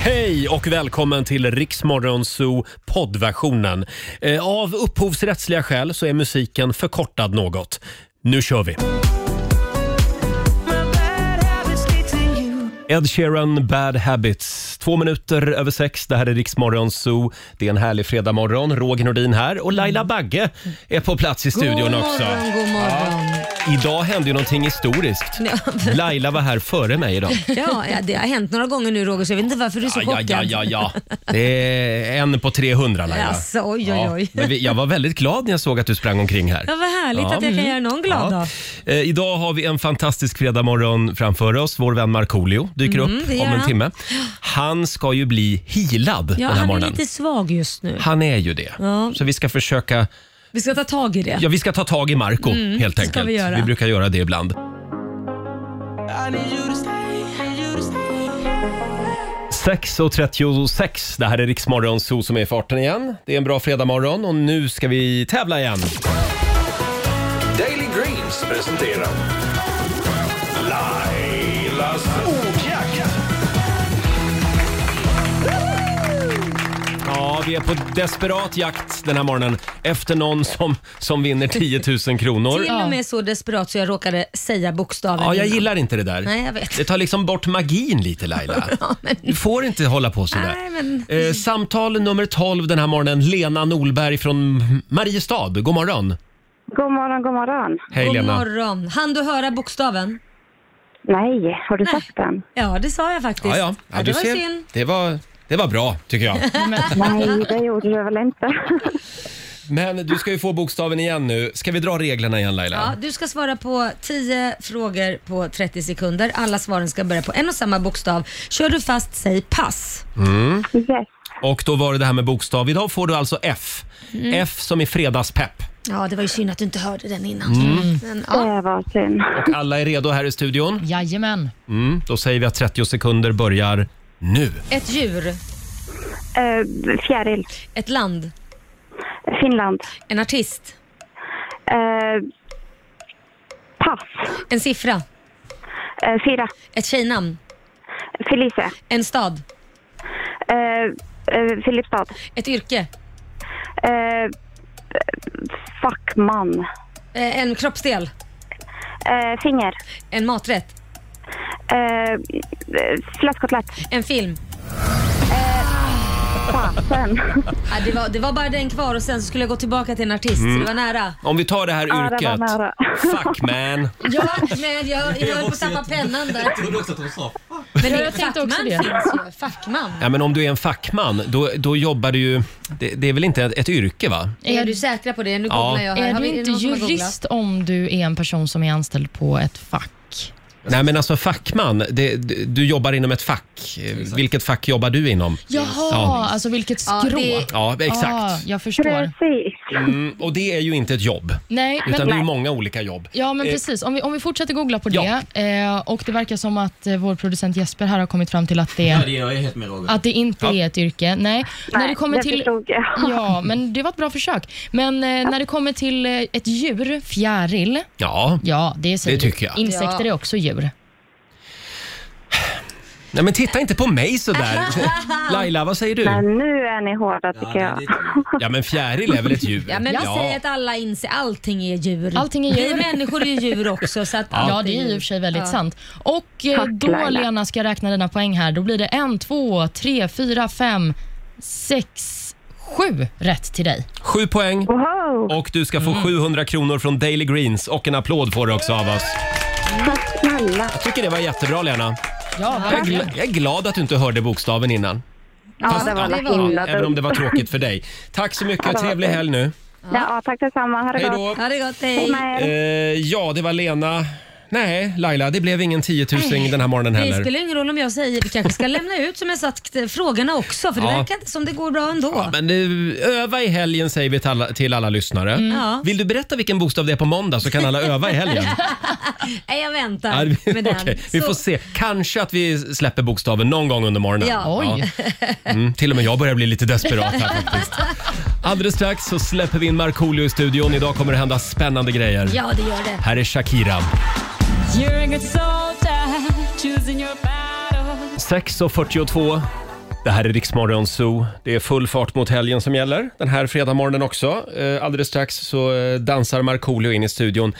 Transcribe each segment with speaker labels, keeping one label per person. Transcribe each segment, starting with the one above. Speaker 1: Hej och välkommen till Riksmorgon Zoo poddversionen. Eh, Av upphovsrättsliga skäl så är musiken förkortad något. Nu kör vi! Ed Sheeran, Bad Habits. Två minuter över sex. Det här är Riksmorgon Zoo. Det är en härlig fredagmorgon. Roger Nordin här och Laila Bagge är på plats i studion
Speaker 2: Mm. god
Speaker 1: också.
Speaker 2: Morgon, god morgon.
Speaker 1: Idag hände ju någonting historiskt. Laila var här före mig idag.
Speaker 2: Ja. ja, det har hänt några gånger nu Roger så jag vet inte varför du är så
Speaker 1: Ja,
Speaker 2: chockad.
Speaker 1: ja, ja, ja. Det är en på 300 Laila.
Speaker 2: Jaså, oj, oj, oj.
Speaker 1: men vi, jag var väldigt glad när jag såg att du sprang omkring här.
Speaker 2: Ja, vad härligt
Speaker 1: Ja. Mm.
Speaker 2: att jag kan göra någon glad
Speaker 1: Ja.
Speaker 2: då.
Speaker 1: Eh, idag har vi en fantastisk fredagmorgon framför oss. Vår vän Markoolio dyker
Speaker 2: Mm,
Speaker 1: upp
Speaker 2: det gör
Speaker 1: om en
Speaker 2: han.
Speaker 1: timme. Han ska ju bli healad den
Speaker 2: Ja,
Speaker 1: här
Speaker 2: han är
Speaker 1: morgonen.
Speaker 2: lite svag just nu.
Speaker 1: Han är ju det.
Speaker 2: Ja.
Speaker 1: Så vi ska försöka...
Speaker 2: Vi ska ta tag i det.
Speaker 1: Ja, vi ska ta tag i Marco
Speaker 2: Mm,
Speaker 1: helt
Speaker 2: det ska
Speaker 1: enkelt.
Speaker 2: vi göra.
Speaker 1: brukar göra det ibland.
Speaker 3: Hej
Speaker 1: 6.36, det här är Riksmorgon Zoo som är i farten igen. Det är en bra fredagmorgon och nu ska vi tävla igen.
Speaker 4: Daily Greens presenterar Lailas ordjakt.
Speaker 1: Ja, vi är på desperat jakt den här morgonen efter någon som, som vinner 10 000 kronor.
Speaker 2: Till och med så desperat så jag råkade säga bokstaven.
Speaker 1: Ja, jag
Speaker 2: innan.
Speaker 1: gillar inte det där.
Speaker 2: Nej, jag vet.
Speaker 1: Det tar liksom bort magin lite Laila. Du får inte hålla på sådär.
Speaker 2: Nej, men...
Speaker 1: Eh, samtal nummer 12 den här morgonen, Lena Norberg från Mariestad. God morgon!
Speaker 5: God morgon, god morgon.
Speaker 1: Hej
Speaker 2: God
Speaker 1: Lena!
Speaker 2: morgon. Han du höra bokstaven?
Speaker 5: Nej, har du sagt den?
Speaker 2: Ja, det sa jag
Speaker 1: Ja,
Speaker 2: faktiskt.
Speaker 1: ja. ja
Speaker 2: det var synd.
Speaker 1: Det var, det var bra tycker jag.
Speaker 5: Nej, det gjorde du väl inte?
Speaker 1: Men du ska ju få bokstaven igen nu. Ska vi dra reglerna igen Laila?
Speaker 2: Ja, du ska svara på 10 frågor på 30 sekunder. Alla svaren ska börja på en och samma bokstav. Kör du fast, säg pass.
Speaker 5: Yes.
Speaker 1: Och då var det det här med bokstav. Idag får du alltså F.
Speaker 2: Mm.
Speaker 1: F som i fredagspepp.
Speaker 2: Ja, det var ju synd att du inte hörde den innan.
Speaker 1: Mm.
Speaker 2: Men, ja.
Speaker 5: Det var synd.
Speaker 1: Alla är redo här i studion.
Speaker 6: Jajamän.
Speaker 1: Mm, då säger vi att 30 sekunder börjar nu.
Speaker 2: Ett djur,
Speaker 5: Eh, fjäril.
Speaker 2: ett land,
Speaker 5: Finland.
Speaker 2: en artist,
Speaker 5: Eh, pass.
Speaker 2: en siffra,
Speaker 5: Eh, fyra.
Speaker 2: ett tjejnamn,
Speaker 5: Felice.
Speaker 2: en stad,
Speaker 5: Eh, eh, Filipstad.
Speaker 2: ett yrke,
Speaker 5: Eh, fackman.
Speaker 2: eh, en kroppsdel,
Speaker 5: Eh, finger.
Speaker 2: en maträtt,
Speaker 5: Eh, eh, fläskkotlett.
Speaker 2: en film. Eh,
Speaker 5: Fasen.
Speaker 2: Ja, det, var, det var bara den kvar och sen så skulle jag gå tillbaka till en artist.
Speaker 6: Mm.
Speaker 2: Det var nära.
Speaker 1: Om vi tar det här
Speaker 5: Ja, det var
Speaker 1: yrket.
Speaker 5: nära.
Speaker 1: Fuck man.
Speaker 2: Ja, men jag, jag höll på att tappa pennan där.
Speaker 7: trodde också att hon sa
Speaker 2: Men det,
Speaker 6: jag tänkte
Speaker 2: fackman
Speaker 6: också det.
Speaker 2: finns ju. Fackman.
Speaker 1: Ja, men om du är en fackman, då, då jobbar du ju... Det, det är väl inte ett, ett yrke va?
Speaker 2: Är
Speaker 6: Är-
Speaker 2: du säkra på det? Nu
Speaker 1: Ja.
Speaker 2: googlar jag här.
Speaker 6: Är
Speaker 2: Har
Speaker 6: du
Speaker 2: vi-
Speaker 6: inte
Speaker 2: någon som har googlat?
Speaker 6: jurist om du är en person som är anställd på ett fack?
Speaker 1: Nej men alltså fackman, det, det- du jobbar inom ett fack. Eh, Vilket fack jobbar du inom?
Speaker 6: Jaha,
Speaker 1: Ja.
Speaker 6: alltså vilket
Speaker 2: Ja,
Speaker 6: skrå.
Speaker 2: det-
Speaker 1: Ja,
Speaker 6: Ah,
Speaker 1: exakt.
Speaker 6: jag förstår.
Speaker 5: Precis.
Speaker 1: Mm, och det är ju inte ett jobb,
Speaker 6: Nej,
Speaker 1: utan
Speaker 6: men,
Speaker 1: det är ju många olika jobb.
Speaker 6: ja, men
Speaker 1: eh,
Speaker 6: precis. Om vi, om vi fortsätter googla på
Speaker 1: Ja.
Speaker 6: det eh, och det verkar som att eh, vår producent Jesper här har kommit fram till att
Speaker 7: Ja,
Speaker 6: det,
Speaker 7: det är jag helt med Roger.
Speaker 6: att det inte
Speaker 1: Ja.
Speaker 6: är ett yrke. Nej, när det kommer
Speaker 5: det
Speaker 6: till...
Speaker 5: förstod jag.
Speaker 6: Ja, men det var ett bra försök. Men eh, när det kommer till eh, ett djur, fjäril,
Speaker 1: Ja,
Speaker 6: ja det säger
Speaker 1: Det tycker jag.
Speaker 2: Ja.
Speaker 6: Insekter är också djur.
Speaker 1: nej men titta inte på mig sådär. Laila, vad säger du?
Speaker 5: Men nu är ni hårda tycker
Speaker 7: Ja,
Speaker 5: jag.
Speaker 7: det är lite-
Speaker 1: Ja men fjäril är väl ett djur?
Speaker 2: Ja, men vi säger att alla inser allting är djur.
Speaker 6: Allting är
Speaker 2: Vi
Speaker 6: djur.
Speaker 2: människor är ju djur också. Så att
Speaker 6: Ja,
Speaker 2: allt
Speaker 6: det är ju i och för sig väldigt sant. Och eh,
Speaker 5: Tack,
Speaker 6: då
Speaker 5: Laila.
Speaker 6: Lena ska jag räkna dina poäng här. Då blir det en, två, tre, fyra, fem, sex, sju rätt till dig.
Speaker 1: Sju poäng.
Speaker 5: Wow,
Speaker 1: Och du ska få
Speaker 5: Mm.
Speaker 1: 700 kronor från Daily Greens och en applåd får du också av oss.
Speaker 5: tack snälla.
Speaker 1: Jag tycker det var jättebra Lena.
Speaker 6: Ja,
Speaker 1: Jag är, gl- jag är glad att du inte hörde bokstaven innan.
Speaker 5: Ja,
Speaker 2: det
Speaker 5: det var
Speaker 2: var-
Speaker 5: väl himla
Speaker 1: Även om
Speaker 5: dumt.
Speaker 1: det var tråkigt för dig. Tack så mycket och trevlig helg nu.
Speaker 5: Ja, tack detsamma. Ha det
Speaker 1: Hej
Speaker 5: gott.
Speaker 1: då.
Speaker 2: Ja, det är gott.
Speaker 5: Hej
Speaker 2: Hej.
Speaker 5: med
Speaker 1: Eh,
Speaker 5: er.
Speaker 1: ja, det var Lena. Nej, Laila, det blev ingen 10 000 den här morgonen
Speaker 2: Det
Speaker 1: heller.
Speaker 2: spelar ingen roll om jag säger, vi kanske ska lämna ut som jag sagt frågorna också för det
Speaker 1: Ja.
Speaker 2: verkar inte som det går bra ändå.
Speaker 1: Ja, men nu, öva i helgen säger vi till alla, till alla lyssnare.
Speaker 2: Ja.
Speaker 1: Vill du berätta vilken bostad det är på måndag så kan alla öva i helgen.
Speaker 2: Nej, jag
Speaker 1: Ja,
Speaker 2: väntar
Speaker 1: vi-
Speaker 2: med den.
Speaker 1: okej, vi
Speaker 2: Så-
Speaker 1: får se. Kanske att vi släpper bokstaven någon gång under morgonen.
Speaker 2: Ja.
Speaker 6: Oj.
Speaker 1: Ja. Mm, till och med jag börjar bli lite desperat här faktiskt. Alldeles strax så släpper vi in Markoolio i studion. Idag kommer det hända spännande grejer.
Speaker 2: Ja, det gör det.
Speaker 1: Här är Shakira. 6.42. Det här är Riksmorgon Zoo. Det är full fart mot helgen som gäller den här fredagmorgonen också. Eh, Alldeles strax så eh, dansar Markoolio in i studion.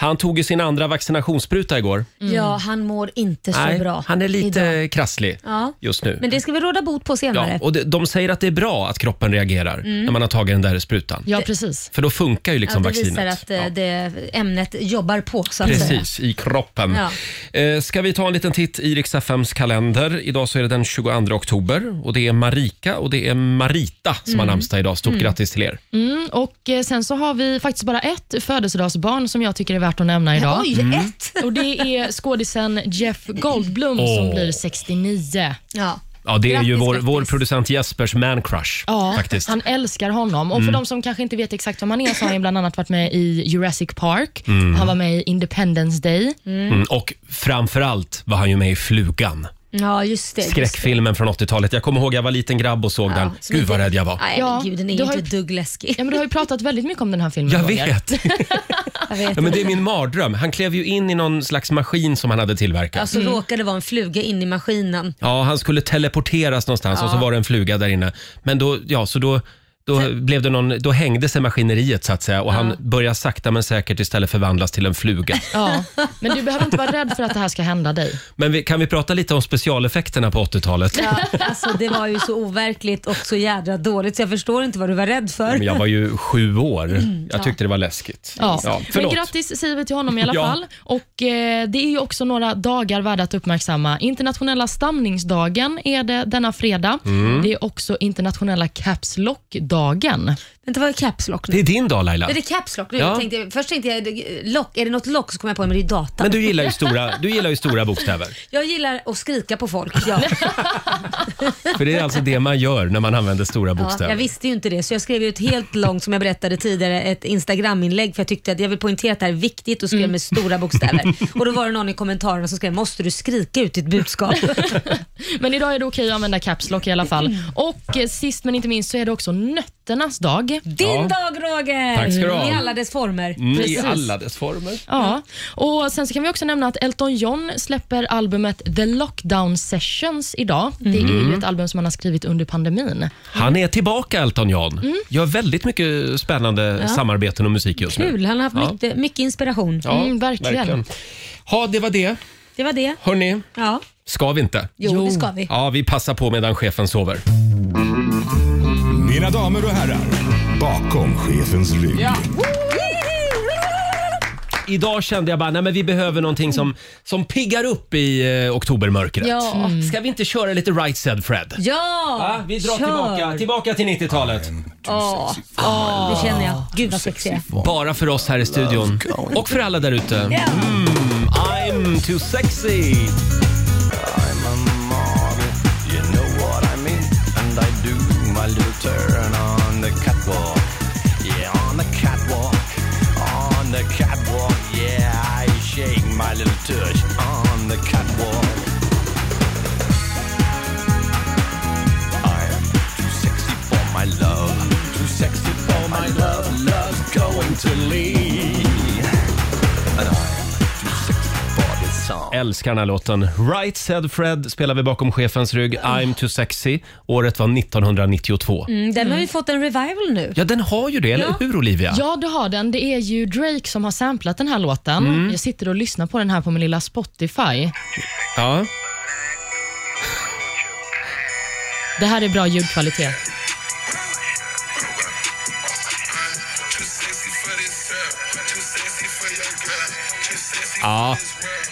Speaker 1: Han tog ju sin andra vaccinationsspruta igår.
Speaker 2: Ja, han mår inte så bra.
Speaker 1: Mm. han är lite
Speaker 2: idag.
Speaker 1: krasslig
Speaker 2: Ja.
Speaker 1: just nu.
Speaker 2: Men det ska vi råda bot på senare.
Speaker 1: Ja, och de, de säger att det är bra att kroppen reagerar när man har tagit den där sprutan.
Speaker 6: Ja, precis.
Speaker 1: För då funkar ju liksom
Speaker 2: Att Mm. det
Speaker 1: vaccinet.
Speaker 2: visar att eh,
Speaker 1: Ja.
Speaker 2: det ämnet jobbar på så att säga.
Speaker 1: Precis, i kroppen. Eh, ska vi ta en liten titt i riks FMs kalender? Idag så är det den 22 oktober och det är Marika och det är Marita som
Speaker 2: Mm.
Speaker 1: har namnsdag idag. Stort grattis till er.
Speaker 6: Mm, och eh, sen så har vi faktiskt bara ett födelsedagsbarn som jag tycker är värt att nämna idag.
Speaker 2: Oj, ett!
Speaker 1: Mm.
Speaker 6: Och Det är skådisen Jeff Goldblum som
Speaker 1: Åh.
Speaker 6: blir 69.
Speaker 2: Ja.
Speaker 1: Ja, det är ju
Speaker 2: Grattis,
Speaker 1: vår, vår
Speaker 2: grattis.
Speaker 1: producent Jespers man crush
Speaker 6: Ja,
Speaker 1: faktiskt.
Speaker 6: han älskar honom. Och för de som kanske inte vet exakt vem han är så har han bland annat varit med i Jurassic Park. Han var med i Independence Day.
Speaker 1: Mm. Och framförallt var han ju med i Flugan,
Speaker 2: ja, just det. just
Speaker 1: skräckfilmen från 80-talet. Jag kommer ihåg jag var liten grabb och såg
Speaker 2: det.
Speaker 1: den.
Speaker 2: Ja, som
Speaker 1: Gud
Speaker 2: inte-
Speaker 1: vad rädd jag var.
Speaker 2: Nej,
Speaker 6: Ja,
Speaker 2: men gud, den är
Speaker 6: du
Speaker 2: ju
Speaker 6: har
Speaker 2: inte
Speaker 6: ju-
Speaker 2: ett dugg läskig.
Speaker 6: Ja, men du har ju pratat väldigt mycket om den här filmen.
Speaker 1: Jag
Speaker 6: Roger.
Speaker 1: vet!
Speaker 2: Jag vet.
Speaker 1: Ja, men det är min mardröm. Han klev ju in i någon slags maskin som han hade tillverkat.
Speaker 2: Alltså råkade det vara en fluga in i maskinen.
Speaker 1: Ja, han skulle teleporteras någonstans och så var det en fluga där inne. Men då, ja, så då, då, blev det någon, då hängde sig maskineriet så att säga och han började sakta men säkert istället förvandlas till en fluga.
Speaker 6: Ja, men du behöver inte vara rädd för att det här ska hända dig.
Speaker 1: Men vi, kan vi prata lite om specialeffekterna på 80-talet?
Speaker 2: Ja, alltså, det var ju så overkligt och så jädra dåligt så jag förstår inte vad du var rädd för.
Speaker 1: Men jag var ju sju år.
Speaker 2: Mm,
Speaker 1: Jag tyckte det var läskigt.
Speaker 6: Ja. men
Speaker 1: förlåt.
Speaker 6: grattis säger vi till honom i alla
Speaker 1: Ja.
Speaker 6: fall. Och eh, Det är ju också några dagar värda att uppmärksamma. Internationella stamningsdagen är det denna fredag.
Speaker 1: Mm.
Speaker 6: Det är också internationella caps lock-dagen.
Speaker 2: Vänta, vad är caps lock nu?
Speaker 1: Det är din dag Laila.
Speaker 2: Är det caps lock? Nu
Speaker 1: Ja.
Speaker 2: tänkte, jag- först tänkte jag eh, lock, är det något lock så kom jag på men det är data.
Speaker 1: Men du gillar ju stora, du gillar ju stora bokstäver.
Speaker 2: Jag gillar att skrika på folk. Ja.
Speaker 1: För det är alltså det man gör när man använder stora
Speaker 2: Ja,
Speaker 1: bokstäver.
Speaker 2: jag visste ju inte det så jag skrev ju ett helt långt, som jag berättade tidigare, ett Instagram-inlägg för jag tyckte att jag vill poängtera att det här är viktigt och skrev med stora bokstäver. Och då var det någon i kommentarerna som skrev “Måste du skrika ut ditt budskap?”
Speaker 6: Men idag är det okej att använda caps lock i alla fall. Och eh, Sist men inte minst så är det också nötternas dag.
Speaker 2: Din
Speaker 1: Ja.
Speaker 2: dag Roger!
Speaker 1: Tack ska du ha.
Speaker 2: I alla dess former.
Speaker 1: Mm, I
Speaker 6: precis.
Speaker 1: alla dess former.
Speaker 6: Ja. Och Sen så kan vi också nämna att Elton John släpper albumet The Lockdown Sessions idag. Det är ju ett album som han har skrivit under pandemin.
Speaker 1: Han är tillbaka Elton John.
Speaker 2: Mm.
Speaker 1: Gör väldigt mycket spännande samarbeten och musik just nu.
Speaker 2: Kul, han har haft
Speaker 1: Ja.
Speaker 2: mycket, mycket inspiration.
Speaker 1: Ja,
Speaker 6: Mm, verkligen.
Speaker 1: Ja, det var det.
Speaker 2: Det var det.
Speaker 1: Hörni,
Speaker 2: Ja.
Speaker 1: ska vi inte?
Speaker 2: Jo, det ska vi.
Speaker 1: Ja, vi passar på medan chefen sover.
Speaker 4: Mina damer och herrar, bakom chefens rygg.
Speaker 1: Idag kände jag bara, nej men vi behöver någonting som, som piggar upp i eh, oktobermörkret. Mm.
Speaker 2: Ja.
Speaker 1: Ska vi inte köra lite Right Said Fred?
Speaker 2: Ja!
Speaker 1: Ja, vi drar
Speaker 2: Kör.
Speaker 1: tillbaka, tillbaka till 90-talet.
Speaker 2: Åh, åh, det känner jag. Gud vad sexiga.
Speaker 1: Bara för oss här i studion. Och för alla där ute. Mm, I'm too sexy. Älskar den här låten. Right Said Fred spelar vi bakom chefens rygg. I'm too sexy. Året var 1992.
Speaker 2: Mm, den har ju fått en revival nu.
Speaker 1: Ja, den har ju det, eller
Speaker 2: Ja.
Speaker 1: hur Olivia?
Speaker 6: Ja, du har den. Det är ju Drake som har samplat den här låten. Jag sitter och lyssnar på den här på min lilla Spotify.
Speaker 1: Ja.
Speaker 6: Det här är bra ljudkvalitet.
Speaker 1: ja.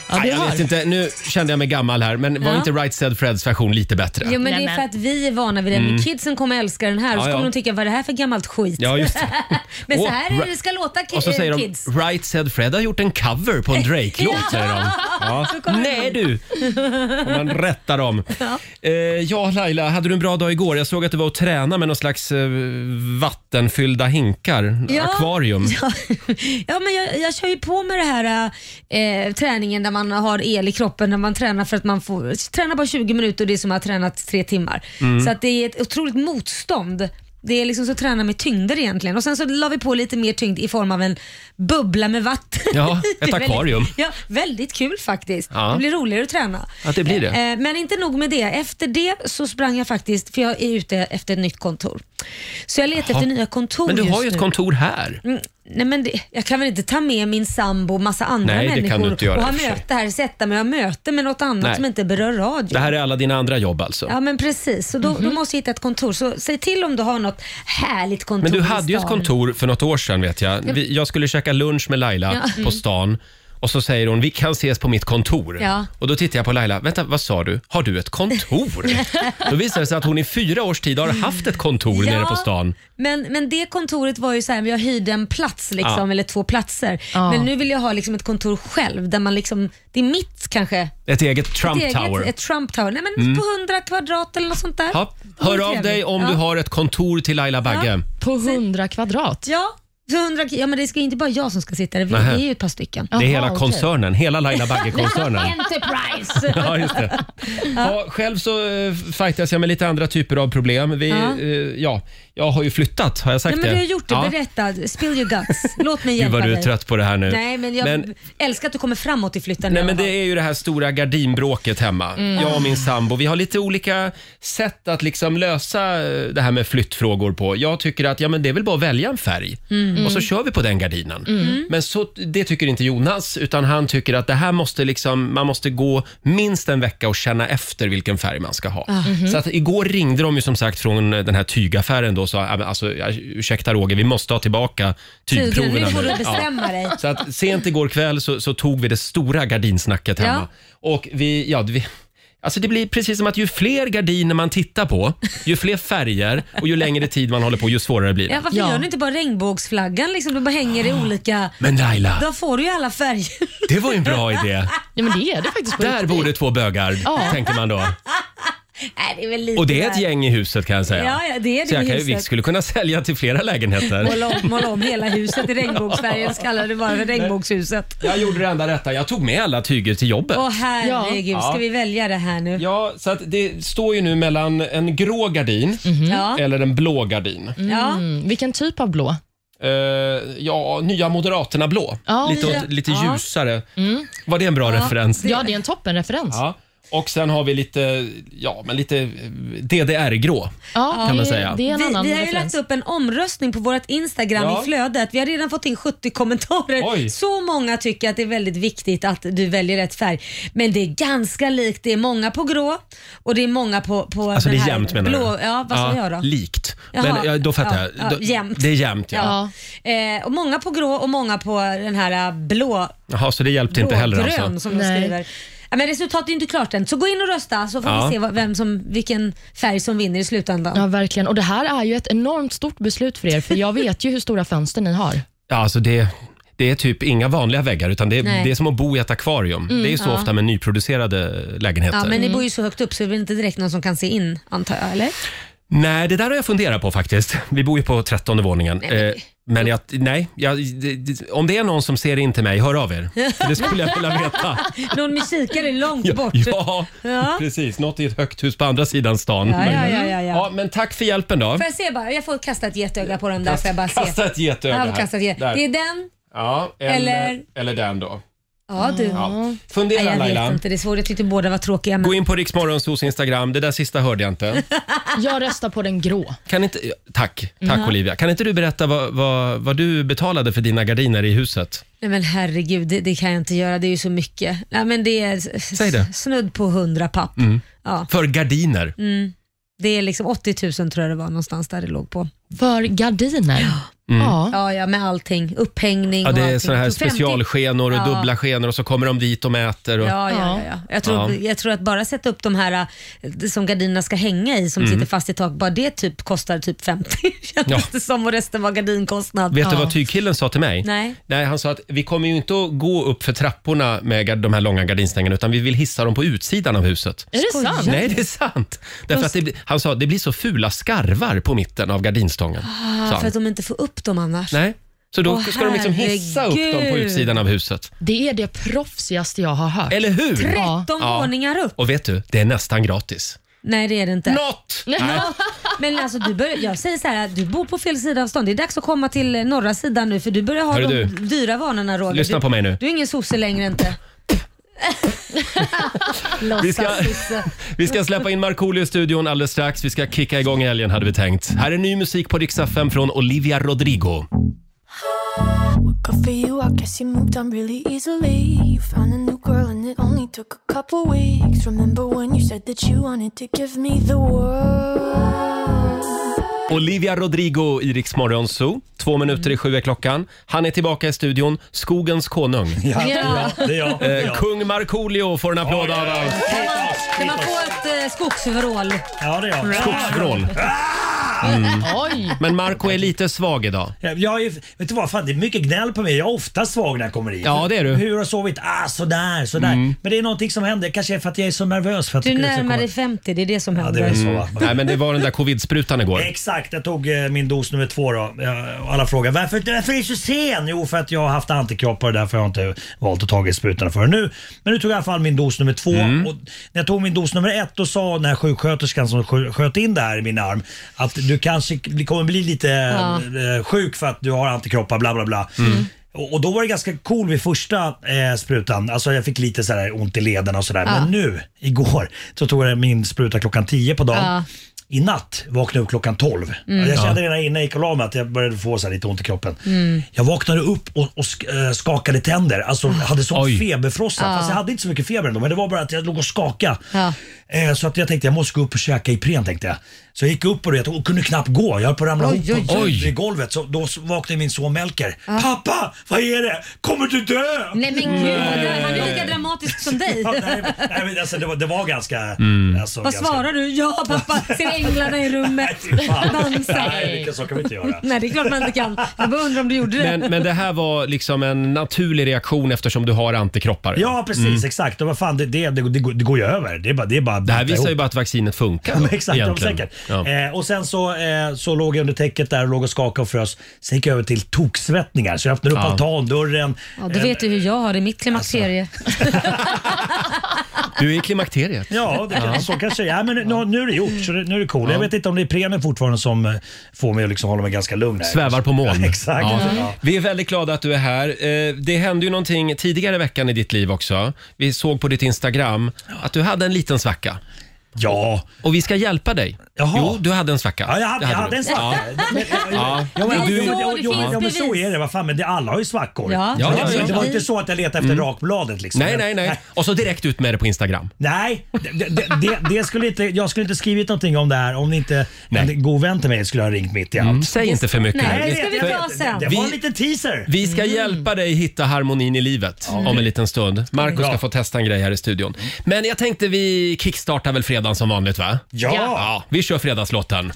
Speaker 6: Ja,
Speaker 1: Nej, jag
Speaker 6: du hör.
Speaker 1: vet inte, nu kände jag mig gammal här, men var
Speaker 2: Ja.
Speaker 1: inte Right Said Freds version lite bättre?
Speaker 2: Jo men det är
Speaker 6: Nämen.
Speaker 2: för att vi är vana vid den. Men Kidsen kommer älska den här och så
Speaker 1: Mm. Ja, ja.
Speaker 2: kommer de tycka vad är det här för gammalt skit.
Speaker 1: Ja, just det.
Speaker 2: Men så
Speaker 1: Och
Speaker 2: här är det,
Speaker 1: ra-
Speaker 2: det ska låta ki-
Speaker 1: Och så säger de,
Speaker 2: kids.
Speaker 1: Right Said Fred har gjort en cover på en Drake-låt, säger de. Ja. Nej du! Och man rättar dem. Eh, ja, Laila, hade du en bra dag igår? Jag såg att du var och tränade med någon slags eh, vattenfyllda hinkar,
Speaker 2: Ja.
Speaker 1: akvarium.
Speaker 2: Ja, ja men jag, jag kör ju på med det här eh, träningen där man har el i kroppen när man tränar för att man
Speaker 1: Mm.
Speaker 2: får träna bara 20 minuter och det är som att ha tränat tre timmar. Så att det är ett otroligt motstånd det är liksom så att träna med tyngder egentligen. Och sen så la vi på lite mer tyngd i form av en bubbla med vatten.
Speaker 1: Ja, ett
Speaker 2: Det är väldigt-
Speaker 1: akvarium.
Speaker 2: Ja, väldigt kul faktiskt.
Speaker 1: Ja.
Speaker 2: Det blir roligare att träna.
Speaker 1: Att det blir det.
Speaker 2: Eh, Men inte nog med det. Efter det så sprang jag faktiskt, för jag är ute efter ett nytt kontor. Så jag letar
Speaker 1: Jaha.
Speaker 2: efter nya kontor
Speaker 1: Men du har
Speaker 2: just
Speaker 1: ju ett
Speaker 2: nu.
Speaker 1: kontor här.
Speaker 2: Mm, Nej, men det, jag kan väl inte ta med min sambo och massa andra
Speaker 1: Nej, det kan
Speaker 2: människor
Speaker 1: du inte göra
Speaker 2: och
Speaker 1: i
Speaker 2: ha
Speaker 1: och för sig.
Speaker 2: möte här, sätta mig och ha möte med något annat
Speaker 1: Nej.
Speaker 2: som inte berör radio.
Speaker 1: Det här Mhm. är alla dina andra jobb alltså.
Speaker 2: Ja men precis, så då, då måste jag hitta ett kontor. Så säg till om du har något härligt kontor
Speaker 1: Men du
Speaker 2: i
Speaker 1: hade ju ett
Speaker 2: stan.
Speaker 1: kontor för något år sedan vet jag. Vi, jag skulle käka lunch med Laila
Speaker 2: Mm.
Speaker 1: på stan och så säger hon vi kan ses på mitt kontor.
Speaker 2: Ja.
Speaker 1: Och då tittar jag på Laila. Vänta, vad sa du? Har du ett kontor? då visar det sig att hon i fyra års tid har haft ett kontor
Speaker 2: Ja,
Speaker 1: nere på stan.
Speaker 2: Men, men det kontoret var ju så här, jag hyrde en plats liksom,
Speaker 1: Ja.
Speaker 2: eller två platser.
Speaker 6: Ja.
Speaker 2: Men nu vill jag ha liksom ett kontor själv där man liksom, det är mitt kanske.
Speaker 1: Ett eget Trump
Speaker 2: ett
Speaker 1: Tower. Mm.
Speaker 2: Eget, ett Trump Tower. Nej men på 100 kvadrat eller något sånt där.
Speaker 1: Ja. Hör av
Speaker 2: Trevligt.
Speaker 1: dig om
Speaker 2: Ja.
Speaker 1: du har ett kontor till Laila Bagge.
Speaker 2: Ja.
Speaker 6: På 100 kvadrat?
Speaker 2: Ja, så 100, ja men det ska ju inte bara jag som ska sitta där, vi,
Speaker 1: Nähä.
Speaker 2: vi är ju ett par stycken.
Speaker 1: Det är
Speaker 6: Jaha,
Speaker 1: hela
Speaker 6: okej.
Speaker 1: koncernen, hela Laila Bagge-koncernen.
Speaker 2: Enterprise!
Speaker 1: Ja, just det. Ja, själv så eh, fightas jag med lite andra typer av problem. Vi,
Speaker 2: Ja.
Speaker 1: ja. ja, jag har ju flyttat, har jag sagt
Speaker 2: Nej, men
Speaker 1: det?
Speaker 2: du har gjort det,
Speaker 1: Ja.
Speaker 2: berätta. Spill your guts. Låt mig
Speaker 1: Gud
Speaker 2: hjälpa
Speaker 1: vad du är
Speaker 2: dig.
Speaker 1: trött på det här nu.
Speaker 2: Nej, men jag älskar att du kommer framåt i flytten. i
Speaker 1: nej,
Speaker 2: alla
Speaker 1: men det
Speaker 2: fall. Mm.
Speaker 1: är ju det här stora gardinbråket hemma. Jag och min sambo, vi har lite olika sätt att liksom lösa eh, det här med flyttfrågor på. Jag tycker att ja, men det är väl bara att välja en färg
Speaker 2: Mm.
Speaker 1: och så kör vi på den gardinen. Men så, det tycker inte Jonas, utan han tycker att det här måste liksom, man måste gå minst en vecka och känna efter vilken färg man ska ha.
Speaker 2: Ah. Mm-hmm.
Speaker 1: Så att igår ringde de ju som sagt från den här tygaffären då och sa, "Ja, men alltså, ja, ursäkta Roger, vi måste ha tillbaka
Speaker 2: Tydligen,
Speaker 1: tygproverna
Speaker 2: nu får
Speaker 1: nu."
Speaker 2: du
Speaker 1: Ja.
Speaker 2: bestämma dig.
Speaker 1: Så att sent igår kväll så, så tog vi det stora gardinsnacket hemma. Och vi, ja, vi, alltså det blir precis som att ju fler gardiner man tittar på, ju fler färger och ju längre tid man håller på, ju svårare blir
Speaker 2: Ja,
Speaker 1: det.
Speaker 2: varför
Speaker 6: Ja.
Speaker 2: gör du inte bara regnbågsflaggan liksom? Du bara hänger i olika...
Speaker 1: Men Laila,
Speaker 2: Då får du ju alla färger.
Speaker 1: det var ju en bra idé.
Speaker 6: Ja, men det är det faktiskt på
Speaker 1: Där
Speaker 6: riktigt.
Speaker 1: bor det två bögar,
Speaker 6: Ja.
Speaker 1: tänker man då.
Speaker 2: Nej, det är väl lite
Speaker 1: Och det är ett
Speaker 2: där.
Speaker 1: gäng i huset kan jag säga.
Speaker 2: Ja, ja, det är det
Speaker 1: Så jag
Speaker 2: i
Speaker 1: kan, ju- vi
Speaker 2: huset.
Speaker 1: skulle kunna sälja till flera lägenheter.
Speaker 2: Måla om, måla om hela huset i regnbågsfärger. Jag kallar det bara för regnbågshuset.
Speaker 1: Jag gjorde det enda rätta, jag tog med alla tyger till jobbet.
Speaker 2: Åh herregud,
Speaker 1: Ja.
Speaker 2: ska vi välja det här nu?
Speaker 1: Ja, så att det står ju nu mellan en grå gardin
Speaker 2: Ja.
Speaker 1: eller en blå gardin.
Speaker 2: ja.
Speaker 6: Mm, vilken typ av blå?
Speaker 1: Eh, ja, Nya Moderaterna blå.
Speaker 6: Ja,
Speaker 1: lite
Speaker 2: nya-
Speaker 1: åt, lite
Speaker 2: ja. Mm.
Speaker 1: ljusare. Var det en bra referens?
Speaker 6: Ja, det är en toppenreferens.
Speaker 1: Ja. Och sen har vi lite, ja, men lite eh, DDR-grå.
Speaker 6: Ja,
Speaker 1: Kan man
Speaker 6: det,
Speaker 1: säga.
Speaker 6: det är en
Speaker 2: Vi,
Speaker 6: annan
Speaker 2: vi har ju
Speaker 6: referens.
Speaker 2: lagt upp en omröstning på vårt Instagram
Speaker 1: Ja.
Speaker 2: i flödet. Vi har redan fått in 70 kommentarer.
Speaker 1: Oj.
Speaker 2: Så många tycker att det är väldigt viktigt att du väljer rätt färg. Men det är ganska likt. Det är många på grå och det är många på, på
Speaker 1: Alltså det
Speaker 2: den
Speaker 1: är
Speaker 2: här
Speaker 1: jämnt menar
Speaker 2: blå.
Speaker 1: du?
Speaker 2: Ja, vad sa jag då?
Speaker 1: Likt.
Speaker 2: Jaha.
Speaker 1: Men ja, då fattar
Speaker 2: Ja,
Speaker 1: jag.
Speaker 2: ja,
Speaker 1: Då-
Speaker 2: jämnt.
Speaker 1: Det är jämnt ja.
Speaker 2: Ja. Eh, och många på grå och många på den här eh, blå,
Speaker 1: Jaha, så det hjälpte inte heller
Speaker 2: blågrön
Speaker 1: alltså.
Speaker 2: som de
Speaker 6: Nej.
Speaker 2: skriver. Ja, men resultatet är inte klart än, så gå in och rösta så får
Speaker 1: Ja.
Speaker 2: vi se vad, vem som, vilken färg som vinner i slutändan.
Speaker 6: Ja, verkligen. Och Det här är ju ett enormt stort beslut för er, för jag vet ju hur stora fönster ni har.
Speaker 1: Ja, alltså det, det är typ inga vanliga väggar utan det,
Speaker 2: Nej. Mm,
Speaker 1: det är som att bo i ett akvarium. det är ju så ofta med nyproducerade lägenheter.
Speaker 2: Ja, men
Speaker 6: Mm.
Speaker 2: ni bor ju så högt upp så det är väl inte direkt någon som kan se in antar jag, eller?
Speaker 1: Nej, det där har jag funderat på faktiskt. Vi bor ju på trettonde våningen.
Speaker 2: Nej, men-
Speaker 1: Eh, Men jag, nej, jag, det- det- om det är någon som ser in till mig, hör av er. För Det skulle jag vilja veta.
Speaker 2: Någon musikare långt
Speaker 1: Ja,
Speaker 2: bort.
Speaker 1: ja,
Speaker 2: Ja.
Speaker 1: precis. Något i ett högt hus på andra sidan stan.
Speaker 2: Ja, ja, ja, ja, ja.
Speaker 1: men tack för hjälpen då.
Speaker 2: Får jag se bara? Jag får kasta ett getöga på den där. Får jag bara se?
Speaker 1: Kasta ett
Speaker 2: Ja,
Speaker 1: getöga
Speaker 2: jag får kasta ett
Speaker 1: här.
Speaker 2: get-
Speaker 1: Där.
Speaker 2: Det är den.
Speaker 1: Ja, en,
Speaker 2: Eller-
Speaker 1: eller... eller den då.
Speaker 2: Ja, du.
Speaker 1: Mm. Ja.
Speaker 2: Nej,
Speaker 1: Fundera
Speaker 2: jag vet
Speaker 1: Laila.
Speaker 2: inte, det är svårt. Jag tyckte båda var tråkiga. Men...
Speaker 1: Gå in på Riksmorgonsos Instagram. Det där sista hörde jag inte.
Speaker 6: Jag röstar på den grå.
Speaker 1: Kan inte, tack, tack Olivia. Kan inte du berätta vad, vad, vad du betalade för dina gardiner i huset?
Speaker 2: Nej, men herregud, det, det kan jag inte göra. Det är ju så mycket. Nej, men det är s-
Speaker 1: Säg det. Mm.
Speaker 2: snudd på 100 papp. Ja,
Speaker 1: För gardiner.
Speaker 2: Mm. det är liksom 80 000 tror jag det var någonstans där det låg på.
Speaker 6: För gardiner. Ja.
Speaker 2: Ja, ja med allting. Upphängning
Speaker 1: Ja,
Speaker 2: och
Speaker 1: det är
Speaker 2: allting.
Speaker 1: såna här
Speaker 2: Så 50
Speaker 1: specialskenor och
Speaker 2: Ja.
Speaker 1: dubbla skenor och så kommer de dit och mäter. Och...
Speaker 2: Ja, ja, ja, ja. Jag, tror,
Speaker 1: Ja.
Speaker 2: jag tror att bara sätta upp de här eh, som gardinerna ska hänga i som sitter fast i tak, bara det typ kostar typ 50 känns
Speaker 1: Mm. Ja.
Speaker 2: det som och resten var gardinkostnad.
Speaker 1: Vet du
Speaker 6: Ja.
Speaker 1: vad tygkillen sa till mig?
Speaker 2: Nej.
Speaker 1: han sa att vi kommer ju inte att gå upp för trapporna med gard- de här långa gardinstängerna utan vi vill hissa dem på utsidan av huset.
Speaker 6: Är det
Speaker 2: Skojar.
Speaker 6: sant?
Speaker 1: Nej, det är sant. Därför att det, bli- han sa att det blir så fula skarvar på mitten av gardinstången. sa
Speaker 2: Ah, För
Speaker 1: han.
Speaker 2: att de inte får upp dem annars.
Speaker 1: Nej. Så då
Speaker 2: Åh,
Speaker 1: ska de liksom hissa upp dem på
Speaker 2: herregud.
Speaker 1: utsidan av huset.
Speaker 6: Det är det proffsigaste jag har hört.
Speaker 1: Eller hur?
Speaker 6: Ja.
Speaker 2: 13
Speaker 1: Ja.
Speaker 2: våningar upp.
Speaker 1: Och vet du, det är nästan gratis.
Speaker 2: Nej, det är det inte.
Speaker 1: Något! Nej.
Speaker 2: Men alltså du börjar, jag säger så här, du bor på fel sida av stan. Det är dags att komma till eh, norra sidan nu för du börjar ha
Speaker 1: Hörru,
Speaker 2: de
Speaker 1: du.
Speaker 2: dyra vanorna Roger.
Speaker 1: Lyssna
Speaker 2: du,
Speaker 1: på mig nu.
Speaker 2: Du är ingen sosse längre inte.
Speaker 1: Vi ska,
Speaker 2: Låtsas-sosse.
Speaker 1: vi ska släppa in Markoolio i studion alldeles strax. Vi ska kicka igång helgen hade vi tänkt. Här är ny musik på Rix FM från Olivia Rodrigo.
Speaker 3: Good for you, I guess you moved on really easily. You found a new girl and it only took a couple weeks. Remember when you said that you wanted to give me the world?
Speaker 1: Olivia Rodrigo i Rix Morgon Zoo. Två minuter i sju är klockan. Han är tillbaka i studion. Skogens konung.
Speaker 7: Ja,
Speaker 2: Ja.
Speaker 7: det är jag. Det är
Speaker 1: Eh,
Speaker 7: jag.
Speaker 1: Kung Markoolio får en applåd av oss.
Speaker 2: Kan man få ett eh, skogsvrål?
Speaker 7: Ja, det är jag.
Speaker 1: Skogsvrål.
Speaker 6: Oj!
Speaker 1: Men Marco är lite svag idag.
Speaker 7: Jag är, vet du vad, fan, det är mycket gnäll på mig. Jag är ofta svag när jag kommer hit.
Speaker 1: Ja, det är du.
Speaker 7: Hur har jag sovit? Ah, sådär, sådär. Men det är någonting som händer. Kanske är för att jag är så nervös. För att
Speaker 2: Du
Speaker 7: det ska
Speaker 2: närmar dig
Speaker 7: komma-
Speaker 2: 50, det är det som
Speaker 7: Ja, det är
Speaker 2: händer.
Speaker 7: väl så va?
Speaker 1: Nej, men det var den där covid-sprutan igår.
Speaker 7: Exakt, jag tog eh, min dos nummer två då. Eh, och Alla frågar varför, varför är du så sen? Jo, för att jag har haft antikroppar och därför har jag inte valt att ta sprutorna förrän nu. Men nu tog jag i alla fall min dos nummer två. Och när jag tog min dos nummer ett då sa den här sjuksköterskan som skö- sköt in det här i min arm att du kanske bli- kommer bli lite eh, sjuk för att du har antikroppar bla bla bla. Och och då var det ganska cool vid första eh, sprutan. Alltså jag fick lite så här ont i lederna och sådär. Men nu, igår, så tog jag min spruta klockan 10 på dagen. I natt vaknade jag upp klockan 12.
Speaker 2: Mm.
Speaker 7: Jag kände redan innan jag gick och la mig att jag började få så här lite ont i kroppen.
Speaker 2: Mm.
Speaker 7: Jag vaknade upp och, och sk- eh, skakade tänder.
Speaker 2: Ah.
Speaker 7: Alltså hade sån
Speaker 1: Oj.
Speaker 7: feberfrossa. Fast jag hade inte så mycket feber ändå. Men det var bara att jag låg och skakade.
Speaker 2: Ja.
Speaker 7: Eh, så att jag tänkte jag måste gå upp och käka Ipren tänkte jag. Så jag gick upp och, det, och kunde knappt gå. Jag höll på att ramla
Speaker 2: Oj,
Speaker 7: ihop
Speaker 1: oj, oj.
Speaker 7: i golvet. Så då vaknade min son Melker. Pappa, vad är det? Kommer du dö?
Speaker 2: Nej men gud, han är lika dramatisk som dig.
Speaker 7: Ja, nej, men- nej, men alltså, det, var, det var ganska...
Speaker 1: Mm.
Speaker 7: Alltså,
Speaker 2: Vad
Speaker 7: ganska-
Speaker 2: svarar du? Ja pappa, ser änglarna i
Speaker 7: Nej,
Speaker 2: rummet.
Speaker 7: fy fan.
Speaker 2: Dansa.
Speaker 7: Nej, vilken sak kan vi inte göra.
Speaker 2: Nej det är klart man inte kan. Jag bara undrar om du gjorde det.
Speaker 1: Men, men det här var liksom en naturlig reaktion eftersom du har antikroppar.
Speaker 7: Ja, precis. Exakt. Och vad fan, det, det, det, det, går- det går ju över. Det, är bara, det, är bara
Speaker 1: Mm. Det här visar ju bara att vaccinet funkar. då,
Speaker 7: Exakt, ja,
Speaker 1: egentligen.
Speaker 7: säkert.
Speaker 1: Ja.
Speaker 7: Eh, och sen så, eh, så låg jag under täcket där och låg och skakade och frös. Sen gick jag över till toksvettningar. Så jag öppnade upp
Speaker 1: Ja.
Speaker 7: altandörren.
Speaker 2: Ja, du vet ju hur jag har det i mitt klimakterie.
Speaker 7: Alltså.
Speaker 1: Du är i klimakteriet.
Speaker 7: Ja, det, så kanske det är. Ja, men nu, nu är det gjort, så det, nu är det cool. Jag vet inte om det är premien fortfarande som eh, får mig att liksom hålla mig ganska lugn. Här.
Speaker 1: Svävar på moln.
Speaker 7: Ja, exakt.
Speaker 1: Ja.
Speaker 7: Ja.
Speaker 1: Vi är väldigt glada att du är här. Eh, Det hände ju någonting tidigare i veckan i ditt liv också. Vi såg på ditt Instagram att du hade en liten svacka.
Speaker 7: Ja.
Speaker 1: Och vi ska hjälpa dig.
Speaker 7: Jaha.
Speaker 1: Jo, du hade en svacka.
Speaker 7: Ja, jag
Speaker 1: Det
Speaker 7: hade, jag
Speaker 1: du.
Speaker 7: hade en svacka. Ja. Men,
Speaker 1: Ja.
Speaker 7: ja, men,
Speaker 2: Det är
Speaker 7: du,
Speaker 2: så, det
Speaker 7: jo, jo,
Speaker 2: finns
Speaker 7: ja, men så
Speaker 2: bevis.
Speaker 7: är det. Vad fan, men det, alla har ju svackor.
Speaker 2: Ja.
Speaker 1: Ja,
Speaker 7: Så
Speaker 1: ja,
Speaker 7: det,
Speaker 1: ja. Mm.
Speaker 7: det var inte så att jag letade efter rakbladet. Liksom.
Speaker 1: Nej,
Speaker 7: Men-
Speaker 1: nej, nej. Och så direkt ut med det på Instagram.
Speaker 7: Nej, det, det, det, det skulle inte, jag skulle inte skrivit någonting om det här om ni inte
Speaker 1: Nej.
Speaker 7: en god vän till mig skulle ha ringt mitt i allt.
Speaker 1: Säg inte för mycket.
Speaker 2: Nej,
Speaker 1: nu.
Speaker 2: det ska vi ta sen.
Speaker 7: Det, det var en
Speaker 1: Vi-
Speaker 7: liten teaser.
Speaker 1: Vi ska hjälpa dig hitta harmonin i livet om en liten stund. Marco ska
Speaker 7: Bra.
Speaker 1: få testa en grej här i studion. Men jag tänkte vi kickstartar väl fredagen som vanligt va?
Speaker 7: Ja!
Speaker 1: Ja, vi kör fredagslåten.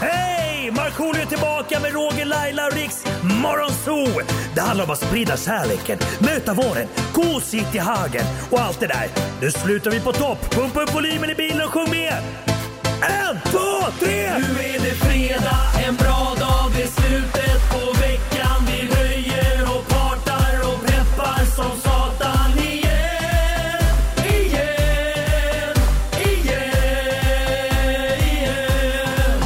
Speaker 7: Hej! Markoolio är tillbaka med Roger, Laila och Riks Morgonzoo! Det handlar om att sprida kärleken, möta våren, gosigt i hagen och allt det där. Nu slutar vi på topp! Pumpa upp volymen i bilen och sjung med! En, två, tre! Nu är det fredag, en bra dag, det är slutet på veckan. Vi röjer och partar och preppar som satan igen, igen, igen, igen.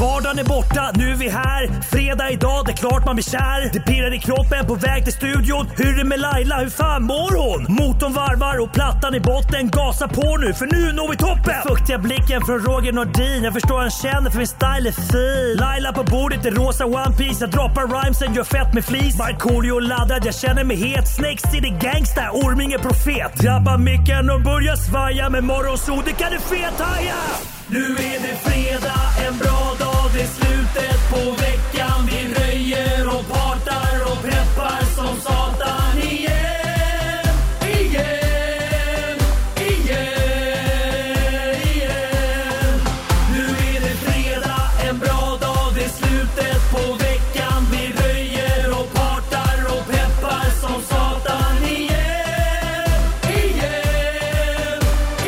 Speaker 7: Vardagen är borta, nu är vi här. Fredag idag, det är klart man blir kär. Det pirrar i kroppen på väg till studion. Hur är det med Laila, hur fan mår hon? Motorn varvar och plattan i botten. Gasa på nu, för nu når vi toppen! Den fuktiga blicken från Roger Nordin. Jag förstår han känner för min style är fin. Laila på bordet i rosa One Piece Jag droppar rhymesen, gör fett med flis. Markoolio laddad, jag känner mig het. Snake City Gangsta, Orming är profet. Drabbar micken och börjar svaja. Med morgonsol, det kan du fethaja! Nu är det fredag, en bra dag, det är slutet på veckan. Vi röjer och partar och peppar som satan igen, igen, igen, igen. Nu är det fredag, en bra dag, det är slutet på veckan. Vi röjer och partar och peppar som satan igen, igen,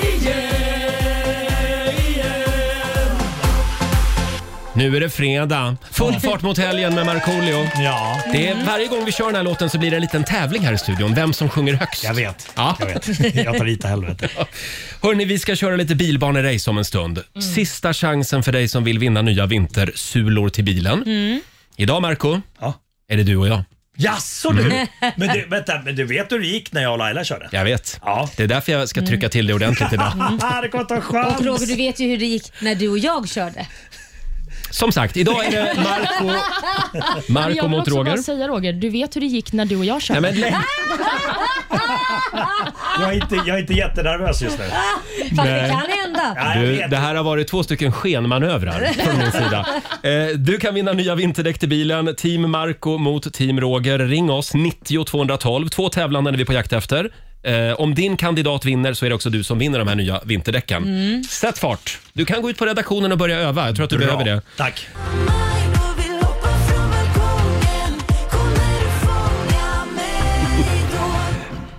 Speaker 7: igen.
Speaker 1: Nu är det fredag. Full fart mot helgen med Markoolio.
Speaker 7: Ja.
Speaker 1: Det är, varje gång vi kör den här låten så blir det en liten tävling här i studion. Vem som sjunger högst.
Speaker 7: Jag vet.
Speaker 1: Ja.
Speaker 7: Jag vet. Jag tar hit i helvete.
Speaker 1: Hörni, vi ska köra lite bilbanerace om en stund.
Speaker 6: Mm.
Speaker 1: Sista chansen för dig som vill vinna nya vintersulor till bilen.
Speaker 6: Mm.
Speaker 1: Idag, Marco,
Speaker 7: Ja.
Speaker 1: är det du och jag.
Speaker 7: Jaså du?
Speaker 1: Mm.
Speaker 7: Men du, vänta, men du vet hur det gick när jag och Laila körde?
Speaker 1: Jag vet.
Speaker 7: Ja.
Speaker 1: Det är därför jag
Speaker 6: Mm.
Speaker 1: ska trycka till det ordentligt idag.
Speaker 7: Ah, det kommer att ta
Speaker 2: Och Roger,
Speaker 7: chans!
Speaker 2: du vet ju hur det gick när du och jag körde.
Speaker 1: Som sagt, idag är det Marco,
Speaker 6: Men
Speaker 1: Marco
Speaker 6: jag vill
Speaker 1: mot
Speaker 6: också bara
Speaker 1: Roger.
Speaker 6: säga Roger, du vet hur det gick när du och jag
Speaker 1: Nej,
Speaker 6: körde.
Speaker 1: men,
Speaker 7: Jag är, inte, jag är inte jättenervös just nu.
Speaker 2: Fan,
Speaker 1: Nej.
Speaker 2: det kan hända.
Speaker 7: Nej, jag
Speaker 1: du,
Speaker 7: vet.
Speaker 1: det här har varit två stycken skenmanövrar från min sida. Eh, du kan vinna nya vinterdäck till bilen. Team Marco mot Team Roger. Ring oss, 90 212. Två tävlande är vi på jakt efter. Eh, om din kandidat vinner så är det också du som vinner de här nya vinterdäcken.
Speaker 7: Mm.
Speaker 1: Sätt fart! Du kan gå ut på redaktionen och börja öva. Jag tror att du behöver det.
Speaker 7: Tack.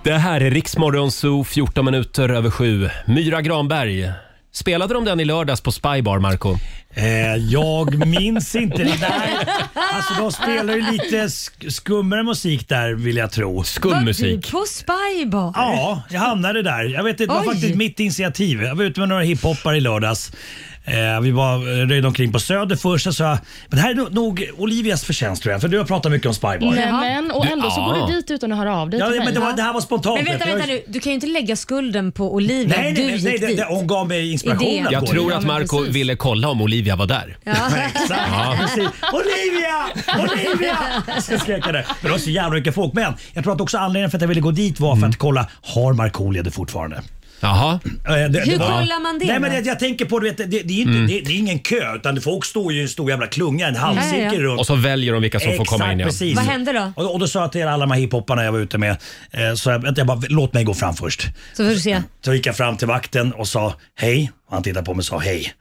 Speaker 1: Det här är Riksmorgon Zoo, 14 minuter över sju. Myra Granberg. Spelade de den i lördags på Spybar, Marco?
Speaker 7: Eh, jag minns inte det där. Alltså de spelar ju lite sk- skummare musik där vill jag tro.
Speaker 1: Skum musik.
Speaker 2: Du på Spybar.
Speaker 7: Ja, jag hamnade där. Jag vet inte, det var
Speaker 2: Oj.
Speaker 7: faktiskt mitt initiativ. Jag var ute med några hiphoppare i lördags. Eh, vi var eh, röjde omkring på Söder först och sa men det här är nog- nog Olivias förtjänst tror jag, för du har pratat mycket om Spybar.
Speaker 6: Nej, men, och ändå så
Speaker 1: ja.
Speaker 6: går du dit utan att höra av dig
Speaker 7: Ja,
Speaker 6: till mig.
Speaker 7: men det, var, det här var spontant.
Speaker 2: Men vänta,
Speaker 7: Jag-
Speaker 2: vänta nu. Du kan ju inte lägga skulden på Olivia.
Speaker 7: Nej,
Speaker 2: du
Speaker 7: nej, nej, nej,
Speaker 2: gick
Speaker 7: nej,
Speaker 2: dit.
Speaker 7: nej, hon gav mig inspirationen.
Speaker 2: Idén.
Speaker 7: att
Speaker 1: Jag
Speaker 7: gå
Speaker 1: tror
Speaker 7: dit.
Speaker 1: att
Speaker 6: men
Speaker 1: Marco
Speaker 6: precis.
Speaker 1: ville kolla om Olivia var där.
Speaker 7: Exakt. Precis. Olivia! Olivia! Så skrek jag där. Men det var så jävla mycket folk. Men jag tror att också anledningen för att jag ville gå dit var för
Speaker 2: Mm.
Speaker 7: att kolla, har Markoolio det fortfarande?
Speaker 1: Jaha.
Speaker 7: Eh, det- det
Speaker 2: Hur
Speaker 7: var-
Speaker 2: kollar man det
Speaker 7: Nej,
Speaker 2: då?
Speaker 7: men det, jag tänker på, du vet, det, det, är
Speaker 1: Mm.
Speaker 7: inte, det, det är ingen kö utan folk står ju i en stor jävla klunga, en halvcirkel
Speaker 2: Ja, ja.
Speaker 7: runt.
Speaker 1: Och så väljer de vilka som får komma in. Ja.
Speaker 7: precis.
Speaker 2: Vad hände då?
Speaker 7: Och, och då sa jag till alla de här hiphopparna jag var ute med, eh, så jag, vänta, jag bara, låt mig gå fram först.
Speaker 2: Så får du se.
Speaker 7: Så gick jag fram till vakten och sa hej. Och han tittade på mig och sa hej.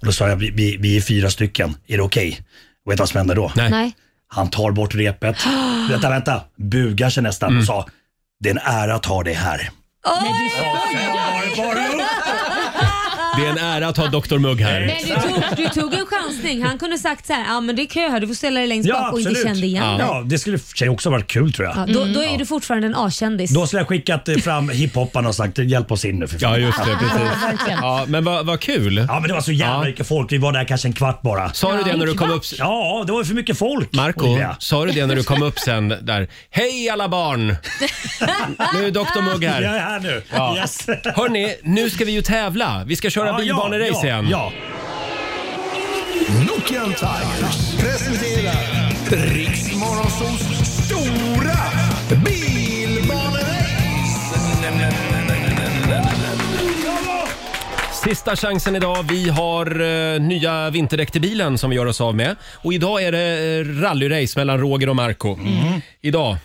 Speaker 7: Och då sa jag, vi, vi, vi är fyra stycken, är det okej? Och vet du vad som hände då?
Speaker 1: Nej.
Speaker 2: Nej.
Speaker 7: Han tar bort repet, vänta, vänta, bugar sig nästan
Speaker 1: Mm.
Speaker 7: och sa, det är en ära att ha dig här. Oj! Bara upp!
Speaker 1: Det är en ära att ha Dr Mugg här.
Speaker 2: Men du tog, du tog en chansning. Han kunde sagt så här, ja men det är kö här, du får ställa dig längst
Speaker 7: Ja,
Speaker 2: bak och inte
Speaker 7: absolut.
Speaker 2: kände igen
Speaker 1: Ja.
Speaker 2: dig.
Speaker 7: Ja, det skulle i och för sig också varit kul tror jag.
Speaker 2: Mm. Ja, då, då är du fortfarande en A-kändis.
Speaker 7: Då skulle jag skickat eh, fram hiphopparna och sagt, hjälp oss in nu för fan.
Speaker 1: Ja, just det. Precis. Ja, men vad vad kul.
Speaker 7: Ja, men det var så jävla
Speaker 1: Ja.
Speaker 7: mycket folk. Vi var där kanske en kvart bara.
Speaker 1: Sa du det när du kom upp?
Speaker 7: Ja, det var ju för mycket folk.
Speaker 1: Marco,
Speaker 7: Olivia.
Speaker 1: sa du det när du kom upp sen där? Hej alla barn! Nu är Dr Mugg
Speaker 7: Jag är
Speaker 1: här.
Speaker 7: här nu.
Speaker 1: Ja.
Speaker 7: Yes.
Speaker 1: Hörni, nu ska vi ju tävla. Vi ska köra bilbanerace
Speaker 7: ja,
Speaker 1: igen.
Speaker 7: Ja.
Speaker 4: Nokian Tigers presenterar Riksmorgonsols stora bilbanerace.
Speaker 1: Sista chansen idag. Vi har eh, nya vinterdäck till bilen som vi gör oss av med. Och idag är det eh, rallyrace mellan Roger och Marco. Idag.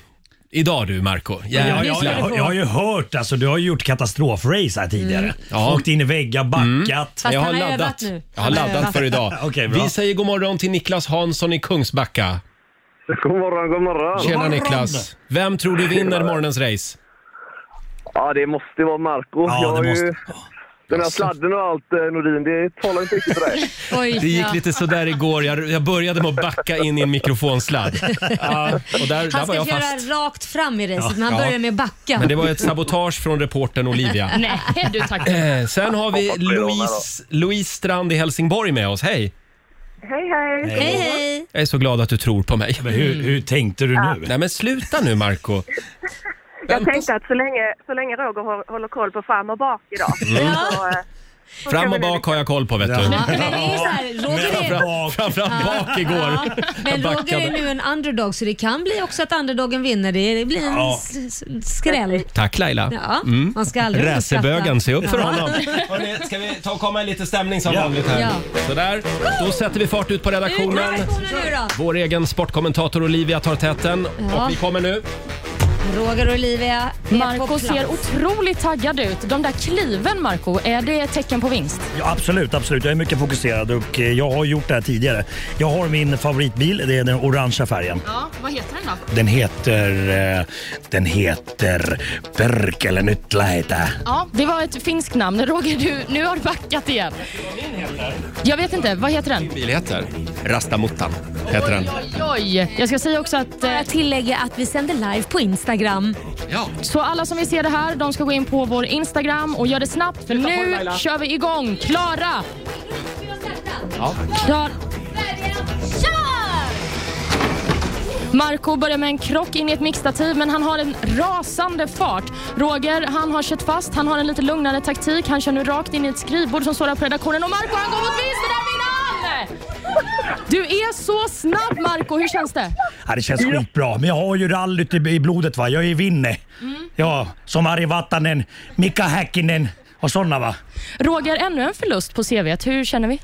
Speaker 1: Idag du Marco.
Speaker 7: Mm. Ja,
Speaker 1: Jävlar.
Speaker 7: ja, jag, jag, jag har ju hört, alltså, du har ju gjort katastrofrace här tidigare.
Speaker 1: Mm. Ja.
Speaker 7: Åkt in i väggar, backat.
Speaker 2: Fast
Speaker 1: jag har
Speaker 2: han har
Speaker 1: laddat.
Speaker 2: övat nu.
Speaker 1: Jag har laddat för idag.
Speaker 7: Okej, bra.
Speaker 1: Vi säger god morgon till Niklas Hansson i Kungsbacka.
Speaker 8: God morgon, god morgon.
Speaker 1: Tjena
Speaker 7: morgon.
Speaker 1: Niklas. Vem tror du vinner morgonens race?
Speaker 8: Ja, det måste ju vara Marco.
Speaker 7: Ja,
Speaker 8: jag
Speaker 7: det
Speaker 8: har
Speaker 7: måste...
Speaker 8: ju, den här sladden och allt, eh, Nordin, det talar inte riktigt för dig.
Speaker 2: Oj,
Speaker 1: Det gick
Speaker 2: ja.
Speaker 1: lite sådär igår. Jag, jag började med att backa in i en mikrofonsladd. Ja, och där, där
Speaker 2: Han
Speaker 1: var
Speaker 2: ska
Speaker 1: jag
Speaker 2: köra
Speaker 1: fast.
Speaker 2: rakt fram i racet, men han
Speaker 1: Ja.
Speaker 2: börjar med att backa.
Speaker 1: Men det var ett sabotage från reportern Olivia.
Speaker 6: Nej, du tack.
Speaker 1: Eh, Sen har vi
Speaker 8: Hoppas det är de här
Speaker 1: Louise, Louise Strand i Helsingborg med oss. Hej!
Speaker 5: Hej, hej.
Speaker 2: Hej, hej.
Speaker 1: Jag är så glad att du tror på mig.
Speaker 7: Men hur, hur tänkte du nu?
Speaker 1: Nej men sluta nu Marco.
Speaker 5: Jag tänkte att så länge, så länge Roger hå- håller koll på fram och bak idag.
Speaker 1: Mm.
Speaker 5: Så, eh, så
Speaker 1: Fram
Speaker 5: ska
Speaker 1: och
Speaker 5: vi-
Speaker 1: bak har jag koll på vet du.
Speaker 2: Ja, men det är ju så här, Roger är...
Speaker 1: Fram- Framförallt bak igår.
Speaker 2: Ja, men
Speaker 1: Jag
Speaker 2: Roger är
Speaker 1: backade.
Speaker 2: nu en underdog så det kan bli också att underdogen vinner. Det blir en
Speaker 7: Ja.
Speaker 2: s- s- skräll.
Speaker 1: Tack Laila.
Speaker 2: Ja, man ska aldrig
Speaker 1: Räsebögen, Mm. se upp för
Speaker 2: Ja.
Speaker 1: honom. Hörrni, ska vi ta och komma i lite stämning som
Speaker 7: Ja.
Speaker 1: vanligt här?
Speaker 2: Ja.
Speaker 1: Sådär, då sätter vi fart ut på
Speaker 2: Ut med
Speaker 1: redaktionen.
Speaker 2: reaktionen nu då.
Speaker 1: Vår egen sportkommentator Olivia tar täten
Speaker 2: Ja.
Speaker 1: och vi kommer nu.
Speaker 2: Roger och Olivia är på
Speaker 6: Marco
Speaker 2: plats.
Speaker 6: ser otroligt taggad ut. De där kliven, Marco, är det ett tecken på vinst?
Speaker 7: Ja, absolut, absolut. Jag är mycket fokuserad och eh, jag har gjort det här tidigare. Jag har min favoritbil, det är den orangea färgen.
Speaker 6: Ja, vad heter den då?
Speaker 7: Den heter... eh, Den heter... Perkelenyttla heter det.
Speaker 6: Ja, det var ett finskt namn. Roger, du, nu har du backat igen. Jag vet inte, vad heter den?
Speaker 1: Bilheter. Rastamottan heter den.
Speaker 6: Oj, oj. Jag ska säga också att eh,
Speaker 2: Jag tillägger att vi sänder live på Instagram.
Speaker 1: Ja.
Speaker 6: så alla som vill se det här, de ska gå in på vår Instagram och gör det snabbt för nu kör vi igång. Klara! Klar. Marco börjar med en krock in i ett mixtativ men han har en rasande fart. Roger han har kört fast, han har en lite lugnare taktik. Han kör nu rakt in i ett skrivbord som står där på redaktionen och Marco han går mot vinsten där vinner han! Du är så snabb Marco, hur känns det?
Speaker 7: Ja, det känns skitbra, men jag har ju rallyt i, i blodet. va. Jag är vinne. Ja, som Ari Vatanen, Mika Häkkinen och sådana va.
Speaker 6: Roger, ännu en förlust på CVt. Hur känner vi?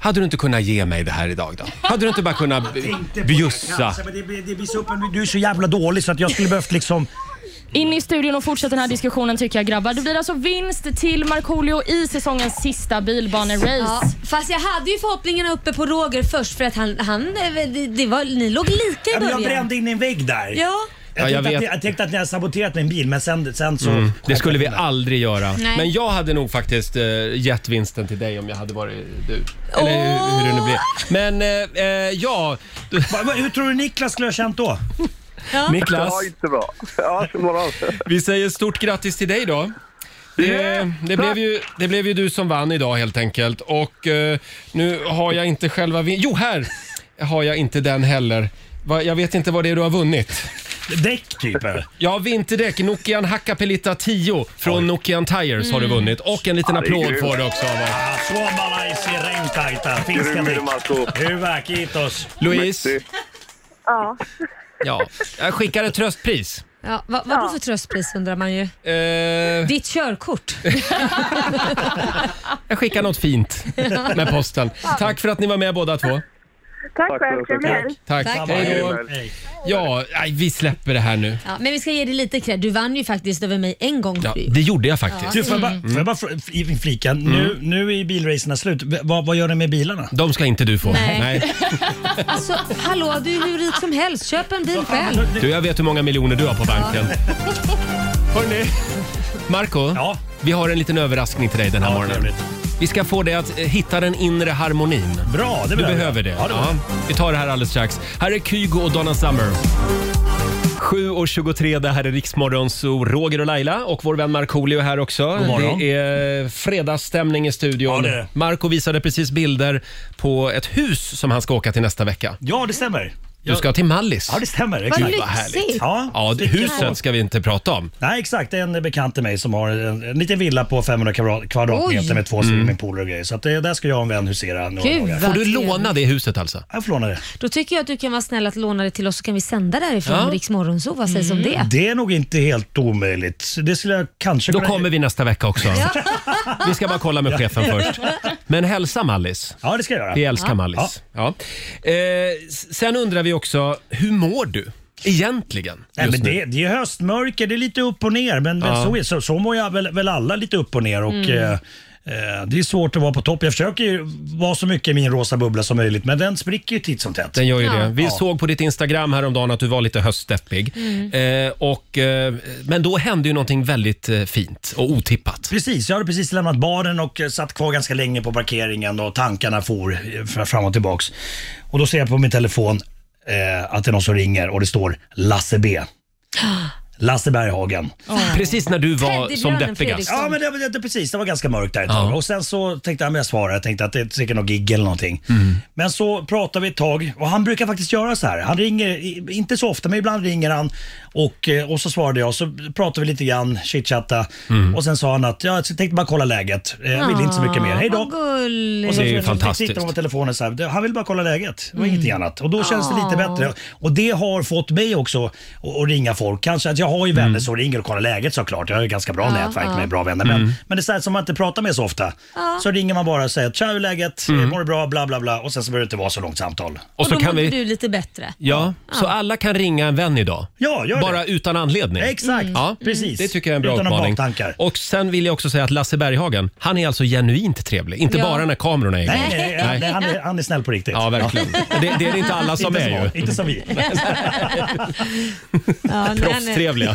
Speaker 1: Hade du inte kunnat ge mig det här idag då? Hade du inte bara kunnat b- bjussa?
Speaker 2: alltså.
Speaker 7: Kanske, men det blir- det blir så uppen- Du är så jävla dålig så att jag skulle behövt liksom...
Speaker 6: In i studion och fortsätt den här diskussionen tycker jag grabbar. Det blir alltså vinst till Markoolio i säsongens sista bilbanerace.
Speaker 2: Ja, fast jag hade ju förhoppningarna uppe på Roger först för att han, han eh, det- det var, ni låg lika i
Speaker 7: Ja, men
Speaker 2: början.
Speaker 7: jag brände in i en vägg där.
Speaker 2: Ja.
Speaker 7: Jag,
Speaker 1: Ja, jag
Speaker 7: tänkte
Speaker 1: vet.
Speaker 7: att,
Speaker 1: Mm.
Speaker 7: ni- jag tänkte att ni hade saboterat min bil, men sen, sen så...
Speaker 1: Det skulle vi aldrig göra.
Speaker 2: Nej.
Speaker 1: Men jag hade nog faktiskt eh, gett vinsten till dig om jag hade varit du. Eller hur, hur det nu blir. Men eh, eh, ja, du-
Speaker 7: Va, va, hur tror du Niklas skulle ha känt då?
Speaker 1: Niklas,
Speaker 8: Ja, inte bra. Ja, god morgon.
Speaker 1: vi säger stort grattis till dig då. Det, det, blev ju, det blev ju du som vann idag helt enkelt. Och eh, nu har jag inte själva vin- Jo, här har jag inte den heller. Va, jag vet inte vad det är du har vunnit.
Speaker 7: Däck typ? eller?
Speaker 1: Ja, vinterdäck. Nokian Hakkapeliitta 10 från Nokian Tires har du vunnit. Och en liten
Speaker 8: Ja, det är
Speaker 1: applåd
Speaker 8: grymt.
Speaker 1: får du också av oss.
Speaker 7: Ja, Suomalaisi renkaita, finska
Speaker 8: Grym är
Speaker 7: däck.
Speaker 8: du, Marco.
Speaker 7: Hyvä, kiitos.
Speaker 1: Louise,
Speaker 5: Ja.
Speaker 1: ja, jag skickar ett tröstpris.
Speaker 2: Ja, vad vad då för tröstpris undrar man ju.
Speaker 1: Eh,
Speaker 2: Ditt körkort.
Speaker 1: jag skickar något fint med posten. Tack för att ni var med båda två.
Speaker 5: Tack
Speaker 8: Tack
Speaker 5: själv,
Speaker 8: så
Speaker 5: trevlig
Speaker 8: mycket.
Speaker 5: helg.
Speaker 1: Tack.
Speaker 2: Tack.
Speaker 1: Hej då.
Speaker 8: Hej.
Speaker 7: Hej.
Speaker 1: Ja, nej, vi släpper det här nu.
Speaker 2: Ja, men vi ska ge dig lite cred. Du vann ju faktiskt över mig en gång.
Speaker 1: Ja, det gjorde jag faktiskt.
Speaker 7: Du, får jag bara, får jag bara fr- i- flika? Nu, nu är bilracerna slut. V- Vad, vad gör ni med bilarna?
Speaker 1: De ska inte du få.
Speaker 2: Nej.
Speaker 1: Nej.
Speaker 2: Alltså, hallå, du är hur rik som helst. Köp en bil själv.
Speaker 1: Du, jag vet hur många miljoner du har på banken. Hörrni. Marco,
Speaker 7: Ja.
Speaker 1: vi har en liten överraskning till dig den här
Speaker 7: Ja,
Speaker 1: morgonen.
Speaker 7: trevligt.
Speaker 1: Vi ska få dig att eh, hitta den inre harmonin.
Speaker 7: Bra, det
Speaker 1: Du
Speaker 7: behöver jag.
Speaker 1: behöver det.
Speaker 7: Ja, det behöver
Speaker 1: Ja, vi tar det här alldeles strax. Här är Kygo och Donna Summer. 7.23, det här är Riksmorgon, så Roger och Laila och vår vän Markoolio är här också.
Speaker 7: morgon.
Speaker 1: Det är eh, fredagsstämning i
Speaker 7: Ja,
Speaker 1: studion.
Speaker 7: det är det.
Speaker 1: Marco visade precis bilder på ett hus som han ska åka till nästa vecka.
Speaker 7: Ja, det stämmer.
Speaker 1: Du ska till Mallis.
Speaker 7: Ja, det stämmer.
Speaker 2: Vad
Speaker 7: Exakt.
Speaker 2: lyxigt.
Speaker 7: Ja,
Speaker 1: Ja, det- huset ska vi inte prata om.
Speaker 7: Nej, exakt. Det är en bekant till mig som har en, en liten villa på 500 kvadrat- kvadratmeter
Speaker 2: Oj.
Speaker 7: med två swimmingpooler och grejer. Så att det, där ska jag och en vän husera några
Speaker 2: Gud,
Speaker 7: dagar.
Speaker 2: vad
Speaker 1: Får du
Speaker 2: trevligt.
Speaker 1: låna det huset alltså?
Speaker 7: Jag får låna det.
Speaker 2: Då tycker jag att du kan vara snäll att låna det till oss så kan vi sända därifrån
Speaker 1: Ja.
Speaker 2: ja. Riks Morgonzoo. Vad sägs om det?
Speaker 7: Det är nog inte helt omöjligt. Det skulle jag kanske
Speaker 1: Då
Speaker 7: kunna-
Speaker 1: kommer vi nästa vecka också. Vi ska bara kolla med chefen först. Men hälsa Mallis.
Speaker 7: Ja, det ska jag göra.
Speaker 1: Vi älskar Mallis. Ja. Eh, s- sen undrar vi också, hur mår du egentligen
Speaker 7: Nej,
Speaker 1: just
Speaker 7: men
Speaker 1: nu?
Speaker 7: det, det är höstmörker, det är lite upp och ner. Men, men så, är, så, så mår jag väl, väl alla lite upp och ner. Och, eh, eh, det är svårt att vara på topp. Jag försöker ju vara så mycket i min rosa bubbla som möjligt, men den spricker ju titt som tätt.
Speaker 1: Den gör ju
Speaker 2: Ja.
Speaker 1: det. Vi
Speaker 7: Ja.
Speaker 1: såg på ditt Instagram häromdagen att du var lite höstdeppig. Eh, och, eh, men då hände ju någonting väldigt eh, fint och otippat.
Speaker 7: Precis, jag hade precis lämnat baren och eh, satt kvar ganska länge på parkeringen och tankarna for eh, fr- fram och tillbaks. Och då ser jag på min telefon eh, att det är någon som ringer och det står Lasse B. Lasse Berghagen.
Speaker 1: Precis när du var
Speaker 2: Teddybjörnen
Speaker 1: som deppigast.
Speaker 2: Fredriksson.
Speaker 7: Ja, men det, det, det, precis. Det var ganska mörkt där ett tag. Och sen så tänkte jag, men jag svarar. Jag tänkte att det är säkert något gig eller någonting. Men så pratade vi ett tag och han brukar faktiskt göra så här. Han ringer, i- inte så ofta, men ibland ringer han och, eh, och så svarade jag. Så pratade vi lite grann, chitchatta. Och sen sa han att, ja, jag tänkte bara kolla läget. Eh, Jag ville inte så mycket mer. Hej då.
Speaker 2: Vad gulligt.
Speaker 7: Och sen
Speaker 1: Det är ju
Speaker 7: så- så
Speaker 1: fantastiskt. Mm.
Speaker 7: Sitter de på telefonen så här, "Du, han vill bara kolla läget. Det var ingenting annat. Och då känns det lite
Speaker 1: Ah.
Speaker 7: bättre. Och det har fått mig också att, att ringa folk. Kanske att jag har ju
Speaker 1: Mm.
Speaker 7: vänner som ringer och kollar läget såklart. Jag har ju ganska bra nätverk med bra vänner. Men,
Speaker 1: Mm.
Speaker 7: men det är så här som man inte pratar med så ofta. Så ringer man bara och säger tja hur är läget?
Speaker 1: Mm.
Speaker 7: Mår du bra? Bla bla bla. Och sen så behöver det inte vara så långt samtal.
Speaker 1: Och
Speaker 2: Och
Speaker 1: så
Speaker 2: då
Speaker 1: kan
Speaker 2: mådde
Speaker 1: vi...
Speaker 2: du lite bättre.
Speaker 1: Ja, så alla kan ringa en vän idag.
Speaker 7: Ja, gör
Speaker 1: Bara
Speaker 7: det.
Speaker 1: utan anledning.
Speaker 7: Exakt,
Speaker 1: Ja,
Speaker 7: precis.
Speaker 1: Det tycker jag är en bra
Speaker 7: Utan några
Speaker 1: uppmaning.
Speaker 7: baktankar.
Speaker 1: Och sen vill jag också säga att Lasse Berghagen, han är alltså genuint trevlig. Inte
Speaker 2: Ja.
Speaker 1: bara när kamerorna är igång.
Speaker 7: Nej, nej, nej, han, är, han är snäll på riktigt.
Speaker 1: Ja, verkligen. Det, det är det inte alla som
Speaker 7: Inte
Speaker 1: är ju.
Speaker 7: Inte som vi.
Speaker 6: eh,
Speaker 2: Ja, nej, nej.
Speaker 1: trevliga.
Speaker 2: Proffstrevliga.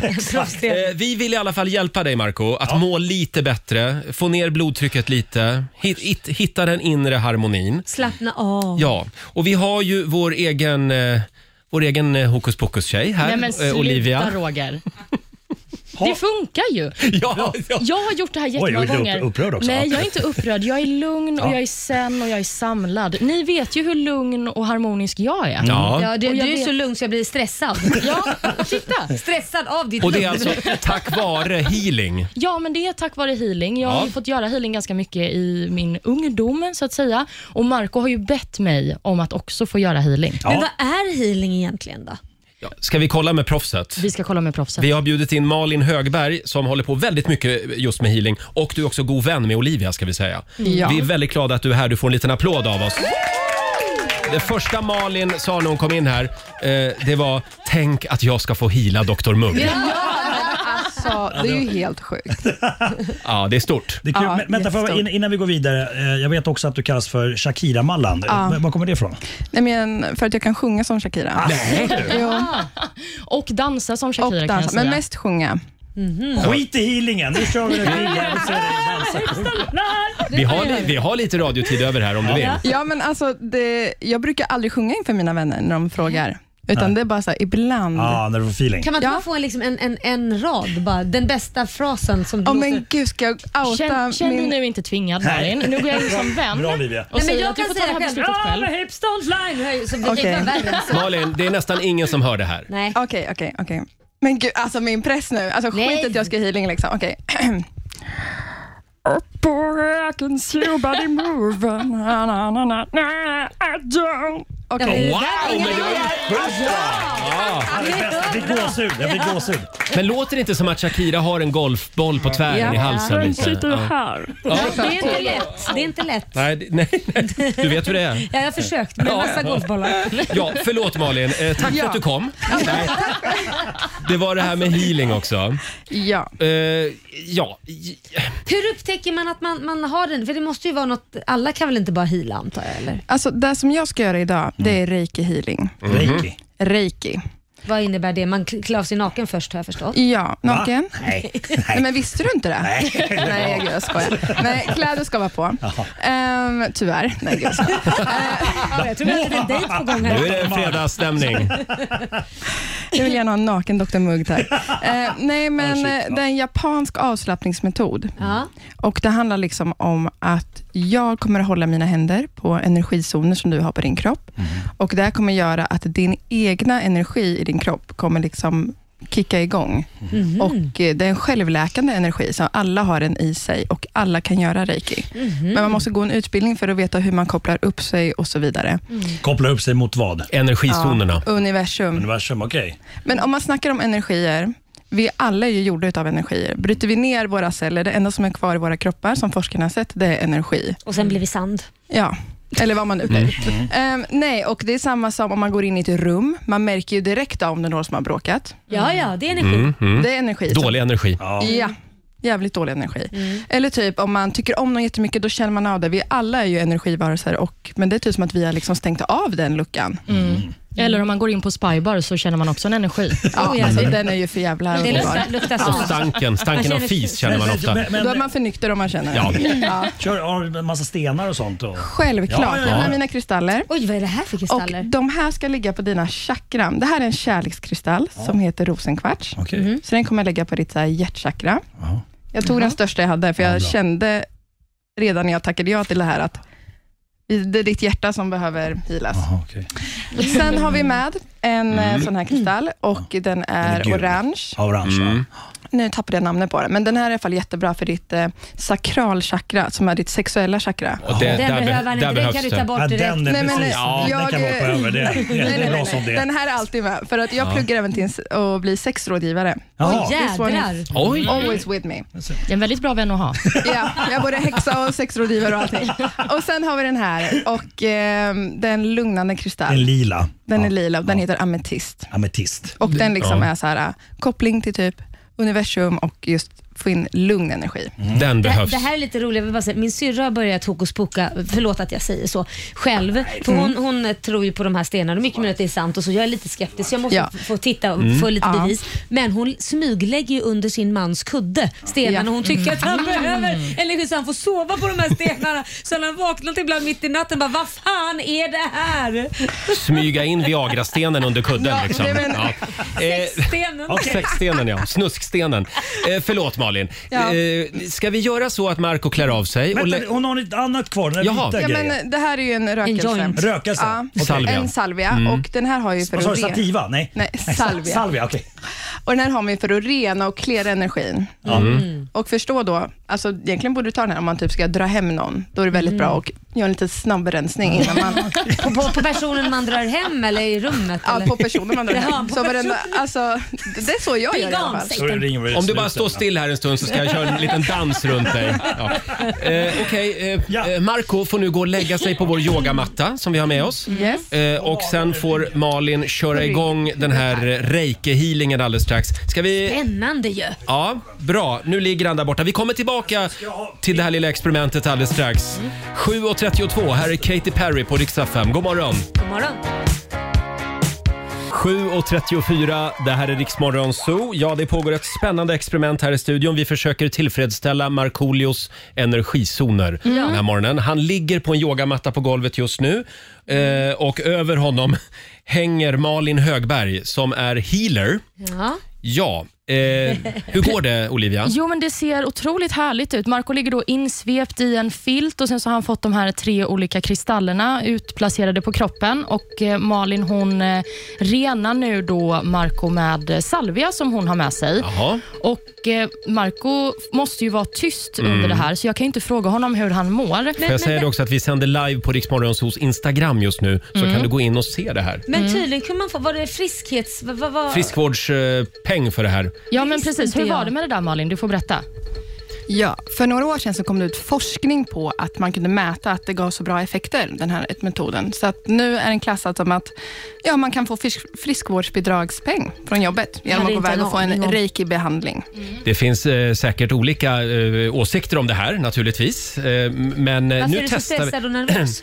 Speaker 1: Eh, vi vill i alla fall hjälpa dig Marco att må lite bättre, få ner blodtrycket lite, hit, hit, hitta den inre harmonin.
Speaker 2: Slappna av.
Speaker 1: Ja, och vi har ju vår egen, eh, vår egen eh, hokus pokus-tjej här,
Speaker 6: Nej men
Speaker 1: eh,
Speaker 6: sluta
Speaker 1: Olivia.
Speaker 6: Roger. Det funkar ju.
Speaker 1: Ja, ja.
Speaker 6: Jag har gjort det här
Speaker 7: Oj,
Speaker 6: jättemånga
Speaker 7: jag är upp-
Speaker 6: gånger.
Speaker 7: upprörd också.
Speaker 6: Nej, jag är inte upprörd. Jag är lugn och jag är sen och jag är samlad. Ni vet ju hur lugn och harmonisk jag är.
Speaker 2: Ja, du,
Speaker 6: Och
Speaker 2: du
Speaker 6: jag
Speaker 2: är
Speaker 6: vet-
Speaker 2: så lugn så jag blir stressad.
Speaker 6: Ja, titta.
Speaker 2: stressad av ditt
Speaker 1: Och det är
Speaker 2: lugn.
Speaker 1: alltså tack vare healing.
Speaker 6: Ja, men det är tack vare healing. Jag har
Speaker 1: Ja.
Speaker 6: ju fått göra healing ganska mycket i min ungdom, så att säga. Och Marco har ju bett mig om att också få göra healing.
Speaker 2: Men vad är healing egentligen då?
Speaker 1: Ja, Ska vi kolla med proffset?
Speaker 6: Vi ska kolla med proffsen.
Speaker 1: Vi har bjudit in Malin Högberg som håller på väldigt mycket just med healing och du är också god vän med Olivia ska vi säga.
Speaker 6: Ja.
Speaker 1: Vi är väldigt glada att du är här. Du får en liten applåd av oss. Det första Malin sa när hon kom in här, eh, det var “Tänk att jag ska få hila Dr Mugg”. Ja,
Speaker 9: Så det är ju helt sjukt.
Speaker 1: det är stort.
Speaker 7: Det är kul.
Speaker 9: Ja,
Speaker 7: Men- Vänta, får jag, in-
Speaker 9: jättestort.
Speaker 7: innan vi går vidare. eh, Jag vet också att du kallas för Shakira-Mallan.
Speaker 9: Ja.
Speaker 7: V- Var kommer det ifrån?
Speaker 9: Nej, men för att jag kan sjunga som
Speaker 7: Ah,
Speaker 9: Shakira. Jo,
Speaker 6: Och dansa som
Speaker 9: och
Speaker 6: Shakira kan jag
Speaker 9: dansa,
Speaker 6: säga.
Speaker 9: men mest sjunga.
Speaker 7: Skit i healingen! Nu kör vi den healingen. Vi ser dig dansa.
Speaker 1: Vi har, li- vi har lite radiotid över här om du vill.
Speaker 9: Ja, men alltså, det, jag brukar aldrig sjunga inför mina vänner när de frågar, utan det är bara så här, ibland.
Speaker 7: Ja, när du får feeling.
Speaker 2: Kan man inte
Speaker 9: Ja.
Speaker 2: bara få en, liksom en, en, en rad, bara, den bästa frasen som du
Speaker 9: Åh
Speaker 2: låter...
Speaker 9: men gud, ska jag outa
Speaker 6: Känn, känn dig
Speaker 9: min...
Speaker 6: nu inte tvingad Malin. Nu går jag in som vän
Speaker 7: Bra Olivia.
Speaker 6: och
Speaker 2: Nej, men
Speaker 6: säger
Speaker 2: jag
Speaker 6: att du
Speaker 2: kan
Speaker 6: får ta det här
Speaker 2: säga själv.
Speaker 6: beslutet själv.
Speaker 2: Hipstones line höj, så det
Speaker 9: Okej.
Speaker 2: kan vara värre än så.
Speaker 1: Malin, det är nästan ingen som hör det här.
Speaker 2: Nej.
Speaker 9: Okej, okej, okej. Men gud, alltså min press nu. Alltså
Speaker 2: Nej.
Speaker 9: skit att jag ska healing liksom. Okej. Up I can see your body moving. Na, na, na, na, na, I don't. Okej.
Speaker 1: Wow!
Speaker 2: Ja,
Speaker 1: Men, det var-
Speaker 7: Ja, det är bäst. Jag fick gåshud. Jag fick gåshud.
Speaker 1: men låter det inte som att Shakira har en golfboll på tvären i halsen? Lite? Ja.
Speaker 9: här.
Speaker 2: Det är inte lätt. Det är inte lätt.
Speaker 1: Nej, det- nej, nej, du vet hur det är.
Speaker 2: Ja, jag har försökt med en massa golfbollar.
Speaker 1: Ja, förlåt Malin. Eh, tack för
Speaker 9: Ja.
Speaker 1: att du kom. Nej. Det var det här med healing också.
Speaker 9: Ja.
Speaker 1: Eh, ja, j-
Speaker 2: Hur upptäcker man att man, man har den? För det måste ju vara något, alla kan väl inte bara hila antar jag? Eller?
Speaker 9: Alltså det som jag ska göra idag, det
Speaker 1: Mm.
Speaker 9: är reiki healing.
Speaker 1: Mhm.
Speaker 7: Reiki.
Speaker 9: Reiki.
Speaker 2: Vad innebär det? Man kl- klär av sig naken först har jag förstått.
Speaker 9: Ja, naken.
Speaker 7: Nej.
Speaker 9: Nej men visste du inte det? Nej, Nej gud, jag skojar. Nej, kläder ska vara på. Ehm, tyvärr. Nej, gud, jag skojar.
Speaker 2: Jag tror vi hade en dejt på gång
Speaker 1: nu
Speaker 2: här.
Speaker 1: är det fredagsstämning.
Speaker 9: Jag vill gärna ha en naken Dr Mugg, tack. Eh, nej, men
Speaker 7: shit,
Speaker 9: eh,
Speaker 7: ja.
Speaker 9: det är en japansk avslappningsmetod.
Speaker 2: Ja.
Speaker 9: Och Det handlar liksom om att jag kommer att hålla mina händer på energizoner som du har på din kropp.
Speaker 7: Mm.
Speaker 9: Och Det här kommer göra att din egna energi i din kropp kommer liksom kicka igång.
Speaker 7: Mm-hmm.
Speaker 9: Och eh, Det är en självläkande energi, så alla har den i sig och alla kan göra reiki.
Speaker 7: Mm-hmm.
Speaker 9: Men man måste gå en utbildning för att veta hur man kopplar upp sig och så vidare.
Speaker 7: Koppla upp sig mot vad?
Speaker 1: Energizonerna.
Speaker 9: Universum.
Speaker 7: Universum, okej.
Speaker 9: Men om man snackar om energier, vi alla är ju gjorda av energier. Bryter vi ner våra celler, det enda som är kvar i våra kroppar, som forskarna har sett, det är energi.
Speaker 2: Och sen blir vi sand.
Speaker 9: Ja. Eller vad man nu blir.
Speaker 1: Mm.
Speaker 9: Ehm, nej, och det är samma som om man går in i ett rum. Man märker ju direkt av om det är någon som har bråkat.
Speaker 2: Ja, ja, det är energi.
Speaker 9: Det är energi. Så-
Speaker 1: Mm. Dålig energi.
Speaker 9: Ja, jävligt dålig energi. Eller typ om man tycker om någon jättemycket, då känner man av det. Vi alla är ju energivarelser, och, men det är typ som att vi har liksom stängt av den luckan.
Speaker 6: Eller om man går in på spybar så känner man också en energi.
Speaker 9: Ja, alltså, den är ju för jävla
Speaker 2: Det
Speaker 9: underbar.
Speaker 2: luktar, luktar
Speaker 1: Och
Speaker 2: sand.
Speaker 1: stanken, stanken av fis känner man ofta.
Speaker 7: Men, men,
Speaker 9: Då är man för nykter om man känner
Speaker 1: Ja.
Speaker 9: det. Ja.
Speaker 7: kör, har du en massa stenar och sånt? Och,
Speaker 9: Självklart.
Speaker 7: Ja, ja, ja.
Speaker 9: Jag har mina kristaller.
Speaker 2: Oj, vad är det här för
Speaker 9: Och
Speaker 2: kristaller?
Speaker 9: de här ska ligga på dina chakran. Det här är en kärlekskristall som heter rosenkvarts.
Speaker 7: Okej.
Speaker 9: Så den kommer jag lägga på ditt så här hjärtchakra.
Speaker 7: Ja.
Speaker 9: Jag tog den största jag hade, för jag
Speaker 7: bra.
Speaker 9: kände redan när jag tackade ja till det här att det är ditt hjärta som behöver healas.
Speaker 7: Jaha, okej.
Speaker 9: Sen har vi med en
Speaker 7: Mm.
Speaker 9: eh, sån här kristall och den är
Speaker 7: gul.
Speaker 9: orange.
Speaker 7: Ja, Orange, mm.
Speaker 9: Nu tappade jag namnet på den, men den här är i alla fall jättebra för ditt eh, sakralchakra, som är ditt sexuella chakra.
Speaker 1: Och det,
Speaker 2: den
Speaker 1: där,
Speaker 2: behöver
Speaker 1: be-
Speaker 2: han
Speaker 1: där
Speaker 2: inte, den kan
Speaker 1: behövs
Speaker 2: du ta
Speaker 1: det.
Speaker 2: bort
Speaker 7: ja.
Speaker 2: direkt.
Speaker 7: Den är
Speaker 9: Nej, men,
Speaker 7: precis.
Speaker 9: ja,
Speaker 7: den kan
Speaker 9: jag-
Speaker 7: hoppa över. Det är, det är bra som det
Speaker 9: Den här är alltid med, för att jag pluggar även till att bli sexrådgivare.
Speaker 7: Jaha.
Speaker 9: This one
Speaker 2: Jädrar.
Speaker 9: is
Speaker 1: Oj!
Speaker 9: Always with me.
Speaker 6: Det är en väldigt bra vän att ha.
Speaker 9: Ja, jag är både häxa och sexrådgivare och allting. Och sen har vi den här och eh, den lugnande
Speaker 7: En
Speaker 9: kristall.
Speaker 7: lila
Speaker 9: Den är lila och den heter ametist.
Speaker 7: ametist.
Speaker 9: äh, Och den liksom är så här, eh, koppling till typ universum och just få in lugn energi.
Speaker 7: Mm.
Speaker 1: Mm. Den behövs.
Speaker 2: Det, det här är lite roligt. Jag vill bara säga, min syrra har börjat hokus poka, förlåt att jag säger så, själv. För
Speaker 9: Mm.
Speaker 2: hon, hon tror ju på de här stenarna, mycket möjligt att det är sant och så. Jag är lite skeptisk, så jag måste
Speaker 9: Ja.
Speaker 2: f- få titta och få lite
Speaker 9: Ja.
Speaker 2: bevis. Men hon smyglägger ju under sin mans kudde stenarna.
Speaker 9: Ja. Mm.
Speaker 2: Hon tycker att han behöver energi så han får sova på de här stenarna. Så när han vaknat ibland mitt i natten bara, vad fan är det här?
Speaker 1: Smyga in Viagra-stenen under kudden.
Speaker 9: Ja,
Speaker 1: liksom.
Speaker 9: nej, men-
Speaker 1: ja. Eh,
Speaker 2: Stenen.
Speaker 1: Ja, sexstenen ja, snuskstenen. Eh, förlåt Malin.
Speaker 9: Ja.
Speaker 1: Eh, ska vi göra så att Marco klär av sig? Och
Speaker 7: Vänta,
Speaker 1: lä-
Speaker 7: hon har ett annat kvar, den där
Speaker 1: Jaha.
Speaker 7: vita
Speaker 9: Ja,
Speaker 7: grejen.
Speaker 9: men det här är ju en rökelse.
Speaker 2: joint.
Speaker 7: Rökelse?
Speaker 9: Ja.
Speaker 7: Okej.
Speaker 1: Salvia.
Speaker 9: En salvia och den här har ju för
Speaker 7: Vad sa
Speaker 9: att
Speaker 7: du,
Speaker 9: rena.
Speaker 7: sativa? Nej.
Speaker 9: Nej, salvia.
Speaker 7: Salvia, okej.
Speaker 9: Och den här har man ju för att rena och klera energin.
Speaker 1: Mm.
Speaker 9: Och förstå då, alltså egentligen borde du ta den här om man typ ska dra hem någon. Då är det väldigt
Speaker 2: Mm.
Speaker 9: bra att göra en liten snabb rensning innan man,
Speaker 2: På, på, på personen man drar hem eller i rummet?
Speaker 9: ja,
Speaker 2: eller?
Speaker 9: på personen man drar
Speaker 2: Jaha,
Speaker 9: hem.
Speaker 2: på
Speaker 9: Så varenda, alltså, det är så jag gör i alla fall.
Speaker 2: Vegansex.
Speaker 7: Så det ringer väl i
Speaker 1: Om du bara står
Speaker 7: sluten.
Speaker 1: still här en stund så ska jag köra en liten dans runt dig. Ja. Eh, Okej, eh,
Speaker 7: Ja.
Speaker 1: eh, Marco får nu gå och lägga sig på vår yogamatta som vi har med oss.
Speaker 9: Yes.
Speaker 1: Eh, och sen får Malin köra igång den här eh, reiki-healingen alldeles strax. Ska vi...
Speaker 2: Spännande ju.
Speaker 1: Ja, bra. Nu ligger han där borta. Vi kommer tillbaka till det här lilla experimentet alldeles strax. 7.32, här är Katy Perry på riksdag 5. God morgon!
Speaker 2: God morgon.
Speaker 1: 7.34, det här är Riksmorgon Zoo. Ja, det pågår ett spännande experiment här i studion. Vi försöker tillfredsställa Markoolios energizoner den här morgonen. Han ligger på en yogamatta på golvet just nu eh, och över honom hänger Malin Högberg som är healer.
Speaker 2: Ja.
Speaker 1: Ja, eh, hur går det Olivia?
Speaker 6: Jo, men det ser otroligt härligt ut. Marco ligger då insvept i en filt och sen så har han fått de här tre olika kristallerna utplacerade på kroppen och eh, Malin hon eh, renar nu då Marco med eh, salvia som hon har med sig.
Speaker 1: Jaha.
Speaker 6: Och eh, Marco måste ju vara tyst under det här så jag kan ju inte fråga honom hur han mår.
Speaker 1: Får jag säga det också att vi sänder live på Riksmorgon Zoos Instagram just nu så kan du gå in och se det här.
Speaker 2: Men tydligen kunde man få, var det friskhets... Vad, vad, vad?
Speaker 1: Friskvårdspeng för det här.
Speaker 6: Ja, men
Speaker 2: visste
Speaker 6: precis.
Speaker 2: inte
Speaker 6: Hur var
Speaker 2: jag.
Speaker 6: det med det där Malin? Du får berätta.
Speaker 9: Ja, för några år sedan så kom det ut forskning på att man kunde mäta att det gav så bra effekter, den här metoden. Så att nu är den klassad som att ja, man kan få frisk, friskvårdsbidragspeng från jobbet genom
Speaker 2: hade
Speaker 9: att gå
Speaker 2: inte
Speaker 9: iväg
Speaker 2: en
Speaker 9: och få
Speaker 2: aning
Speaker 9: en
Speaker 2: om.
Speaker 9: reiki-behandling.
Speaker 1: Det finns eh, säkert olika eh, åsikter om det här naturligtvis. Eh, men eh,
Speaker 2: Varför
Speaker 1: nu
Speaker 2: är du så
Speaker 1: testar
Speaker 2: stressad och nervös?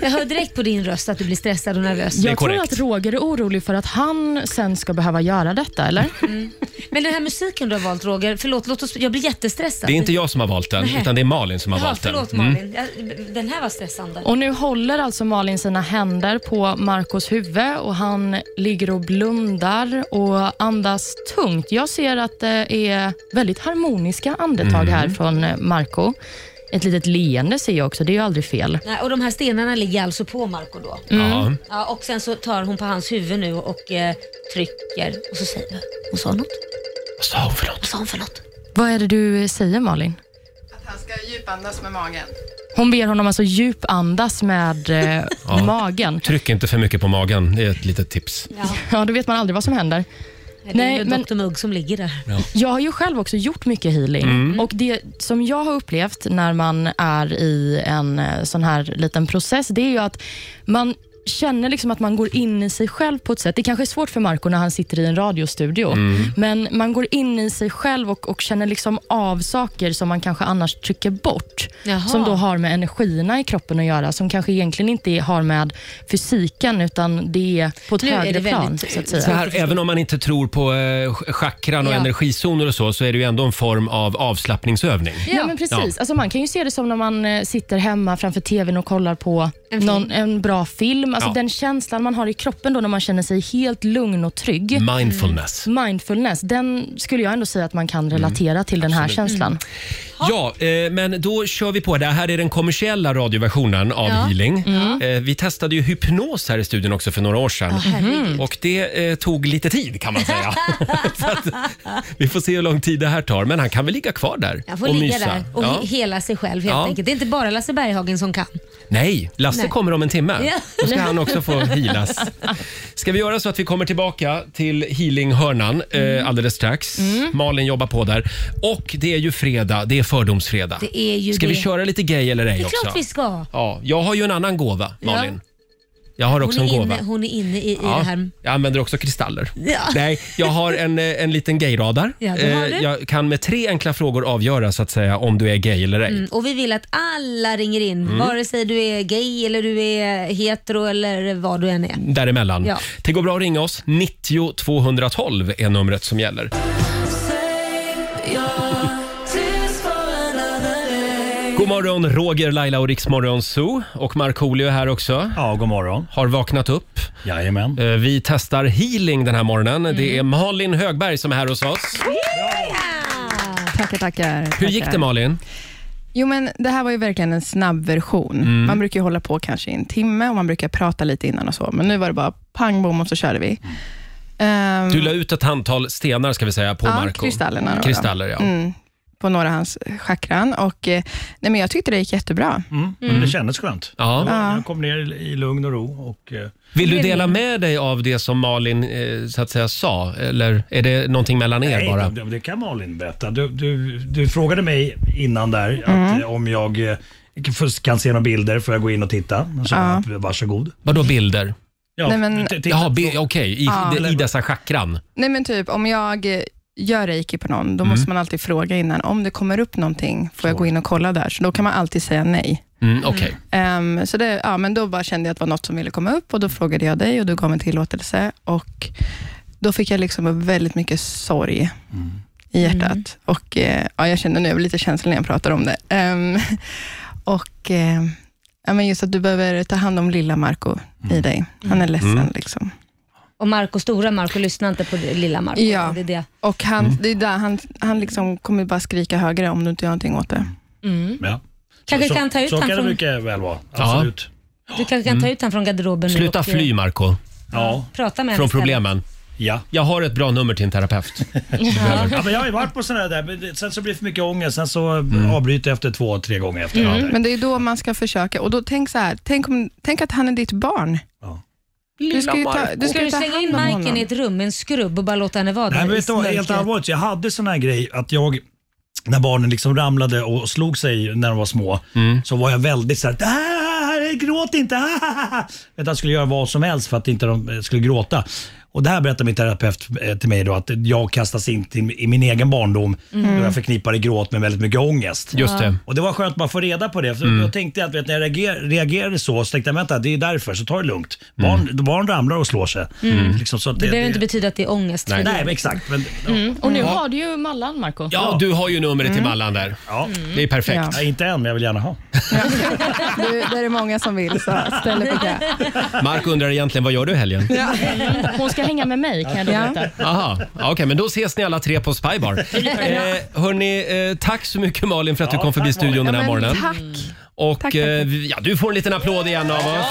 Speaker 2: Jag hör direkt på din röst att du blir stressad och nervös.
Speaker 1: är
Speaker 6: Jag tror
Speaker 1: korrekt.
Speaker 6: att Roger är orolig för att han sen ska behöva göra detta, eller?
Speaker 9: Mm.
Speaker 2: Men den här musiken du har valt Roger, förlåt, låt oss, jag blir jättestressad.
Speaker 1: Det är inte jag som har valt den,
Speaker 2: Nej.
Speaker 1: utan det är Malin som har
Speaker 2: Ja,
Speaker 1: valt den. Mm.
Speaker 2: förlåt Malin. Jag- Den här var stressande.
Speaker 6: Och nu håller alltså Malin sina händer på Marcos huvud och han ligger och blundar och andas tungt. Jag ser att det är väldigt harmoniska andetag här
Speaker 1: Mm.
Speaker 6: från eh, Marco. Ett litet leende ser jag också, det är ju aldrig fel.
Speaker 2: Nej, och de här stenarna ligger alltså på Marco då.
Speaker 1: Mm. Ja.
Speaker 2: Ja, och sen så tar hon på hans huvud nu och eh, trycker och så säger hon, hon sa något.
Speaker 1: Vad sa hon för något?
Speaker 2: Vad sa hon för något?
Speaker 6: Vad är det du säger Malin?
Speaker 9: Att han ska djupandas med magen.
Speaker 6: Hon ber honom alltså djupandas med eh, magen.
Speaker 1: Tryck inte för mycket på magen, det är ett litet tips.
Speaker 6: Ja, då vet man aldrig vad som händer.
Speaker 2: Nej, det är
Speaker 6: Nej,
Speaker 2: väl
Speaker 6: men-
Speaker 2: Dr Mugg som ligger där.
Speaker 6: Jag har ju själv också gjort mycket healing och det som jag har upplevt när man är i en eh, sån här liten process, det är ju att man känner liksom att man går in i sig själv på ett sätt. Det kanske är svårt för Marco när han sitter i en radiostudio, men man går in i sig själv och, och känner liksom av saker som man kanske annars trycker bort,
Speaker 2: Jaha.
Speaker 6: som då har med energierna i kroppen att göra, som kanske egentligen inte har med fysiken, utan det är på ett
Speaker 2: Nu är
Speaker 6: högre
Speaker 2: det
Speaker 6: plan.
Speaker 2: väldigt-
Speaker 6: Så att säga.
Speaker 1: Så här, även om man inte tror på eh, ch- chakran och
Speaker 2: Ja.
Speaker 1: energizoner och så, så är det ju ändå en form av avslappningsövning.
Speaker 6: Ja, men precis. Alltså, man kan ju se det som när man eh, sitter hemma framför tvn och kollar på
Speaker 2: En
Speaker 6: en,
Speaker 2: film.
Speaker 6: någon, en bra film. Alltså,
Speaker 1: Ja.
Speaker 6: Den känslan man har i kroppen då när man känner sig helt lugn och trygg.
Speaker 1: Mindfulness.
Speaker 6: Mindfulness, den skulle jag ändå säga att man
Speaker 1: Mm.
Speaker 6: kan relatera till den här känslan.
Speaker 1: Ja, eh, men då kör vi på det. Här är den kommersiella radioversionen av healing.
Speaker 2: Mm.
Speaker 1: Eh, vi testade ju hypnos här i studion också för några år sedan.
Speaker 2: Mm.
Speaker 1: Och det eh, tog lite tid kan man säga. Så att, vi får se hur lång tid det här tar. Men han kan väl ligga kvar där
Speaker 2: Han får
Speaker 1: och
Speaker 2: ligga
Speaker 1: mysa.
Speaker 2: där och
Speaker 1: Ja.
Speaker 2: he- hela sig själv helt
Speaker 1: Ja.
Speaker 2: enkelt. Det är inte bara Lasse Berghagen som kan.
Speaker 1: Nej, Lasse
Speaker 2: Nej.
Speaker 1: kommer om en timme.
Speaker 2: Ja.
Speaker 1: Då ska han också få healas. Ska vi göra så att vi kommer tillbaka till healinghörnan
Speaker 2: Mm.
Speaker 1: eh, alldeles strax. Malin jobbar på där. Och det är ju fredag, det är fördomsfredag.
Speaker 2: Det är ju
Speaker 1: Ska
Speaker 2: det.
Speaker 1: vi köra lite gay eller ej
Speaker 2: Det är
Speaker 1: också?
Speaker 2: klart vi ska.
Speaker 1: Ja, jag har ju en annan gåva, Malin. Jag har också
Speaker 2: Hon är,
Speaker 1: en gåva.
Speaker 2: inne, hon är inne i, i
Speaker 1: Ja,
Speaker 2: det här.
Speaker 1: jag använder också kristaller.
Speaker 2: Ja.
Speaker 1: Nej, jag har en, eh, en liten gayradar.
Speaker 2: Ja, det har
Speaker 1: Eh,
Speaker 2: du.
Speaker 1: Jag kan med tre enkla frågor avgöra så att säga om du är gay eller ej.
Speaker 2: Mm, och vi vill att alla ringer in,
Speaker 1: Mm.
Speaker 2: vare sig du är gay eller du är hetero eller vad du än är.
Speaker 1: Däremellan.
Speaker 2: Ja.
Speaker 1: Det går bra att ringa oss. 90 212 är numret som gäller. God morgon, Roger, Laila och Riksmorgon Zoo. Och Markoolio är här också.
Speaker 7: Ja, god morgon.
Speaker 1: Har vaknat upp. Eh,
Speaker 7: Jajamän. Mm.
Speaker 1: Vi testar healing den här morgonen.
Speaker 2: Mm.
Speaker 1: Det är Malin Högberg som är här hos oss.
Speaker 9: Tackar, tackar.
Speaker 1: Hur gick det
Speaker 9: tackar.
Speaker 1: Malin?
Speaker 9: Jo, men det här var ju verkligen en snabb version.
Speaker 1: Mm.
Speaker 9: Man brukar ju hålla på kanske i en timme och man brukar prata lite innan och så, men nu var det bara pang bom och så körde vi. Ehm,
Speaker 1: Du la ut ett antal stenar ska vi säga på
Speaker 9: ja,
Speaker 1: Marco.
Speaker 9: kristallerna. Då,
Speaker 1: Kristaller, ja.
Speaker 9: Mm, på några av hans chakran och eh, nej, men jag tyckte det gick jättebra.
Speaker 7: Mm.
Speaker 1: Mm.
Speaker 7: Det kändes skönt.
Speaker 1: Ja.
Speaker 9: Ja.
Speaker 7: Jag kom ner i lugn och ro. Och, eh,
Speaker 1: Vill du dela med dig av det som Malin eh, så att säga sa? Eller är det någonting mellan er
Speaker 7: nej,
Speaker 1: bara?
Speaker 7: Det, det kan Malin berätta. Du, du, du frågade mig innan där att,
Speaker 9: Mm.
Speaker 7: eh, om jag eh, först kan se några bilder får jag gå in och titta. Och Så,
Speaker 9: Ja.
Speaker 7: Varsågod.
Speaker 1: Vadå bilder?
Speaker 7: Ja,
Speaker 9: Nej, men-
Speaker 7: t- titta
Speaker 1: Jaha,
Speaker 7: på-
Speaker 1: bi- okej. I,
Speaker 9: Ja.
Speaker 1: i, I dessa chakran.
Speaker 9: Nej, men typ om jag eh, gör reiki på någon, då
Speaker 1: Mm.
Speaker 9: måste man alltid fråga innan. Om det kommer upp någonting, får jag gå in och kolla där? Så då kan man alltid säga nej.
Speaker 1: Mm, okej.
Speaker 9: Ehm, så det, ja, men då bara kände jag att det var något som ville komma upp och då frågade jag dig och du gav en tillåtelse. Och då fick jag liksom upp väldigt mycket sorg i hjärtat. Och eh, ja, jag kände nu, jag blir lite känslig när jag pratar om det. Ehm, och eh, ja, men just att du behöver ta hand om lilla Marco i dig.
Speaker 2: Mm.
Speaker 9: Han är ledsen liksom.
Speaker 2: Och Marco, stora Marco, lyssnar inte på det lilla Marco.
Speaker 9: Ja.
Speaker 2: Det är det.
Speaker 9: Och han,
Speaker 2: Mm.
Speaker 9: det är där, han, han liksom kommer bara skrika högre om du inte gör någonting åt det.
Speaker 2: Mm.
Speaker 7: Ja.
Speaker 2: Kanske
Speaker 7: så,
Speaker 2: kan ta ut
Speaker 7: Så
Speaker 2: han
Speaker 7: kan det
Speaker 2: från-
Speaker 7: mycket väl vara. Absolut.
Speaker 2: Du kanske kan ta ut honom från garderoben nu
Speaker 1: Mm. Sluta
Speaker 2: och, eh,
Speaker 1: fly Marco
Speaker 7: Ja.
Speaker 2: Prata med
Speaker 1: från
Speaker 2: henne istället.
Speaker 1: problemen.
Speaker 7: Ja.
Speaker 1: Jag har ett bra nummer till en terapeut.
Speaker 2: Ja.
Speaker 7: Ja, men jag har ju varit på sådana där, men det- sen så blir det för mycket ångest, sen så
Speaker 1: Mm.
Speaker 7: avbryter jag efter två, tre gånger efter
Speaker 2: Mm.
Speaker 7: det där.
Speaker 9: Men det är då man ska försöka. Och då tänk så här, tänk, om, tänk att han är ditt barn.
Speaker 7: Ja.
Speaker 9: Du ska ju ta, du
Speaker 2: Ska
Speaker 9: ska
Speaker 2: du
Speaker 9: ju ta
Speaker 2: slänga in
Speaker 9: hand om
Speaker 2: Majken i
Speaker 9: honom.
Speaker 2: ett rum med en skrubb och bara låta henne vara där
Speaker 7: Nej, men
Speaker 2: i
Speaker 7: vet du, vad, helt
Speaker 2: mörkret?
Speaker 7: allvarligt, jag hade sån här grej att jag när barnen liksom ramlade och slog sig när de var små,
Speaker 1: Mm.
Speaker 7: så var jag väldigt såhär "Ah, “Gråt inte!” ah." Vet, Jag skulle göra vad som helst för att inte de eh, skulle gråta. Och Det här berättade min terapeut eh, till mig då, att jag kastas in till, i min egen barndom
Speaker 2: Mm.
Speaker 7: då jag förknippade gråt med väldigt mycket ångest.
Speaker 1: Just det. Mm.
Speaker 7: Och Det var skönt att bara få reda på det. För Jag tänkte att vet, när jag reager, reagerade så, så tänkte jag vänta, det är därför, så ta det lugnt. Barn,
Speaker 1: Mm.
Speaker 7: barn ramlar och slår sig. Liksom, så att
Speaker 2: Det behöver inte betyda att det är ångest. för
Speaker 7: Nej,
Speaker 2: det.
Speaker 7: men exakt. Men, ja.
Speaker 6: Och nu har du ju Mallan, Marco.
Speaker 1: Ja, du har ju numret till Mallan där.
Speaker 7: Ja.
Speaker 1: Det är perfekt.
Speaker 7: Nej, inte än, men jag vill gärna ha.
Speaker 9: Du, det är många som vill, så ställ dig på kö.
Speaker 1: Marco undrar egentligen, vad gör du i helgen?
Speaker 6: Hon ska hänga med mig kan jag då
Speaker 9: Ja.
Speaker 6: berätta.
Speaker 1: Aha, ja, okej, men då ses ni alla tre på Spybar. Eh, hörni, eh, tack så mycket Malin för att du
Speaker 7: Ja,
Speaker 1: kom förbi
Speaker 7: tack, Malin.
Speaker 1: studion den här morgonen. Mm.
Speaker 9: Tack.
Speaker 1: Och
Speaker 9: tack, tack.
Speaker 1: eh, vi- ja, du får en liten applåd igen av oss.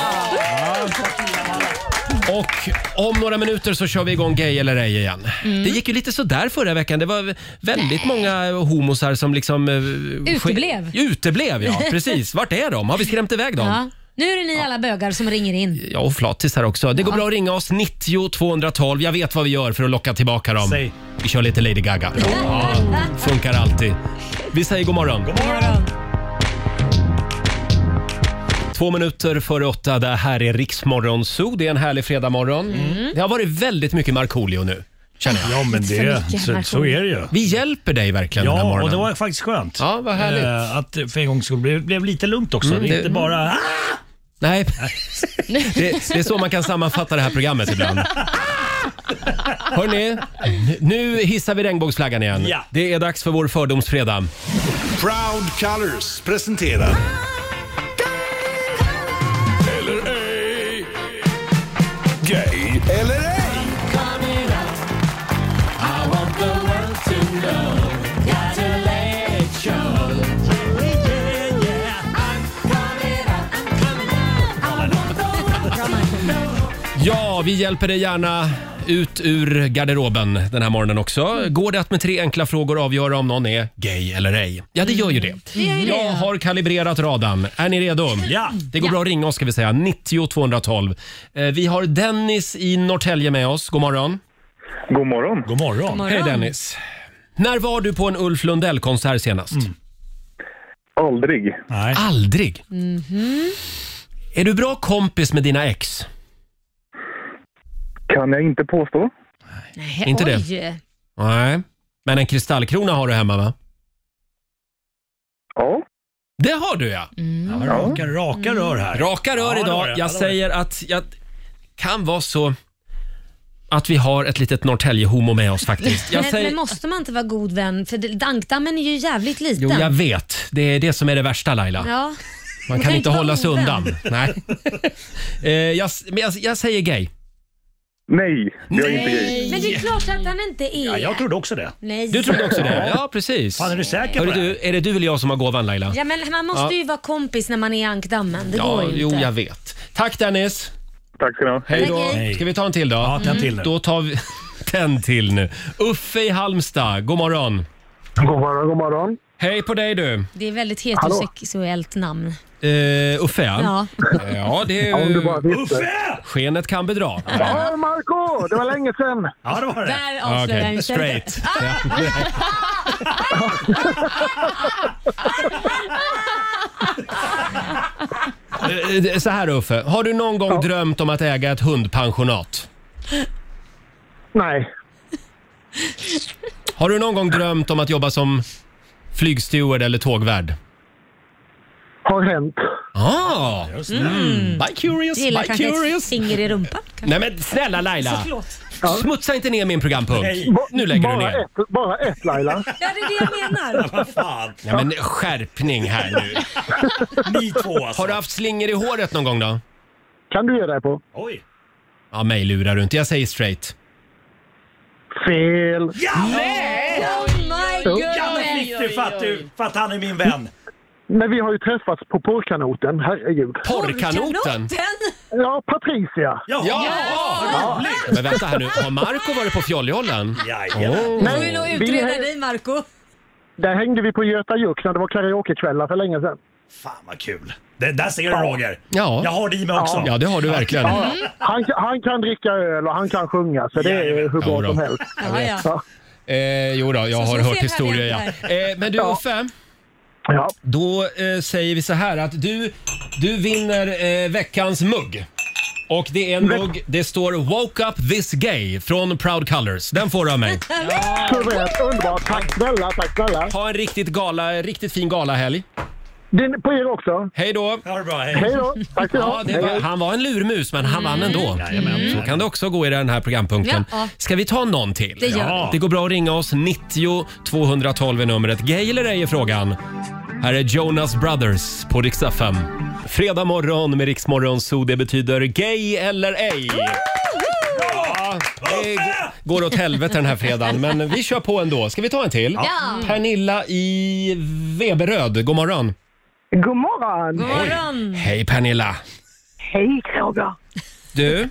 Speaker 1: Och om några minuter så kör vi igång Gay eller ej igen. Det gick ju lite sådär förra veckan. Det var väldigt många homosar som liksom... eh, sk-
Speaker 2: Uteblev.
Speaker 1: Uteblev, ja. Precis. Vart är de? Har vi skrämt iväg dem?
Speaker 2: Ja. Nu är det ni alla bögar som ringer in.
Speaker 1: Ja, och flatis här också. Det går bra att ringa oss, 90 212. Jag vet vad vi gör för att locka tillbaka dem.
Speaker 7: Säg.
Speaker 1: Vi kör lite Lady Gaga. Ja, funkar alltid. Vi säger god morgon. Två minuter före åtta, det här är Riksmorgon Zoo. Det är en härlig fredagmorgon. Det har varit väldigt mycket Markoolio nu, känner jag.
Speaker 7: Ja, men det, så, så är det ju.
Speaker 1: Vi hjälper dig verkligen den här
Speaker 7: Ja,
Speaker 1: morgonen.
Speaker 7: och det var faktiskt skönt.
Speaker 1: Ja, vad härligt.
Speaker 7: Eh, att det för en gångs skull blev, blev lite lugnt också.
Speaker 1: Mm, det-
Speaker 7: Inte bara... Ah!
Speaker 1: Nej, det, det är så man kan sammanfatta det här programmet ibland. Hörni, nu hissar vi regnbågsflaggan igen.
Speaker 7: Ja.
Speaker 1: Det är dags för vår fördomsfredag.
Speaker 4: Proud Colors presenterar... Eller ej. Gay eller ej.
Speaker 1: Ja, vi hjälper dig gärna ut ur garderoben den här morgonen också. Går det att med tre enkla frågor avgöra om någon är gay eller ej? Ja, det gör ju Mm. det. Jag har kalibrerat radarn. Är ni redo?
Speaker 7: Ja.
Speaker 1: Det går bra att ringa oss ska vi säga. 90 212. Eh, Vi har Dennis i Norrtälje med oss. God morgon.
Speaker 8: God morgon.
Speaker 7: God morgon.
Speaker 2: morgon.
Speaker 1: Hej Dennis. När var du på en Ulf Lundell-konsert senast?
Speaker 7: Mm.
Speaker 8: Aldrig.
Speaker 7: Nej.
Speaker 1: Aldrig. Är du bra kompis med dina ex?
Speaker 8: kan jag inte påstå.
Speaker 2: Nej,
Speaker 1: Inte det.
Speaker 2: oj. det.
Speaker 1: Nej. Men en kristallkrona har du hemma, va?
Speaker 8: Ja.
Speaker 1: Det har du, ja.
Speaker 7: Ja, raka, raka rör här.
Speaker 1: Raka rör
Speaker 7: Ja, det
Speaker 1: idag.
Speaker 7: var det. Ja,
Speaker 1: Jag
Speaker 7: det var
Speaker 1: säger att jag kan vara så att vi har ett litet Norrtälje-homo med oss faktiskt. Jag
Speaker 2: men,
Speaker 1: säger...
Speaker 2: men måste man inte vara god vän? För det- ankdammen är ju jävligt liten.
Speaker 1: Jo, jag vet. Det är det som är det värsta, Laila.
Speaker 2: Ja.
Speaker 1: Man kan
Speaker 2: kan
Speaker 1: inte
Speaker 2: inte
Speaker 1: hålla sig
Speaker 2: vara ovän.
Speaker 1: undan. Nej. Eh, jag, men jag, jag säger gay.
Speaker 8: Nej, jag är inte gay.
Speaker 2: Men det är klart att han inte är.
Speaker 7: Ja, jag trodde också det.
Speaker 2: Nej.
Speaker 1: Du trodde också det? Ja, precis.
Speaker 7: Fan, är du säker på
Speaker 1: Hörru,
Speaker 7: det? här?
Speaker 1: du, är det du eller jag som har gåvan, Laila?
Speaker 2: Ja, men man måste ju vara kompis när man är i ankdammen. Det går ju
Speaker 1: jo,
Speaker 2: inte.
Speaker 1: jag vet. Tack, Dennis.
Speaker 8: Tack ska ni ha.
Speaker 1: Hej då.
Speaker 2: Tack,
Speaker 7: hej.
Speaker 1: Ska vi ta en till då?
Speaker 7: Ja, tänd till nu.
Speaker 1: Mm. Då tar vi... Tänd till nu. Uffe i Halmstad, god morgon.
Speaker 8: God morgon, god morgon.
Speaker 1: Hej på dig du.
Speaker 2: Det är väldigt heterosexuellt namn.
Speaker 1: Eh, Uffe ja.
Speaker 2: Ja.
Speaker 1: Ja, det
Speaker 8: Om du bara
Speaker 1: är...
Speaker 8: visste.
Speaker 7: Uffe!
Speaker 1: Skenet kan bedra.
Speaker 8: Mm. Ja, Marco! Det var länge sedan.
Speaker 7: Ja, det var det.
Speaker 2: Där
Speaker 1: Ja,
Speaker 2: avslöjar
Speaker 1: Okej,
Speaker 2: han sig.
Speaker 1: straight. Ja. Eh, Så här Uffe, har du någon gång drömt om att äga ett hundpensionat?
Speaker 8: Nej.
Speaker 1: Har du någon gång drömt om att jobba som flygsteward eller tågvärd?
Speaker 8: Har hänt.
Speaker 1: Ah,
Speaker 7: Just det.
Speaker 1: by curious,
Speaker 2: Mm. Gillar
Speaker 1: by
Speaker 2: kanske ett
Speaker 1: curious.
Speaker 2: finger i rumpan.
Speaker 1: Nej men snälla Laila,
Speaker 2: Förlåt.
Speaker 1: smutsa inte ner min programpunkt.
Speaker 7: Nej.
Speaker 8: Ba-
Speaker 1: Nu lägger du
Speaker 8: bara
Speaker 1: ner.
Speaker 8: Ett, bara ett Laila.
Speaker 2: Ja, det är det jag menar.
Speaker 7: Vad fan.
Speaker 1: Nej men skärpning här nu.
Speaker 7: Ni två alltså.
Speaker 1: Har du haft slingor i håret någon gång då?
Speaker 8: Kan du ge dig på?
Speaker 7: Oj.
Speaker 1: Ja, mig lurar du inte. Jag säger straight.
Speaker 8: Fel.
Speaker 2: Oh my god.
Speaker 7: Ja, men fick du för att, du, för att han är min vän.
Speaker 8: Men vi har ju träffats på porrkanoten, herregud.
Speaker 1: Porrkanoten!
Speaker 8: Ja, Patricia.
Speaker 7: Ja!
Speaker 1: Ja!
Speaker 7: Vad roligt!
Speaker 1: Men vänta här nu, har Marco varit på Fjolljollen?
Speaker 7: Jajamän.
Speaker 2: Du vill nog utreda dig Marco.
Speaker 8: Där hängde vi på Göta Juk när det var karaokekvällar för länge sedan.
Speaker 7: Fan vad kul. Det där ser du Roger.
Speaker 1: Ja.
Speaker 7: Jag har det i mig också.
Speaker 1: Ja, det har du verkligen.
Speaker 8: Mm. Han, han kan dricka öl och han kan sjunga, så det är hur
Speaker 1: Ja,
Speaker 8: bra
Speaker 1: då.
Speaker 8: som helst.
Speaker 2: Ja, ja.
Speaker 8: Ja.
Speaker 1: Eh, jo då, jag
Speaker 2: Så-
Speaker 1: har
Speaker 2: så
Speaker 1: hört
Speaker 2: fel hade jag
Speaker 1: historier
Speaker 2: inte
Speaker 1: ja. Eh, men du Uffe,
Speaker 8: Ja.
Speaker 1: då eh, säger vi så här att du, du vinner eh, veckans mugg. Och det är en mugg, det står “Woke up this gay” från Proud Colors. Den får du av mig.
Speaker 8: Suveränt, underbart. Tack snälla, tack snälla.
Speaker 1: Ha en riktigt, gala, riktigt fin galahelg.
Speaker 8: Din, på er också.
Speaker 1: Hej då!
Speaker 7: Ha det bra,
Speaker 8: Hej
Speaker 7: hej.
Speaker 8: då. Tack ska ni
Speaker 1: Ja,
Speaker 8: ha.
Speaker 1: det var, han var en lurmus, men han vann ändå. Mm. Så kan det också gå i den här programpunkten.
Speaker 2: Mm. Ja.
Speaker 1: Ska vi ta någon till?
Speaker 2: Det gör Ja.
Speaker 1: det går bra att ringa oss. 90 212 är numret. Gay eller ej är frågan. Här är Jonas Brothers på Rix FM. Fredag morgon med Rix Morgon Zoo. Det betyder gay eller ej. Ja, det g- går åt helvete den här fredagen, men vi kör på ändå. Ska vi ta en till?
Speaker 2: Ja.
Speaker 1: Pernilla i Veberöd, god morgon.
Speaker 5: God morgon!
Speaker 2: God morgon.
Speaker 1: Hej Pernilla.
Speaker 5: Hej Kroger!
Speaker 1: Du,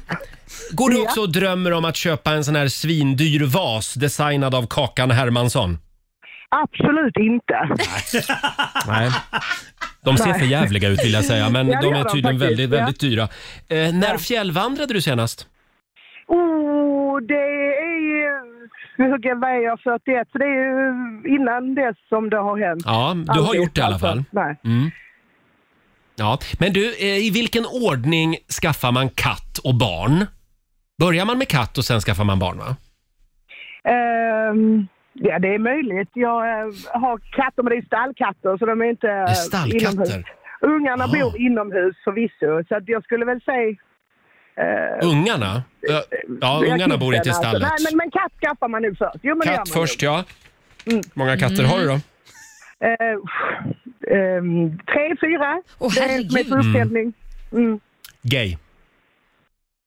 Speaker 1: går du också och drömmer om att köpa en sån här svindyr vas designad av Kakan Hermansson?
Speaker 5: Absolut inte.
Speaker 1: Nej. De ser för jävliga ut vill jag säga, men
Speaker 5: Ja, det
Speaker 1: de
Speaker 5: gör
Speaker 1: är
Speaker 5: de
Speaker 1: tydligen
Speaker 5: faktiskt,
Speaker 1: väldigt,
Speaker 5: ja.
Speaker 1: väldigt dyra. Eh, när fjällvandrade du senast?
Speaker 5: Oh, det är ju... Hugga väger 41, så det är ju innan dess som det har hänt.
Speaker 1: Ja, du har gjort det i alla
Speaker 5: alltså.
Speaker 1: fall. Mm.
Speaker 5: Nej.
Speaker 1: Ja. Men du, eh, i vilken ordning skaffar man katt och barn? Börjar man med katt och sen skaffar man barn va?
Speaker 5: Ehm, ja, det är möjligt. Jag eh, har katter, men det är stallkatter, så de är inte
Speaker 1: är
Speaker 5: eh,
Speaker 1: stallkatter.
Speaker 5: inomhus. Ungarna
Speaker 1: Ah.
Speaker 5: bor inomhus förvisso, så att jag skulle väl säga... eh,
Speaker 1: Ungarna? Eh, Ja,
Speaker 5: jag
Speaker 1: ungarna bor
Speaker 5: gissar
Speaker 1: inte i
Speaker 5: alltså.
Speaker 1: stallet.
Speaker 5: Nej, men, men katt skaffar man nu först. Jo, men det gör man
Speaker 1: Katt
Speaker 5: ju. Mm.
Speaker 1: först ja. Många katter har du då?
Speaker 5: Eh, ehm, tre, fyra.
Speaker 2: Åh,
Speaker 5: det är
Speaker 2: herregud.
Speaker 5: mitt uppställning. Mm.
Speaker 1: Gay.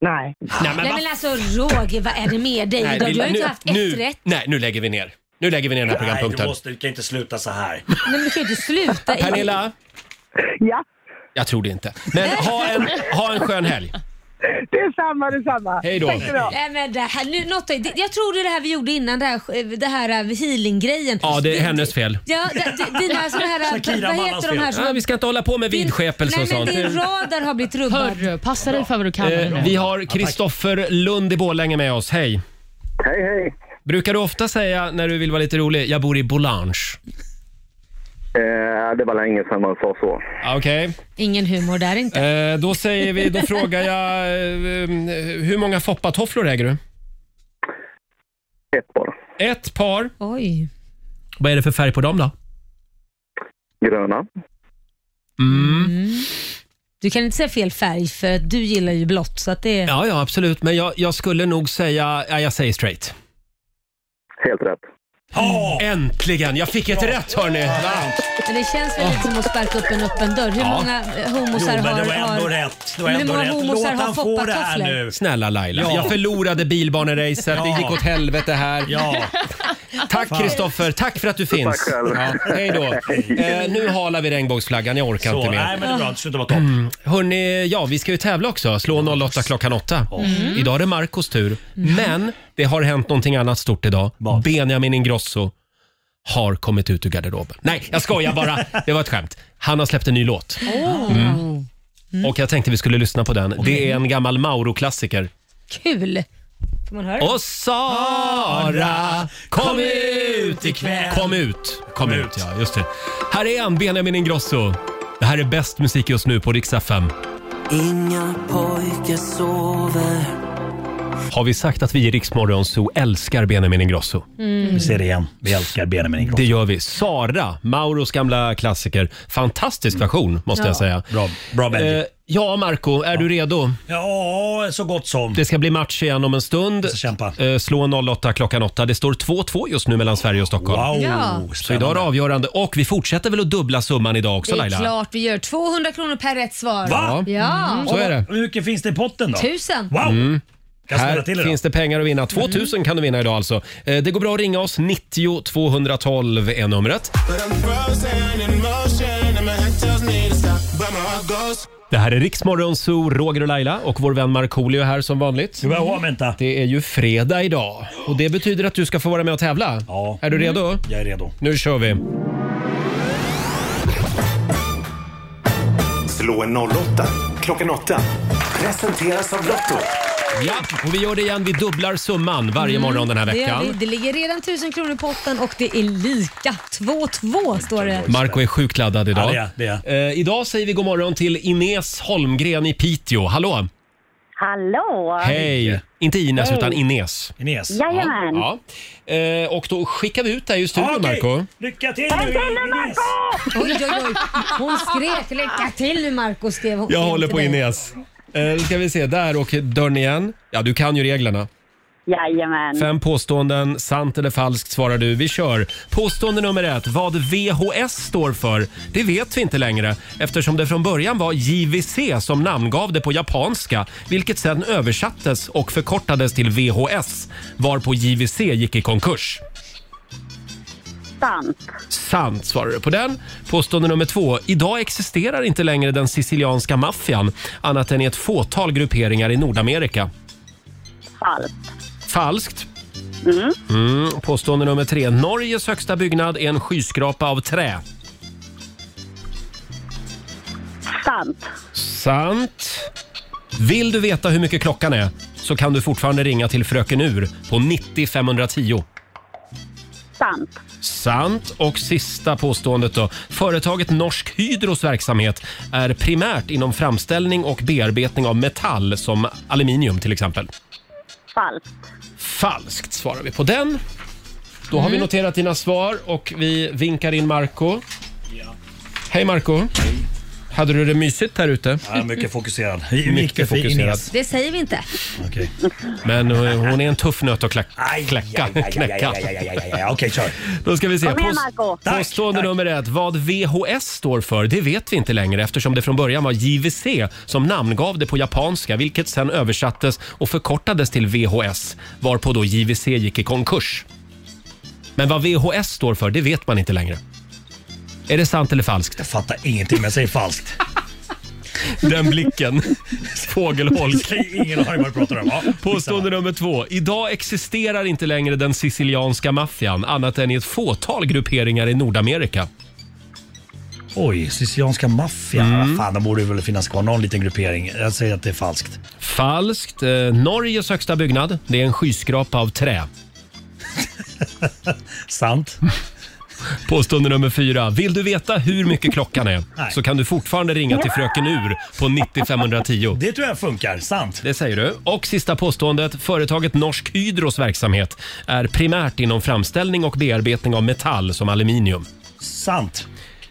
Speaker 5: Nej.
Speaker 1: Nej, men
Speaker 2: Nej
Speaker 1: vad
Speaker 2: men alltså Roger, vad är det med dig
Speaker 1: Nej,
Speaker 2: idag?
Speaker 1: vi-
Speaker 2: Du har ju
Speaker 1: nu-
Speaker 2: inte haft
Speaker 1: nu,
Speaker 2: ett rätt.
Speaker 1: Nej, nu lägger vi ner. Nu lägger vi ner den här
Speaker 7: Nej, du,
Speaker 1: programpunkten.
Speaker 7: måste, du kan inte sluta så här.
Speaker 2: Nej, men du kan ju inte sluta. i-
Speaker 1: Pernilla,
Speaker 5: Ja,
Speaker 1: jag tror det inte. Men ha en, ha en skön helg.
Speaker 5: det är samma, det är samma.
Speaker 1: Hej då.
Speaker 5: Tack ska du ha.
Speaker 2: Nej men det här, nu, något, det, jag tror det är det här vi gjorde innan, det här, det här eh, healing-grejen.
Speaker 1: Ja, det är
Speaker 2: Din-
Speaker 1: hennes fel.
Speaker 2: Ja, d- d- dina såna här, äh,
Speaker 7: Shakira
Speaker 2: vad
Speaker 7: Mallas
Speaker 2: heter de
Speaker 7: fel.
Speaker 2: här som...
Speaker 1: Ja, vi ska inte hålla på med
Speaker 2: din-
Speaker 1: vidskepelse och
Speaker 2: Nej men
Speaker 1: sånt.
Speaker 2: din radar har blivit rubbad.
Speaker 6: Hörru, passa dig för vad du kallar det
Speaker 1: Eh,
Speaker 6: nu.
Speaker 1: Vi har Kristoffer Lund i Borlänge med oss. Hej!
Speaker 8: Hej, hej.
Speaker 1: Brukar du ofta säga när du vill vara lite rolig, jag bor i Bolange?
Speaker 8: Eh, det var länge sedan man sa så.
Speaker 1: Okej,
Speaker 2: Ingen humor där inte.
Speaker 1: eh, då säger vi, då frågar jag, eh, hur många foppatofflor äger du?
Speaker 8: Ett bara.
Speaker 1: Ett par.
Speaker 2: Oj.
Speaker 1: Vad är det för färg på dem då?
Speaker 8: Gröna.
Speaker 2: Du kan inte säga fel färg för att du gillar ju blått så att det är...
Speaker 1: Ja, ja absolut, men jag, jag skulle nog säga, ja, jag säger straight.
Speaker 8: Helt rätt.
Speaker 7: Ja!
Speaker 1: Äntligen! Jag fick ett rätt hörni!
Speaker 2: Men det känns väl lite som att sparka upp en öppen dörr. Hur många eh,
Speaker 7: Jo,
Speaker 2: homosar
Speaker 7: men
Speaker 2: har...
Speaker 7: det var ändå
Speaker 2: har...
Speaker 7: rätt. Det var
Speaker 2: Men hur
Speaker 7: ändå
Speaker 2: många
Speaker 7: rätt.
Speaker 2: homosar
Speaker 7: Låt
Speaker 2: har
Speaker 7: han få det här
Speaker 2: foppatofflor?
Speaker 7: nu.
Speaker 1: Snälla Laila,
Speaker 7: Ja.
Speaker 1: jag förlorade bilbaneracet, det
Speaker 7: Ja.
Speaker 1: gick åt helvete här.
Speaker 7: Ja.
Speaker 1: Tack Kristoffer, tack för att du finns.
Speaker 8: Tack själv.
Speaker 1: Ja, hej då. Eh, nu halar vi regnbågsflaggan, jag orkar
Speaker 7: Så,
Speaker 1: inte mer.
Speaker 7: nej men det är bra. Det slutar vara topp.
Speaker 2: Mm.
Speaker 1: Hörni, ja vi ska ju tävla också. Slå 08 klockan 8. Idag är det Marcos tur. Men det har hänt någonting annat stort idag.
Speaker 7: Vad?
Speaker 1: Benjamin Ingrosso har kommit ut ur garderoben. Nej, jag skojar bara. Det var ett skämt. Han har släppt en ny låt. Mm. Och jag tänkte vi skulle lyssna på den. Det är en gammal Mauro-klassiker.
Speaker 2: Kul! Får man höra?
Speaker 1: Och Sara, kom ut
Speaker 7: ikväll.
Speaker 1: Kom ut, kom ut.
Speaker 7: ut.
Speaker 1: Ja, just det. Här är han, Benjamin Ingrosso. Det här är bäst musik just nu på Rix FM.
Speaker 10: Inga pojkar sover
Speaker 1: Har vi sagt att vi i Riksmorgon så älskar Benjamin Ingrosso?
Speaker 10: Mm.
Speaker 7: Vi ser det igen. Vi älskar Benjamin Ingrosso.
Speaker 1: Det gör vi. Sara, Mauros gamla klassiker. Fantastisk version, måste jag säga.
Speaker 7: Bra, bra Benji.
Speaker 1: Eh, ja, Marco, är du redo?
Speaker 7: Ja, så gott som.
Speaker 1: Det ska bli match igen om en stund.
Speaker 7: ska kämpa.
Speaker 1: Eh, slå 08 klockan 8. Det står 2-2 just nu mellan Sverige och Stockholm.
Speaker 7: Wow,
Speaker 1: Så
Speaker 2: Ja.
Speaker 1: idag är det
Speaker 7: spännande.
Speaker 1: avgörande och vi fortsätter väl att dubbla summan idag också
Speaker 2: Det är
Speaker 1: Laila?
Speaker 2: klart vi gör. 200 kronor per rätt svar.
Speaker 7: Va?
Speaker 2: Ja.
Speaker 1: Mm. Så är det.
Speaker 7: Hur mycket finns det i potten då?
Speaker 2: Tusen.
Speaker 7: Wow! Kan jag smälla till
Speaker 1: Mm. Här
Speaker 7: det
Speaker 1: finns det pengar att
Speaker 2: Mm.
Speaker 1: vinna. 2000 kan du vinna idag alltså. Eh, Det går bra att ringa oss. 90 212 är numret. Det här är Riksmorgon Zoo, Roger och Laila och vår vän Markoolio här som vanligt.
Speaker 7: Ska vi ha vänta?
Speaker 1: Det är ju fredag idag och det betyder att du ska få vara med och tävla.
Speaker 7: Ja.
Speaker 1: Är du redo?
Speaker 2: Mm.
Speaker 7: Jag är redo.
Speaker 1: Nu kör vi!
Speaker 4: Slå en 08 klockan 8. Presenteras av Lotto.
Speaker 1: Ja, och vi gör det igen. Vi dubblar summan varje morgon den här
Speaker 2: Mm. Det, gör
Speaker 1: veckan.
Speaker 2: vi. det ligger redan 1000 kronor i potten och det är lika. 2-2 står det.
Speaker 1: Marco är sjukt laddad idag.
Speaker 7: Ja, det är-
Speaker 1: Eh, idag säger vi god morgon till Ines Holmgren i Piteå. Hallå!
Speaker 11: Hallå!
Speaker 1: Hej! Inte Ines, utan Ines.
Speaker 7: Ines.
Speaker 11: Jajamän!
Speaker 1: Ja. Eh, och då skickar vi ut dig ur studion,
Speaker 7: Ah, Okej,
Speaker 1: Marco.
Speaker 7: Lycka till nu Ines!
Speaker 2: Oj, oj, oj. Hon skrek lycka till nu Marco skrev hon.
Speaker 1: Jag håller
Speaker 2: till
Speaker 1: på
Speaker 2: dig.
Speaker 1: Ines. Eh, ska vi se, där åker dörren igen. Ja, du kan ju reglerna.
Speaker 11: Jajamän!
Speaker 1: Fem påståenden, sant eller falskt svarar du. Vi kör. Påstående nummer ett. Vad VHS står för, det vet vi inte längre eftersom det från början var JVC som namngav det på japanska vilket sedan översattes och förkortades till VHS varpå JVC gick i konkurs.
Speaker 11: Sant.
Speaker 1: Sant svarar du på den. Påstående nummer två. Idag existerar inte längre den sicilianska maffian annat än i ett fåtal grupperingar i Nordamerika.
Speaker 11: Falskt.
Speaker 1: Falskt. Mm. Påstående nummer tre. Norges högsta byggnad är en skyskrapa av trä.
Speaker 11: Sant.
Speaker 1: Sant. Vill du veta hur mycket klockan är så kan du fortfarande ringa till Fröken Ur på 90 510.
Speaker 11: Sant.
Speaker 1: Sant. Och sista påståendet då. Företaget Norsk Hydros verksamhet är primärt inom framställning och bearbetning av metall som aluminium till exempel.
Speaker 11: Falskt.
Speaker 1: Falskt svarar vi på den. Då
Speaker 7: Mm.
Speaker 1: har vi noterat dina svar och vi vinkar in Marco. Hej Marco. Hade du det mysigt här ute?
Speaker 7: Ja, mycket fokuserad. Mycket
Speaker 1: fokuserad.
Speaker 2: Det säger vi inte.
Speaker 7: Okej.
Speaker 1: Men eh, hon är en tuff nöt att klack,
Speaker 7: Aj,
Speaker 1: kläcka.
Speaker 7: aj, aj, aj,
Speaker 1: knäcka.
Speaker 7: aj, aj, aj, aj, aj, aj. Okej, kör.
Speaker 1: Då ska vi se.
Speaker 11: Kom igen,
Speaker 1: Pås-
Speaker 11: Marco.
Speaker 7: Tack,
Speaker 1: Påstående
Speaker 7: tack.
Speaker 1: nummer ett. Vad VHS står för, det vet vi inte längre eftersom det från början var JVC som namngav det på japanska vilket sen översattes och förkortades till VHS varpå då JVC gick i konkurs. Men vad VHS står för, det vet man inte längre. Är det sant eller falskt?
Speaker 7: Jag fattar ingenting men jag säger falskt.
Speaker 1: Den blicken. Fågelholk.
Speaker 7: Jag har Ingen aning vad du pratar om. Ja,
Speaker 1: Påstående nummer två. Idag existerar inte längre den sicilianska maffian annat än i ett fåtal grupperingar i Nordamerika.
Speaker 7: Oj, sicilianska maffian.
Speaker 1: Mm.
Speaker 7: Fan, de borde väl finnas kvar någon liten gruppering. Jag säger att det är falskt.
Speaker 1: Falskt. Eh, Norges högsta byggnad, det är en skyskrapa av trä.
Speaker 7: Sant.
Speaker 1: Påstående nummer fyra. Vill du veta hur mycket klockan är så kan du fortfarande ringa till Fröken Ur på 90 510.
Speaker 7: Det tror jag funkar. Sant.
Speaker 1: Det säger du. Och sista påståendet. Företaget Norsk Hydros verksamhet är primärt inom framställning och bearbetning av metall som aluminium.
Speaker 7: Sant.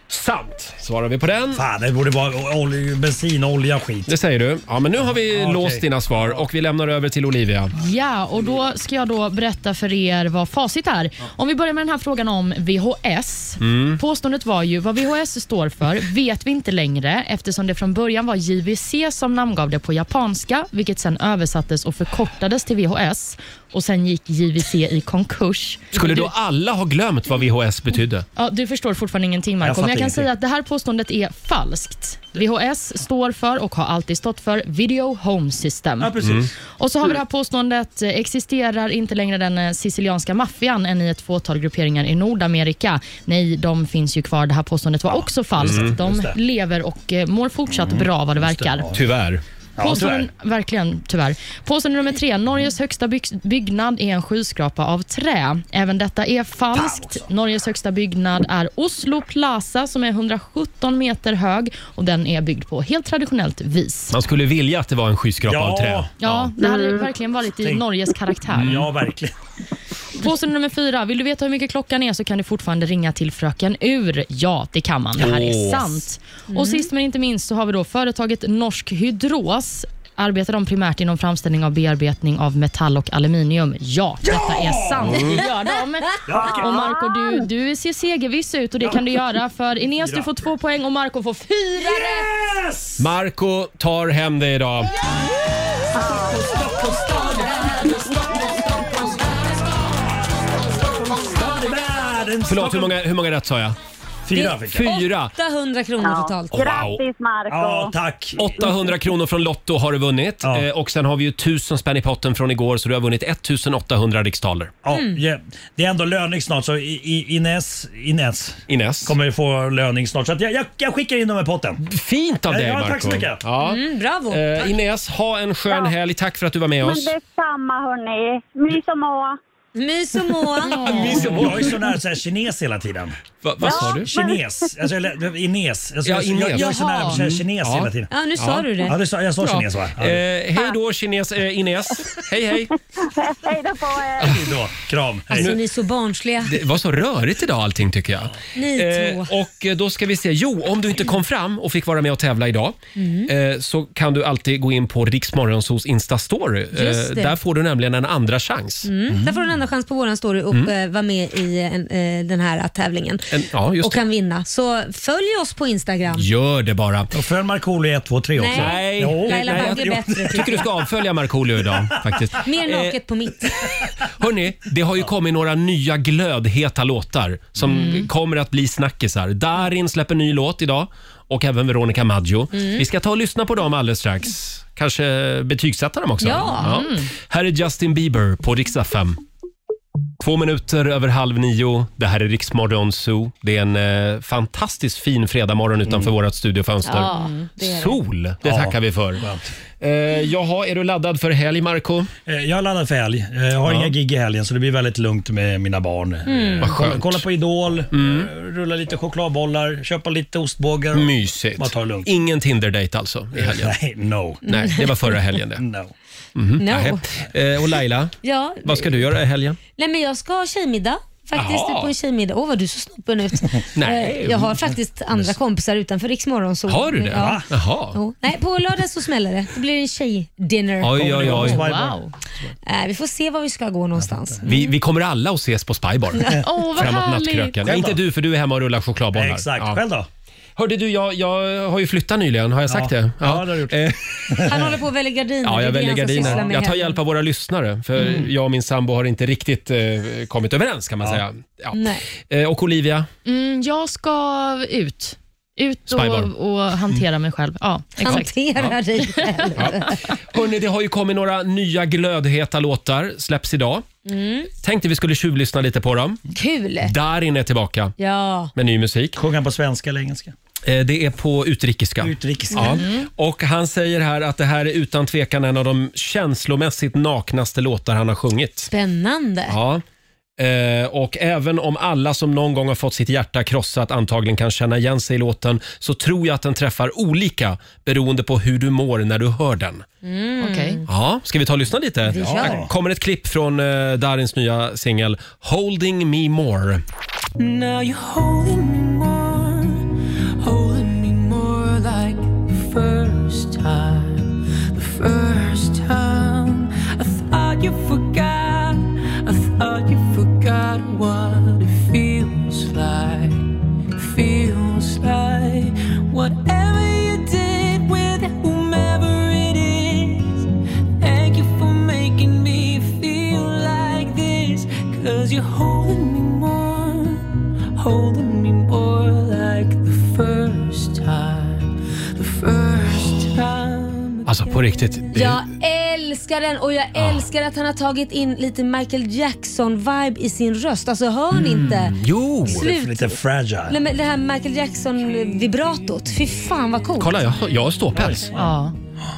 Speaker 1: Sant. Svarar vi på den?
Speaker 7: Fan, det borde vara olja, bensin, olja och skit.
Speaker 1: Det säger du. Ja, men nu har vi
Speaker 7: Ja, okej.
Speaker 1: låst dina svar och vi lämnar över till Olivia.
Speaker 6: Ja, och då ska jag då berätta för er vad facit är. Om vi börjar med den här frågan om VHS.
Speaker 12: Mm.
Speaker 6: Påståendet var ju vad VHS står för vet vi inte längre eftersom det från början var JVC som namngav det på japanska, vilket sen översattes och förkortades till VHS och sen gick JVC i konkurs.
Speaker 1: Skulle
Speaker 6: Du-
Speaker 1: då alla ha glömt vad VHS betydde?
Speaker 6: Ja, du förstår fortfarande ingenting
Speaker 1: Jag
Speaker 6: Marco, men
Speaker 1: fattar
Speaker 6: jag kan
Speaker 1: ingenting.
Speaker 6: säga att det här påståendet är falskt. VHS står för och har alltid stått för Video Home System.
Speaker 12: Ja, precis. Mm.
Speaker 6: Och så har vi det här påståendet, eh, existerar inte längre den eh, sicilianska maffian än i ett fåtal grupperingar i Nordamerika? Nej, de finns ju kvar. Det här påståendet var också falskt.
Speaker 1: Mm.
Speaker 6: De
Speaker 1: Just det. Mm,
Speaker 6: lever och eh, mår fortsatt bra vad det verkar.
Speaker 1: Tyvärr.
Speaker 6: Påståenden, Verkligen, tyvärr. Påstående nummer tre. Norges högsta byg- byggnad är en skyskrapa av trä. Även detta är
Speaker 1: alltså.
Speaker 6: falskt. Norges högsta byggnad är Oslo Plaza som är 117 meter hög och den är byggd på helt traditionellt vis.
Speaker 1: Man skulle vilja att det var en skyskrapa av trä.
Speaker 6: Ja, det hade
Speaker 1: Mm.
Speaker 6: verkligen varit i
Speaker 1: Tänk-
Speaker 6: Norges karaktär.
Speaker 7: Ja, verkligen.
Speaker 6: Påstående nummer fyra. Vill du veta hur mycket klockan är så kan du fortfarande ringa till Fröken Ur. Ja, det kan man. Det här är
Speaker 12: Åh.
Speaker 6: sant.
Speaker 12: Mm.
Speaker 6: Och sist men inte minst så har vi då företaget Norsk Hydros. Arbetar de primärt inom framställning av bearbetning av metall och aluminium? Ja, detta är sant.
Speaker 12: Mm.
Speaker 6: Det gör de.
Speaker 12: Ja.
Speaker 6: Och Marco, du, du ser segerviss ut och det kan du göra för Ines, du får två poäng och Marco får fyra yes!
Speaker 1: Marco tar hem det idag. Förlåt, hur många, hur många rätt sa jag?
Speaker 7: Fyra
Speaker 2: fick jag.
Speaker 1: Fyra.
Speaker 2: 800 kronor totalt.
Speaker 1: Wow. Grattis,
Speaker 11: Marco.
Speaker 7: tack.
Speaker 1: 800 kronor från Lotto har du vunnit. Eh, och sen har vi ju 1000 spänn i potten från igår så du har vunnit 1800 riksdaler.
Speaker 7: Ja, ja. Det är ändå löning snart så I- I- Ines, Ines,
Speaker 1: Ines
Speaker 7: kommer ju få löning snart. Så att jag, jag, jag skickar in dem i potten.
Speaker 1: Fint av dig
Speaker 7: ja,
Speaker 1: Marco.
Speaker 7: Tack så mycket. Mm.
Speaker 1: Ja.
Speaker 2: Mm,
Speaker 1: Eh, Ines, ha en skön
Speaker 11: Ja.
Speaker 1: helg. Tack för att du var med
Speaker 11: Men
Speaker 1: oss.
Speaker 11: detsamma hörni. Mys och må.
Speaker 2: Mys och må.
Speaker 7: Jag är så nära så här, kines hela tiden.
Speaker 1: Va- vad sa du?
Speaker 7: Kines. Alltså, eller, ines. Alltså,
Speaker 1: Ja,
Speaker 7: Jag, jag, jag är så
Speaker 1: Ines.
Speaker 7: nära så här, kines
Speaker 1: Ja.
Speaker 7: hela tiden.
Speaker 1: Ja, nu sa du det.
Speaker 7: Ja, det sa, jag sa
Speaker 1: Bra.
Speaker 7: kines va? Ja.
Speaker 1: Eh, hej då kines, eh, Ines. Hej hej.
Speaker 11: Hej då på er.
Speaker 7: Hej då. Kram. Hej.
Speaker 2: Alltså ni är så barnsliga.
Speaker 1: Det var så rörigt idag allting tycker jag.
Speaker 2: Ni
Speaker 1: Eh,
Speaker 2: två.
Speaker 1: och eh, då ska vi se. Jo, om du inte kom fram och fick vara med och tävla idag
Speaker 2: Mm.
Speaker 1: eh, så kan du alltid gå in på Riksmorgonsos Insta-story. Eh,
Speaker 2: Just det.
Speaker 1: där får du nämligen en andra chans.
Speaker 2: Mm. Där får du en andra chans på våran story och
Speaker 1: Mm.
Speaker 2: eh, vara med i en, eh, den här tävlingen.
Speaker 1: En, ja, just
Speaker 2: och
Speaker 1: det.
Speaker 2: kan vinna. Så följ oss på Instagram.
Speaker 1: Gör det bara.
Speaker 7: Och följ Markoolio i 1, 2, 3 också.
Speaker 2: Nej.
Speaker 1: Jo.
Speaker 2: Laila
Speaker 1: Nej,
Speaker 2: Bagge är
Speaker 1: jag-
Speaker 2: bättre, tycker
Speaker 1: Jag tycker du
Speaker 2: jag.
Speaker 1: ska avfölja Markoolio idag faktiskt.
Speaker 2: Mer
Speaker 1: Eh,
Speaker 2: naket på mitt.
Speaker 1: Hörni, det har ju kommit några nya glödheta låtar som
Speaker 12: Mm.
Speaker 1: kommer att bli snackisar. Darin släpper ny låt idag och även Veronica Maggio.
Speaker 12: Mm.
Speaker 1: Vi ska ta och lyssna på dem alldeles strax. Kanske betygsätta dem också.
Speaker 12: Ja. Mm.
Speaker 1: Här är Justin Bieber på riksdag 5. Två minuter över halv nio. Det här är Riksmorgon Zoo. Det är en eh, fantastiskt fin fredagmorgon utanför vårt studiofönster.
Speaker 12: Mm. Ja, det är det.
Speaker 1: Sol, det
Speaker 7: Ja.
Speaker 1: tackar vi för. Eh, jaha, är du laddad för helg, Marco?
Speaker 7: Eh, Jag laddar för helg. Eh, Jag har
Speaker 1: Ja.
Speaker 7: inga gig i helgen så det blir väldigt lugnt med mina barn.
Speaker 1: Mm. Vad
Speaker 7: Eh, Kolla,
Speaker 1: skönt. Mm.
Speaker 7: kolla på Idol, eh, rulla lite chokladbollar, köpa lite ostbågar. och
Speaker 1: Mysigt.
Speaker 7: Bara ta det lugnt.
Speaker 1: Ingen Tinder-dejt alltså i helgen?
Speaker 7: Nej, no.
Speaker 1: Nej, det var förra helgen
Speaker 2: Mm.
Speaker 1: det.
Speaker 7: No.
Speaker 1: Mhm,
Speaker 2: No.
Speaker 1: nähä. Eh, och Laila,
Speaker 2: Ja,
Speaker 1: vad ska du göra i helgen?
Speaker 2: Nej, men jag ska ha tjejmiddag. Faktiskt
Speaker 1: Jaha.
Speaker 2: på en tjejmiddag. Åh, vad du så snopen ut.
Speaker 1: Nej.
Speaker 2: Eh, Jag har faktiskt andra kompisar utanför Rix Morgonzoo.
Speaker 1: Har du det?
Speaker 2: Ja.
Speaker 1: Va? Jaha.
Speaker 2: Jo. Nej, på lördag så smäller det. Det blir en tjejdinner.
Speaker 1: Oj, oj, oj.
Speaker 6: Wow.
Speaker 2: Eh, Vi får se var vi ska gå någonstans.
Speaker 1: Vi, vi kommer alla att ses på Spybar.
Speaker 2: Åh, vad
Speaker 1: Framåt
Speaker 2: härligt.
Speaker 1: nattkröken. Ja,
Speaker 2: Själv
Speaker 1: inte
Speaker 2: då?
Speaker 1: du, för du är hemma och rullar chokladbollar.
Speaker 7: Exakt.
Speaker 1: Ja.
Speaker 7: Själv då?
Speaker 1: Hörde du, jag, jag har ju flyttat nyligen. Har jag sagt det? Ja, det har du gjort.
Speaker 2: Han håller på att välja gardiner.
Speaker 1: Ja,
Speaker 2: Det är
Speaker 1: jag
Speaker 2: det
Speaker 1: väljer
Speaker 2: han ska syssla
Speaker 1: gardiner.
Speaker 2: med
Speaker 1: Jag tar
Speaker 2: hemma.
Speaker 1: hjälp av våra lyssnare, för
Speaker 2: Mm.
Speaker 1: jag och min sambo har inte riktigt eh, kommit överens kan man säga. Ja.
Speaker 6: Nej.
Speaker 1: Eh, och Olivia?
Speaker 6: Mm, jag ska ut. Ut och,
Speaker 1: Spybar.
Speaker 6: och hantera mig själv. Ja, exakt.
Speaker 2: Hantera dig själv.
Speaker 1: Hörrni, det har ju kommit några nya glödheta låtar, släpps idag.
Speaker 2: Mm.
Speaker 1: Tänkte vi skulle tjuvlyssna lite på dem.
Speaker 2: Kul!
Speaker 1: Darin är tillbaka
Speaker 2: Ja.
Speaker 1: med ny musik. Eh,
Speaker 7: Sjunger han på svenska eller engelska?
Speaker 1: Det är på utrikiska.
Speaker 7: Utrikiska.
Speaker 1: Ja.
Speaker 7: Mm.
Speaker 1: Och han säger här att det här är utan tvekan en av de känslomässigt naknaste låtar han har sjungit.
Speaker 2: Spännande.
Speaker 1: Ja. Eh, och även om alla som någon gång har fått sitt hjärta krossat antagligen kan känna igen sig i låten så tror jag att den träffar olika beroende på hur du mår när du hör den.
Speaker 12: Mm. Okej.
Speaker 1: Ja, ska vi ta och lyssna lite?
Speaker 12: Vi kör.
Speaker 1: Här kommer ett klipp från eh, Darins nya singel “Holding Me More”.
Speaker 10: Now you're holding me more, holding me more like the first time. The first time I thought you forgot, I thought you forgot what it feels like. Feels like whatever you did with whomever it is. Thank you for making me feel like this, cause you're holding me more holding me more like the first time, the first time.
Speaker 1: Alltså på riktigt. det-
Speaker 2: Jag älskar den och jag älskar att han har tagit in lite Michael Jackson-vibe i sin röst. Alltså hör ni inte?
Speaker 1: Mm.
Speaker 7: Jo!
Speaker 2: Slut.
Speaker 7: Lite fragile.
Speaker 2: Nej, men Det här Michael Jackson-vibratot. Fy fan vad coolt.
Speaker 1: Kolla, jag, jag har ståpäls.
Speaker 2: Ja.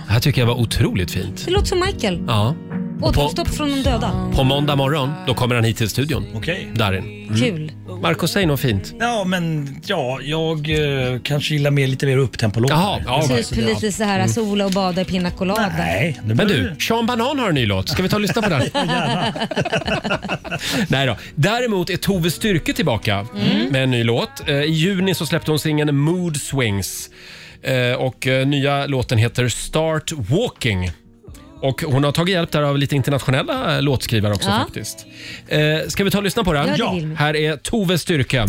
Speaker 1: Det här tycker jag var otroligt fint.
Speaker 2: Det låter som Michael.
Speaker 1: Ja.
Speaker 2: Och
Speaker 1: på- Mm.
Speaker 2: stopp från de döda.
Speaker 1: På måndag morgon, då kommer han hit till studion. Okej. Darin.
Speaker 2: Kul.
Speaker 1: Marco, säg något fint.
Speaker 7: Ja, men ja, jag eh, kanske gillar mer, lite mer upptempolåtar. Jaha,
Speaker 2: typ lite så
Speaker 1: Mm.
Speaker 2: här sola och bada i pina colada.
Speaker 7: Nej.
Speaker 1: Men du, Sean Banan har en ny låt. Ska vi ta och lyssna på den? Nej då. Däremot är Tove Styrke tillbaka
Speaker 12: Mm.
Speaker 1: med en ny låt. Eh, I juni så släppte hon singeln Mood Swings. Eh, Och eh, nya låten heter Start Walking. Och hon har tagit hjälp där av lite internationella eh, låtskrivare också
Speaker 12: Ja.
Speaker 1: faktiskt. Eh, Ska vi ta och lyssna på den?
Speaker 12: Ja, det vill vi.
Speaker 1: Här är Tove Styrke.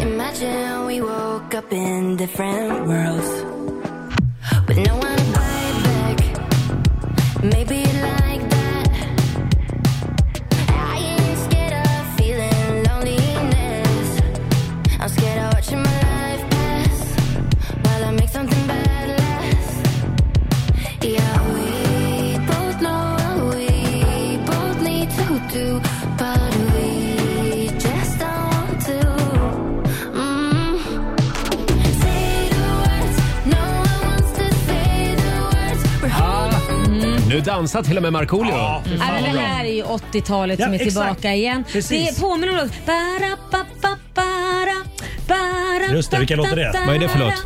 Speaker 13: Imagine we woke up in different worlds with no one to fight back. Maybe you like that. I ain't scared of feeling loneliness. I'm scared of watching my life pass while I make something bad last. Yeah, we both know what we both need to do, but we just don't want to.
Speaker 1: Nu dansar till och med Markoolio. Ja,
Speaker 2: Ja, men det här är ju 80-talet
Speaker 1: Ja,
Speaker 2: som är
Speaker 1: exakt.
Speaker 2: tillbaka igen.
Speaker 1: Precis.
Speaker 2: Det påminner om låt. Bara, ba, ba, bara, bara,
Speaker 1: Just det, vilka
Speaker 2: ba,
Speaker 1: låtar det är?
Speaker 2: ba,
Speaker 1: Vad är det för låt?
Speaker 2: ba,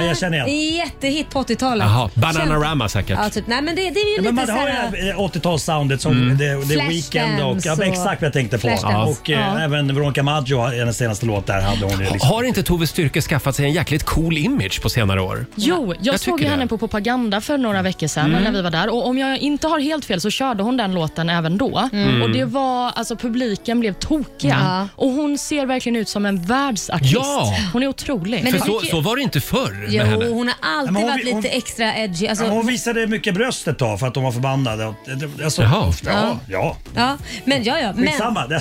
Speaker 1: Ja, jag känner igen.
Speaker 2: Jättehit på 80-talet.
Speaker 1: Jaha, Bananarama säkert.
Speaker 2: Ja, typ. Nej, men det, det är ju
Speaker 7: Ja, men
Speaker 2: lite
Speaker 7: man
Speaker 2: så
Speaker 7: har ju det
Speaker 2: här... äh,
Speaker 7: här 80-talssoundet som
Speaker 1: Mm.
Speaker 7: The, the
Speaker 2: Flashdance
Speaker 7: Weeknd och... Ja, men
Speaker 2: och-
Speaker 7: exakt vad jag tänkte på.
Speaker 2: Flashdance.
Speaker 7: Och eh,
Speaker 2: Ja.
Speaker 7: även Veronica Maggio, hennes senaste låt där hade hon det. Liksom.
Speaker 1: Har inte Tove Styrke skaffat sig en jäkligt cool image på senare år?
Speaker 6: Jo, jag,
Speaker 1: Jag
Speaker 6: såg ju
Speaker 1: tycker det.
Speaker 6: henne på propaganda för några veckor sedan
Speaker 1: Mm.
Speaker 6: när vi var där. Och Om jag inte har helt fel så körde hon den låten även då.
Speaker 1: Mm.
Speaker 6: Och det var, alltså Publiken blev tokiga.
Speaker 1: Ja.
Speaker 6: Och Hon ser verkligen ut som en världsartist.
Speaker 1: Ja.
Speaker 6: Hon är otrolig.
Speaker 1: För så, så var det inte förr
Speaker 2: Jo,
Speaker 1: med henne.
Speaker 2: hon har alltid
Speaker 7: Men hon-
Speaker 2: varit lite extra edgy. Alltså,
Speaker 7: Ja, hon visade mycket bröst ett tag för att hon var förbannad. Alltså,
Speaker 1: Jaha.
Speaker 7: Ja, ja.
Speaker 2: Ja, men ja, ja. Men,
Speaker 7: Skitsamma. Det-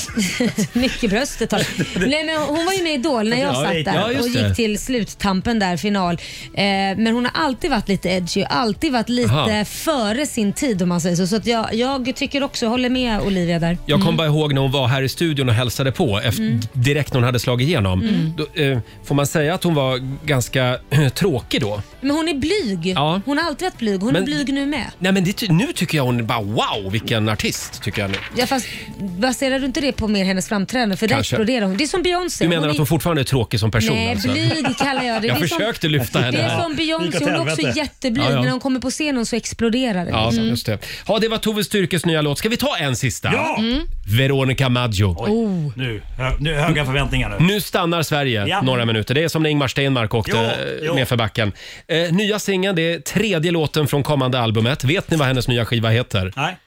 Speaker 2: mycket bröstet tar Nej, men Hon var ju med i Idol när jag
Speaker 7: Ja,
Speaker 2: satt
Speaker 7: ja,
Speaker 2: där
Speaker 7: just
Speaker 2: och
Speaker 7: det.
Speaker 2: gick till sluttampen där, final. Eh, men hon har alltid varit lite edgy, alltid varit lite
Speaker 1: Aha.
Speaker 2: före sin tid om man säger så. Så att jag, jag tycker också, håller med Olivia där.
Speaker 1: Jag kom bara ihåg när hon var här i studion och hälsade på efter,
Speaker 2: Mm.
Speaker 1: direkt när hon hade slagit igenom.
Speaker 2: Mm.
Speaker 1: Då, eh, får man säga att hon var ganska eh, tråkig då?
Speaker 2: Men hon är blyg.
Speaker 1: Ja.
Speaker 2: Hon har alltid varit blyg. Hon är
Speaker 1: Men-
Speaker 2: blyg nu med.
Speaker 1: Nej, men det, ty- nu tycker jag hon bara wow, vilken artist tycker jag nu.
Speaker 2: Ja, fast baserar du inte det på mer hennes framträdande? För där
Speaker 1: Kanske.
Speaker 2: exploderar hon. Det är som Beyoncé.
Speaker 1: Du menar
Speaker 2: är-
Speaker 1: att hon fortfarande är tråkig som person?
Speaker 2: Nej,
Speaker 1: alltså.
Speaker 2: blyg kallar jag det.
Speaker 1: Jag
Speaker 2: det är
Speaker 1: försökte lyfta henne.
Speaker 2: Det är
Speaker 1: Ja.
Speaker 2: som
Speaker 1: Gick
Speaker 2: Beyoncé,
Speaker 1: åt
Speaker 2: hon är också
Speaker 1: helvete.
Speaker 2: jätteblyg.
Speaker 1: Ja, ja.
Speaker 2: När hon kommer på scenen så exploderar det.
Speaker 1: Ja,
Speaker 2: liksom.
Speaker 1: just det. Ja, det var Tove Styrkes nya låt. Ska vi ta en sista?
Speaker 2: Ja! Mm.
Speaker 1: Veronica Maggio.
Speaker 7: Oj, nu, hö, nu höga förväntningar nu.
Speaker 1: Nu stannar Sverige
Speaker 7: Ja.
Speaker 1: några minuter. Det är som när Ingmar Stenmark åkte
Speaker 7: Jo,
Speaker 1: jo.
Speaker 7: jo.
Speaker 1: nerför backen. Eh, nya singeln, det är tredje låten från kommande albumet. Vet ni vad hennes nya skiva heter?
Speaker 7: Nej.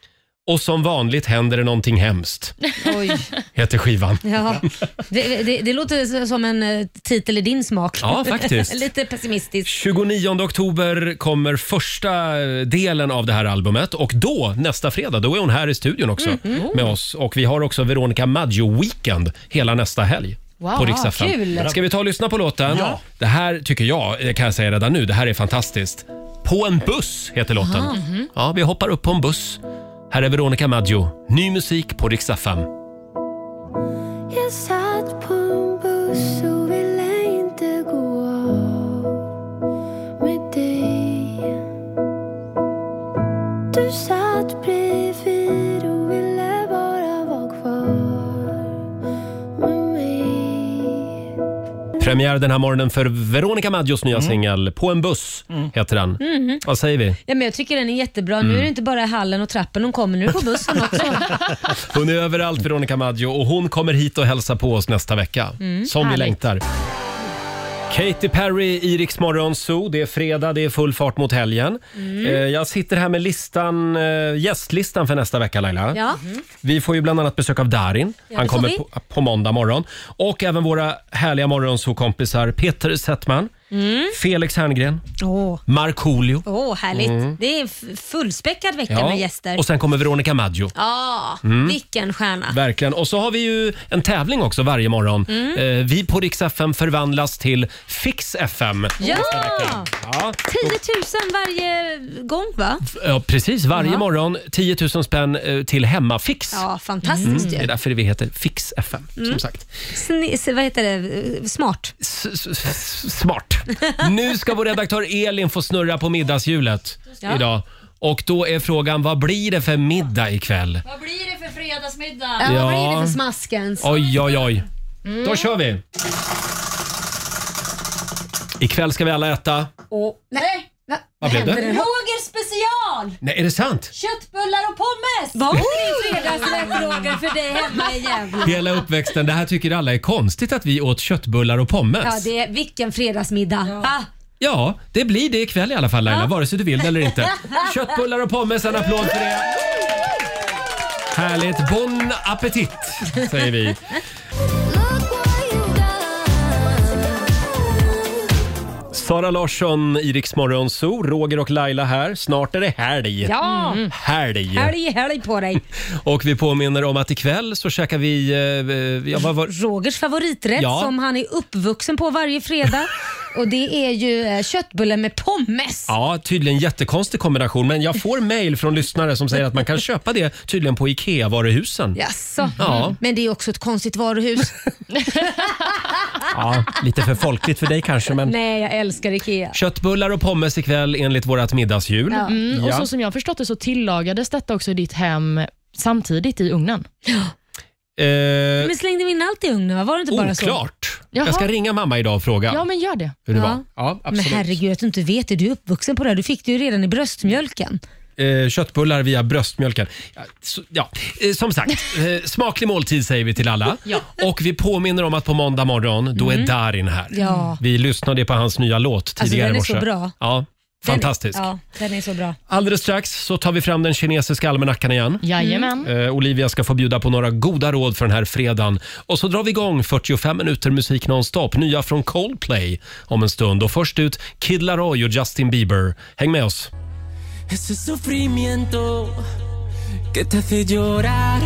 Speaker 1: Och som vanligt händer det någonting hemskt,
Speaker 2: Oj.
Speaker 1: heter skivan.
Speaker 2: Ja. Det, det, det låter som en eh, titel i din smak.
Speaker 1: Ja, faktiskt.
Speaker 2: Lite pessimistisk.
Speaker 1: 29 oktober kommer första eh, delen av det här albumet och då, nästa fredag, då är hon här i studion också
Speaker 12: Mm.
Speaker 2: Mhm.
Speaker 1: med oss. Och vi har också Veronica Maggio-weekend hela nästa helg.
Speaker 12: Wow,
Speaker 1: på Rix FM.
Speaker 12: kul.
Speaker 1: Ska vi ta och lyssna på låten?
Speaker 12: Ja.
Speaker 1: Det här tycker jag, det kan jag säga redan nu, det här är fantastiskt. På en buss heter låten.
Speaker 12: Aha, mhm.
Speaker 1: Ja, vi hoppar upp på en buss. Här är Veronica Maggio, ny musik på Rix FM.
Speaker 14: Jag satt på en buss och ville inte gå av med dig Du satt bredvid och ville bara vara kvar med mig
Speaker 1: Premiär den här morgonen för Veronica Maggios nya singel På en buss heter den.
Speaker 2: Mhm.
Speaker 1: Vad säger vi?
Speaker 2: Ja, men jag tycker den är jättebra.
Speaker 1: Mm.
Speaker 2: Nu är det inte bara i hallen och trappen hon kommer, nu är det på bussen också.
Speaker 1: Hon är överallt, Veronica Maggio, och hon kommer hit och hälsar på oss nästa vecka.
Speaker 2: Mm,
Speaker 1: Som vi
Speaker 2: härligt.
Speaker 1: längtar. Katy Perry i Rix Morgon Zoo. Det är fredag, det är full fart mot helgen.
Speaker 12: Mm.
Speaker 1: Eh, Jag sitter här med listan, eh, gästlistan för nästa vecka, Laila.
Speaker 12: Ja.
Speaker 1: Vi får ju bland annat besök av
Speaker 12: Ja,
Speaker 1: Darin. Han
Speaker 12: det får
Speaker 1: kommer
Speaker 12: vi.
Speaker 1: på, på måndag morgon. Och även våra härliga morgonsokompisar Peter Settman,
Speaker 2: Mm.
Speaker 1: Felix Herngren,
Speaker 2: Åh,
Speaker 1: Markoolio.
Speaker 2: Åh, härligt.
Speaker 1: Mm.
Speaker 2: Det är f- fullspäckad vecka med gäster.
Speaker 1: Och sen kommer Veronica Maggio.
Speaker 2: Ja,
Speaker 1: Mm.
Speaker 2: vilken stjärna.
Speaker 1: Verkligen. Och så har vi ju en tävling också varje morgon.
Speaker 2: Mm.
Speaker 1: Eh, vi på Rix FM förvandlas till Fix FM.
Speaker 2: Ja!
Speaker 1: nästa vecka. Ja.
Speaker 2: 10 000 varje gång va?
Speaker 1: Ja, precis. Varje
Speaker 2: Ja.
Speaker 1: morgon 10 000 spänn eh, till hemmafix.
Speaker 2: Ja, fantastiskt
Speaker 1: Det är
Speaker 2: ju.
Speaker 1: därför vi heter Fix FM, som
Speaker 2: Mm.
Speaker 1: sagt.
Speaker 2: Sni- s- vad heter det? Smart.
Speaker 1: Smart. Nu ska vår redaktör Elin få snurra på middagshjulet
Speaker 15: Ja.
Speaker 1: idag. Och då är frågan, vad blir det för middag ikväll?
Speaker 15: Vad blir det för fredagsmiddag?
Speaker 1: Ja, vad är det för
Speaker 15: smaskens?
Speaker 1: Oj, oj, oj.
Speaker 15: Mm.
Speaker 1: Då kör vi! Ikväll ska vi alla äta.
Speaker 15: Och, nej! Va?
Speaker 1: Vad blev det?
Speaker 15: händer nu? Roger special!
Speaker 1: Nej, är det sant?
Speaker 15: Köttbullar och pommes!
Speaker 2: Vad?
Speaker 15: Det är fredagsrätt Roger för dig hemma i Gävle.
Speaker 1: Hela uppväxten. Det här tycker alla är konstigt att vi åt köttbullar och pommes.
Speaker 2: Ja, det är, vilken fredagsmiddag. Ja.
Speaker 1: Ja, det blir det ikväll i alla fall Laila, vare sig du vill det eller inte. Köttbullar och pommes, en applåd för det. Härligt. Bon appetit, säger vi. Sara Larsson, Iriks Morgonzoo, Roger och Laila här. Snart är det helg.
Speaker 2: Ja. Mm.
Speaker 1: Helg.
Speaker 2: Helg, helg på dig.
Speaker 1: Och vi påminner om att ikväll så käkar vi... Eh, ja, vad var...
Speaker 2: Rogers favoriträtt
Speaker 1: Ja.
Speaker 2: som han är uppvuxen på varje fredag. Och det är ju eh, köttbullar med pommes.
Speaker 1: Ja, tydligen jättekonstig kombination. Men jag får mejl från lyssnare som säger att man kan köpa det tydligen på IKEA-varuhusen.
Speaker 2: Jaså?
Speaker 1: Ja.
Speaker 2: Men det är också ett konstigt varuhus.
Speaker 1: ja, lite för folkligt för dig kanske, men...
Speaker 2: Nej, jag älskar IKEA.
Speaker 1: Eh. Köttbullar och pommes ikväll enligt vårt middagshjul.
Speaker 6: Mm, och
Speaker 1: Ja.
Speaker 6: så som jag har förstått det så tillagades detta också i ditt hem samtidigt i ugnen.
Speaker 1: Eh,
Speaker 2: Men slängde vi in allt i ugnen? va? Var det inte bara så?
Speaker 1: oklart.
Speaker 2: Jaha.
Speaker 1: Jag ska ringa mamma idag och fråga
Speaker 6: Ja, men gör det.
Speaker 1: hur det var. Ja,
Speaker 2: Men
Speaker 1: absolut.
Speaker 2: herregud att du inte vet det. Du är uppvuxen på det här. Du fick det ju redan i bröstmjölken.
Speaker 1: Eh, köttbullar via bröstmjölken. Ja, så, ja. Eh, som sagt, eh, smaklig måltid säger vi till alla.
Speaker 2: Ja.
Speaker 1: Och vi påminner om att på måndag morgon, då är
Speaker 2: Mm.
Speaker 1: Darin här.
Speaker 2: Ja.
Speaker 1: Vi lyssnade på hans nya låt
Speaker 2: Alltså,
Speaker 1: tidigare
Speaker 2: den är
Speaker 1: i morse.
Speaker 2: så bra.
Speaker 1: Ja, fantastisk.
Speaker 2: Den, ja, den är så bra.
Speaker 1: Alldeles strax så tar vi fram den kinesiska almanackan igen.
Speaker 6: Jajamän.
Speaker 1: Eh, Olivia ska få bjuda på några goda råd för den här fredagen. Och så drar vi igång 45 minuter musik nonstop. Nya från Coldplay om en stund. Och först ut Kid Laroi och Justin Bieber. Häng med oss.
Speaker 10: Ese sufrimiento que te hace llorar.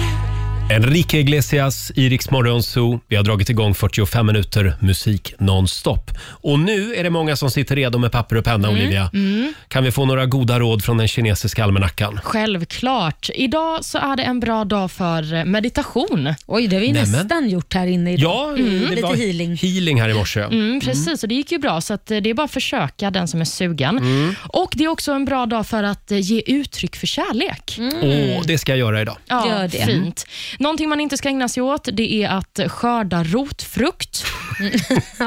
Speaker 1: Enrique Iglesias, Iriks Morgonzoo. Vi har dragit igång 45 minuter musik nonstop. Och nu är det många som sitter redo med papper och penna, Olivia.
Speaker 6: Mm.
Speaker 1: Kan vi få några goda råd från den kinesiska almanackan?
Speaker 6: Självklart. Idag så är det en bra dag för meditation.
Speaker 2: Oj, det har vi
Speaker 1: Nämen.
Speaker 2: nästan gjort här inne idag.
Speaker 1: Ja,
Speaker 6: Mm.
Speaker 1: det
Speaker 6: Lite
Speaker 1: var
Speaker 6: healing.
Speaker 1: healing här i morse.
Speaker 6: Mm, precis, och det gick ju bra, så att eh, det är bara att försöka den som är sugen.
Speaker 1: Mm.
Speaker 6: Och Det är också en bra dag för att eh, ge uttryck för kärlek.
Speaker 1: Åh, det ska jag göra idag.
Speaker 6: Ja,
Speaker 2: Mm, Gör det.
Speaker 6: Fint. Någonting man inte ska ägna sig åt det är att skörda rotfrukt.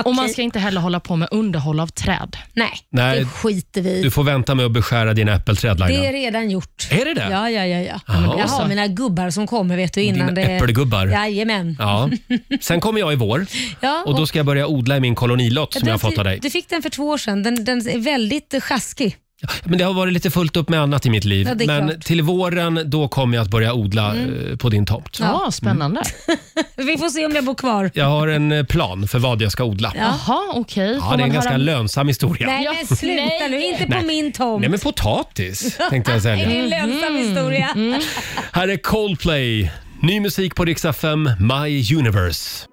Speaker 6: Och Man ska inte heller hålla på med underhåll av träd.
Speaker 2: Nej,
Speaker 1: Nej,
Speaker 2: det skiter vi i.
Speaker 1: Du får vänta med att beskära dina äppelträd
Speaker 2: Det är
Speaker 1: Laila.
Speaker 2: redan gjort.
Speaker 1: Är det det?
Speaker 2: Ja, ja, ja. ja.
Speaker 1: Ja, men då
Speaker 2: Jag
Speaker 1: så.
Speaker 2: har mina gubbar som kommer vet du innan
Speaker 1: Dina
Speaker 2: det...
Speaker 1: äppelgubbar.
Speaker 2: Jajamän.
Speaker 1: Ja. Sen kommer jag i vår
Speaker 2: Ja,
Speaker 1: och då ska jag börja odla i min kolonilott som
Speaker 2: den
Speaker 1: jag har fått av
Speaker 2: fi-
Speaker 1: dig.
Speaker 2: Du fick den för två år sedan. Den, den är väldigt eh, sjaskig.
Speaker 1: Men det har varit lite fullt upp med annat i mitt liv.
Speaker 6: Ja, det är
Speaker 1: Men
Speaker 6: klart.
Speaker 1: till våren, då kommer jag att börja odla
Speaker 2: Mm.
Speaker 1: eh, på din tomt.
Speaker 2: Ja, Mm. spännande. Vi får se om jag bor kvar.
Speaker 1: Jag har en eh, plan för vad jag ska odla.
Speaker 2: Jaha, okej.
Speaker 1: Ja, det är en ganska lönsam historia.
Speaker 2: Nej, men sluta nu. Inte på
Speaker 1: Nej.
Speaker 2: min tomt.
Speaker 1: Nej, men potatis tänkte jag säga.
Speaker 2: Det är en lönsam historia.
Speaker 1: Mm. Här är Coldplay. Ny musik på Riksa 5, My Universe.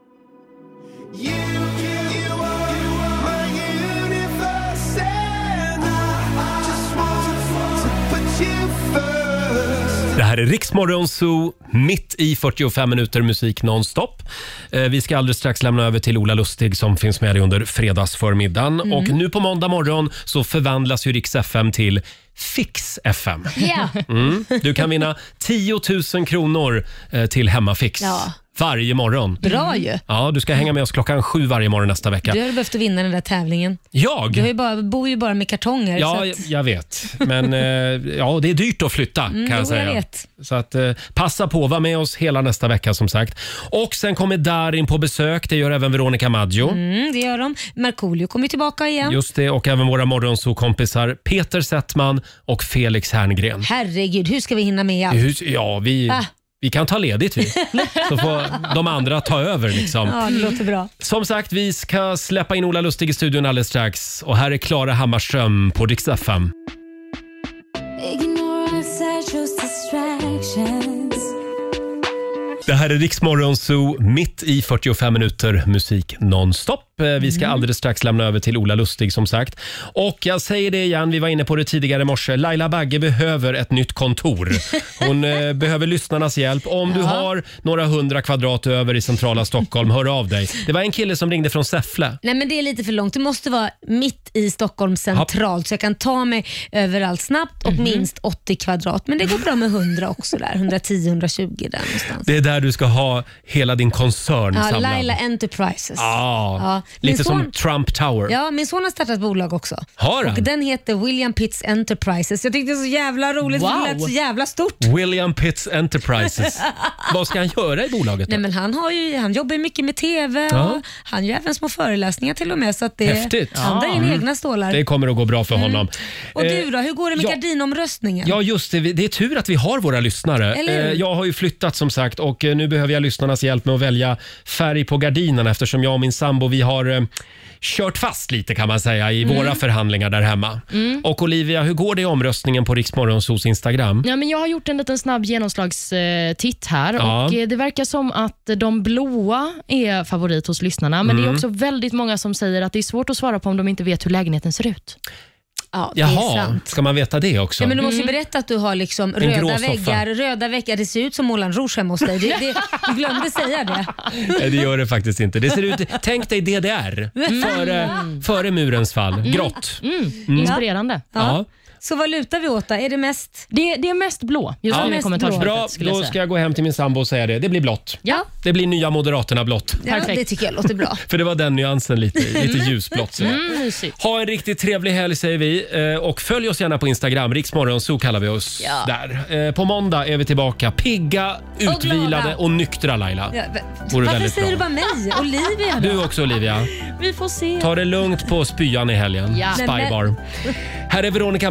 Speaker 1: Det här är Riksmorgon Zoo, mitt i 45 minuter musik nonstop. Eh, Vi ska alldeles strax lämna över till Ola Lustig som finns med dig under fredagsförmiddagen.
Speaker 12: Mm.
Speaker 1: Och nu på måndag morgon så förvandlas ju Rix FM till Fix FM.
Speaker 12: Ja.
Speaker 1: Mm. Du kan vinna 10 000 kronor eh, till Hemmafix
Speaker 2: Ja.
Speaker 1: varje morgon. Mm.
Speaker 2: Bra ju.
Speaker 1: Ja, du ska hänga med oss klockan sju varje morgon nästa vecka.
Speaker 2: Du hade behövt vinna den där tävlingen.
Speaker 1: Jag?
Speaker 2: Du har ju bara, bor ju bara med kartonger.
Speaker 1: Ja,
Speaker 2: så
Speaker 1: jag-
Speaker 2: att,
Speaker 1: jag vet. Men eh, ja, det är dyrt att flytta
Speaker 2: Mm,
Speaker 1: kan
Speaker 2: jo, jag
Speaker 1: jag säga.
Speaker 2: vet.
Speaker 1: Så att, eh, passa på, var med oss hela nästa vecka som sagt. Och sen kommer Darin på besök, det gör även Veronica Maggio.
Speaker 2: mm, det gör de. Markoolio kommer ju tillbaka igen.
Speaker 1: Just det, och även våra morgonsokompisar Peter Settman och Felix Herngren.
Speaker 2: Herregud, hur ska vi hinna med allt?
Speaker 1: Hur- Ja, vi,
Speaker 2: Ah.
Speaker 1: vi kan ta ledigt vi. Så får de andra ta över liksom.
Speaker 2: Ja, det låter bra.
Speaker 1: Som sagt, vi ska släppa in Ola Lustig i studion alldeles strax. Och här är Klara Hammarström på Dix FM.
Speaker 14: Ignorance, I chose distractions.
Speaker 1: Det här är Riksmorgon Zoo, mitt i 45 minuter musik nonstop. Eh, Vi
Speaker 2: Mm.
Speaker 1: ska alldeles strax lämna över till Ola Lustig som sagt. Och jag säger det igen, vi var inne på det tidigare i morse. Laila Bagge behöver ett nytt kontor. Hon eh, behöver lyssnarnas hjälp. Om du har några hundra kvadrat över i centrala Stockholm, hör av dig. Det var en kille som ringde från Säffle.
Speaker 2: Nej men det är lite för långt. Det måste vara mitt i Stockholm centralt så jag kan ta mig överallt snabbt
Speaker 1: Mhm.
Speaker 2: och minst 80 kvadrat. Men det går bra med 100 också där. 110-120 där någonstans.
Speaker 1: Det är där du ska ha hela din koncern
Speaker 2: Ja,
Speaker 1: samlad.
Speaker 2: Laila Enterprises.
Speaker 1: Ja,
Speaker 2: Ja, min
Speaker 1: lite
Speaker 2: son-
Speaker 1: som Trump Tower.
Speaker 2: Ja, min son har startat bolag också.
Speaker 1: Har han?
Speaker 2: Och den heter William Pitts Enterprises. Jag tyckte det var så jävla roligt för
Speaker 1: Wow.
Speaker 2: det lät så jävla stort.
Speaker 1: William Pitts Enterprises. Vad ska han göra i bolaget? då?
Speaker 2: Nej, men han, har ju, han jobbar ju mycket med TV
Speaker 1: Ja.
Speaker 2: och han gör även små föreläsningar till och med. Så att det,
Speaker 1: Häftigt.
Speaker 2: Han drar in
Speaker 1: Mm.
Speaker 2: egna stålar.
Speaker 1: Det kommer att gå bra för
Speaker 2: Mm.
Speaker 1: honom.
Speaker 2: och
Speaker 1: Eh,
Speaker 2: du då, hur går det med
Speaker 1: ja.
Speaker 2: gardinomröstningen?
Speaker 1: Ja, just det. Vi- Det är tur att vi har våra lyssnare.
Speaker 2: Eller
Speaker 1: Eh,
Speaker 2: hur?
Speaker 1: Jag har ju flyttat som sagt och eh, nu behöver jag lyssnarnas hjälp med att välja färg på gardinerna eftersom jag och min sambo vi har eh, kört fast lite kan man säga i
Speaker 6: Mm.
Speaker 1: våra förhandlingar där hemma.
Speaker 6: Mm.
Speaker 1: Och Olivia, hur går det i omröstningen på Riksmorgonsos Instagram?
Speaker 6: Ja, men jag har gjort en liten snabb genomslagstitt här
Speaker 1: Ja.
Speaker 6: och eh, det verkar som att de blåa är favorit hos lyssnarna, men det är
Speaker 1: Mm.
Speaker 6: också väldigt många som säger att det är svårt att svara på om de inte vet hur lägenheten ser ut.
Speaker 2: Ja, det är
Speaker 1: Jaha,
Speaker 2: sant. Mm.
Speaker 1: ska man veta det också?
Speaker 2: Ja, men du måste ju berätta att du har liksom
Speaker 1: En grå
Speaker 2: röda
Speaker 1: soffa.
Speaker 2: väggar, röda väggar. Det ser ut som Moulin Rouge hemma hos dig. Det, det, du glömde säga det.
Speaker 1: Nej, det gör det faktiskt inte. Det ser ut, tänk dig DDR,
Speaker 2: Mm.
Speaker 1: före, före murens fall.
Speaker 2: Mm.
Speaker 1: Grått.
Speaker 2: Mm.
Speaker 6: Inspirerande.
Speaker 1: Ja.
Speaker 2: Så vad lutar vi åt då? Är det mest?
Speaker 6: Det, är mest blå.
Speaker 1: Ja, Bra, då ska jag gå hem till min sambo och säga det. Det blir blått.
Speaker 6: Ja.
Speaker 1: Det blir nya Moderaterna blått.
Speaker 2: Ja, det tycker jag låter bra.
Speaker 1: För det var den nyansen lite, lite ljusblått. sådär.
Speaker 6: Mm, mysigt.
Speaker 1: Ha en riktigt trevlig helg säger vi Eh, och följ oss gärna på Instagram, riksmorgonso kallar vi oss
Speaker 2: Ja.
Speaker 1: där. Eh, På måndag är vi tillbaka pigga, utvilade
Speaker 2: glada.
Speaker 1: och nyktra Laila.
Speaker 2: Ja, va-
Speaker 1: Vore
Speaker 2: varför
Speaker 1: väldigt
Speaker 2: säger
Speaker 1: bra.
Speaker 2: du bara mig? Olivia då?
Speaker 1: Du också Olivia.
Speaker 6: Vi får se.
Speaker 1: Ta det lugnt på spyan i helgen.
Speaker 2: Ja.
Speaker 1: Spybar. Här är Veronica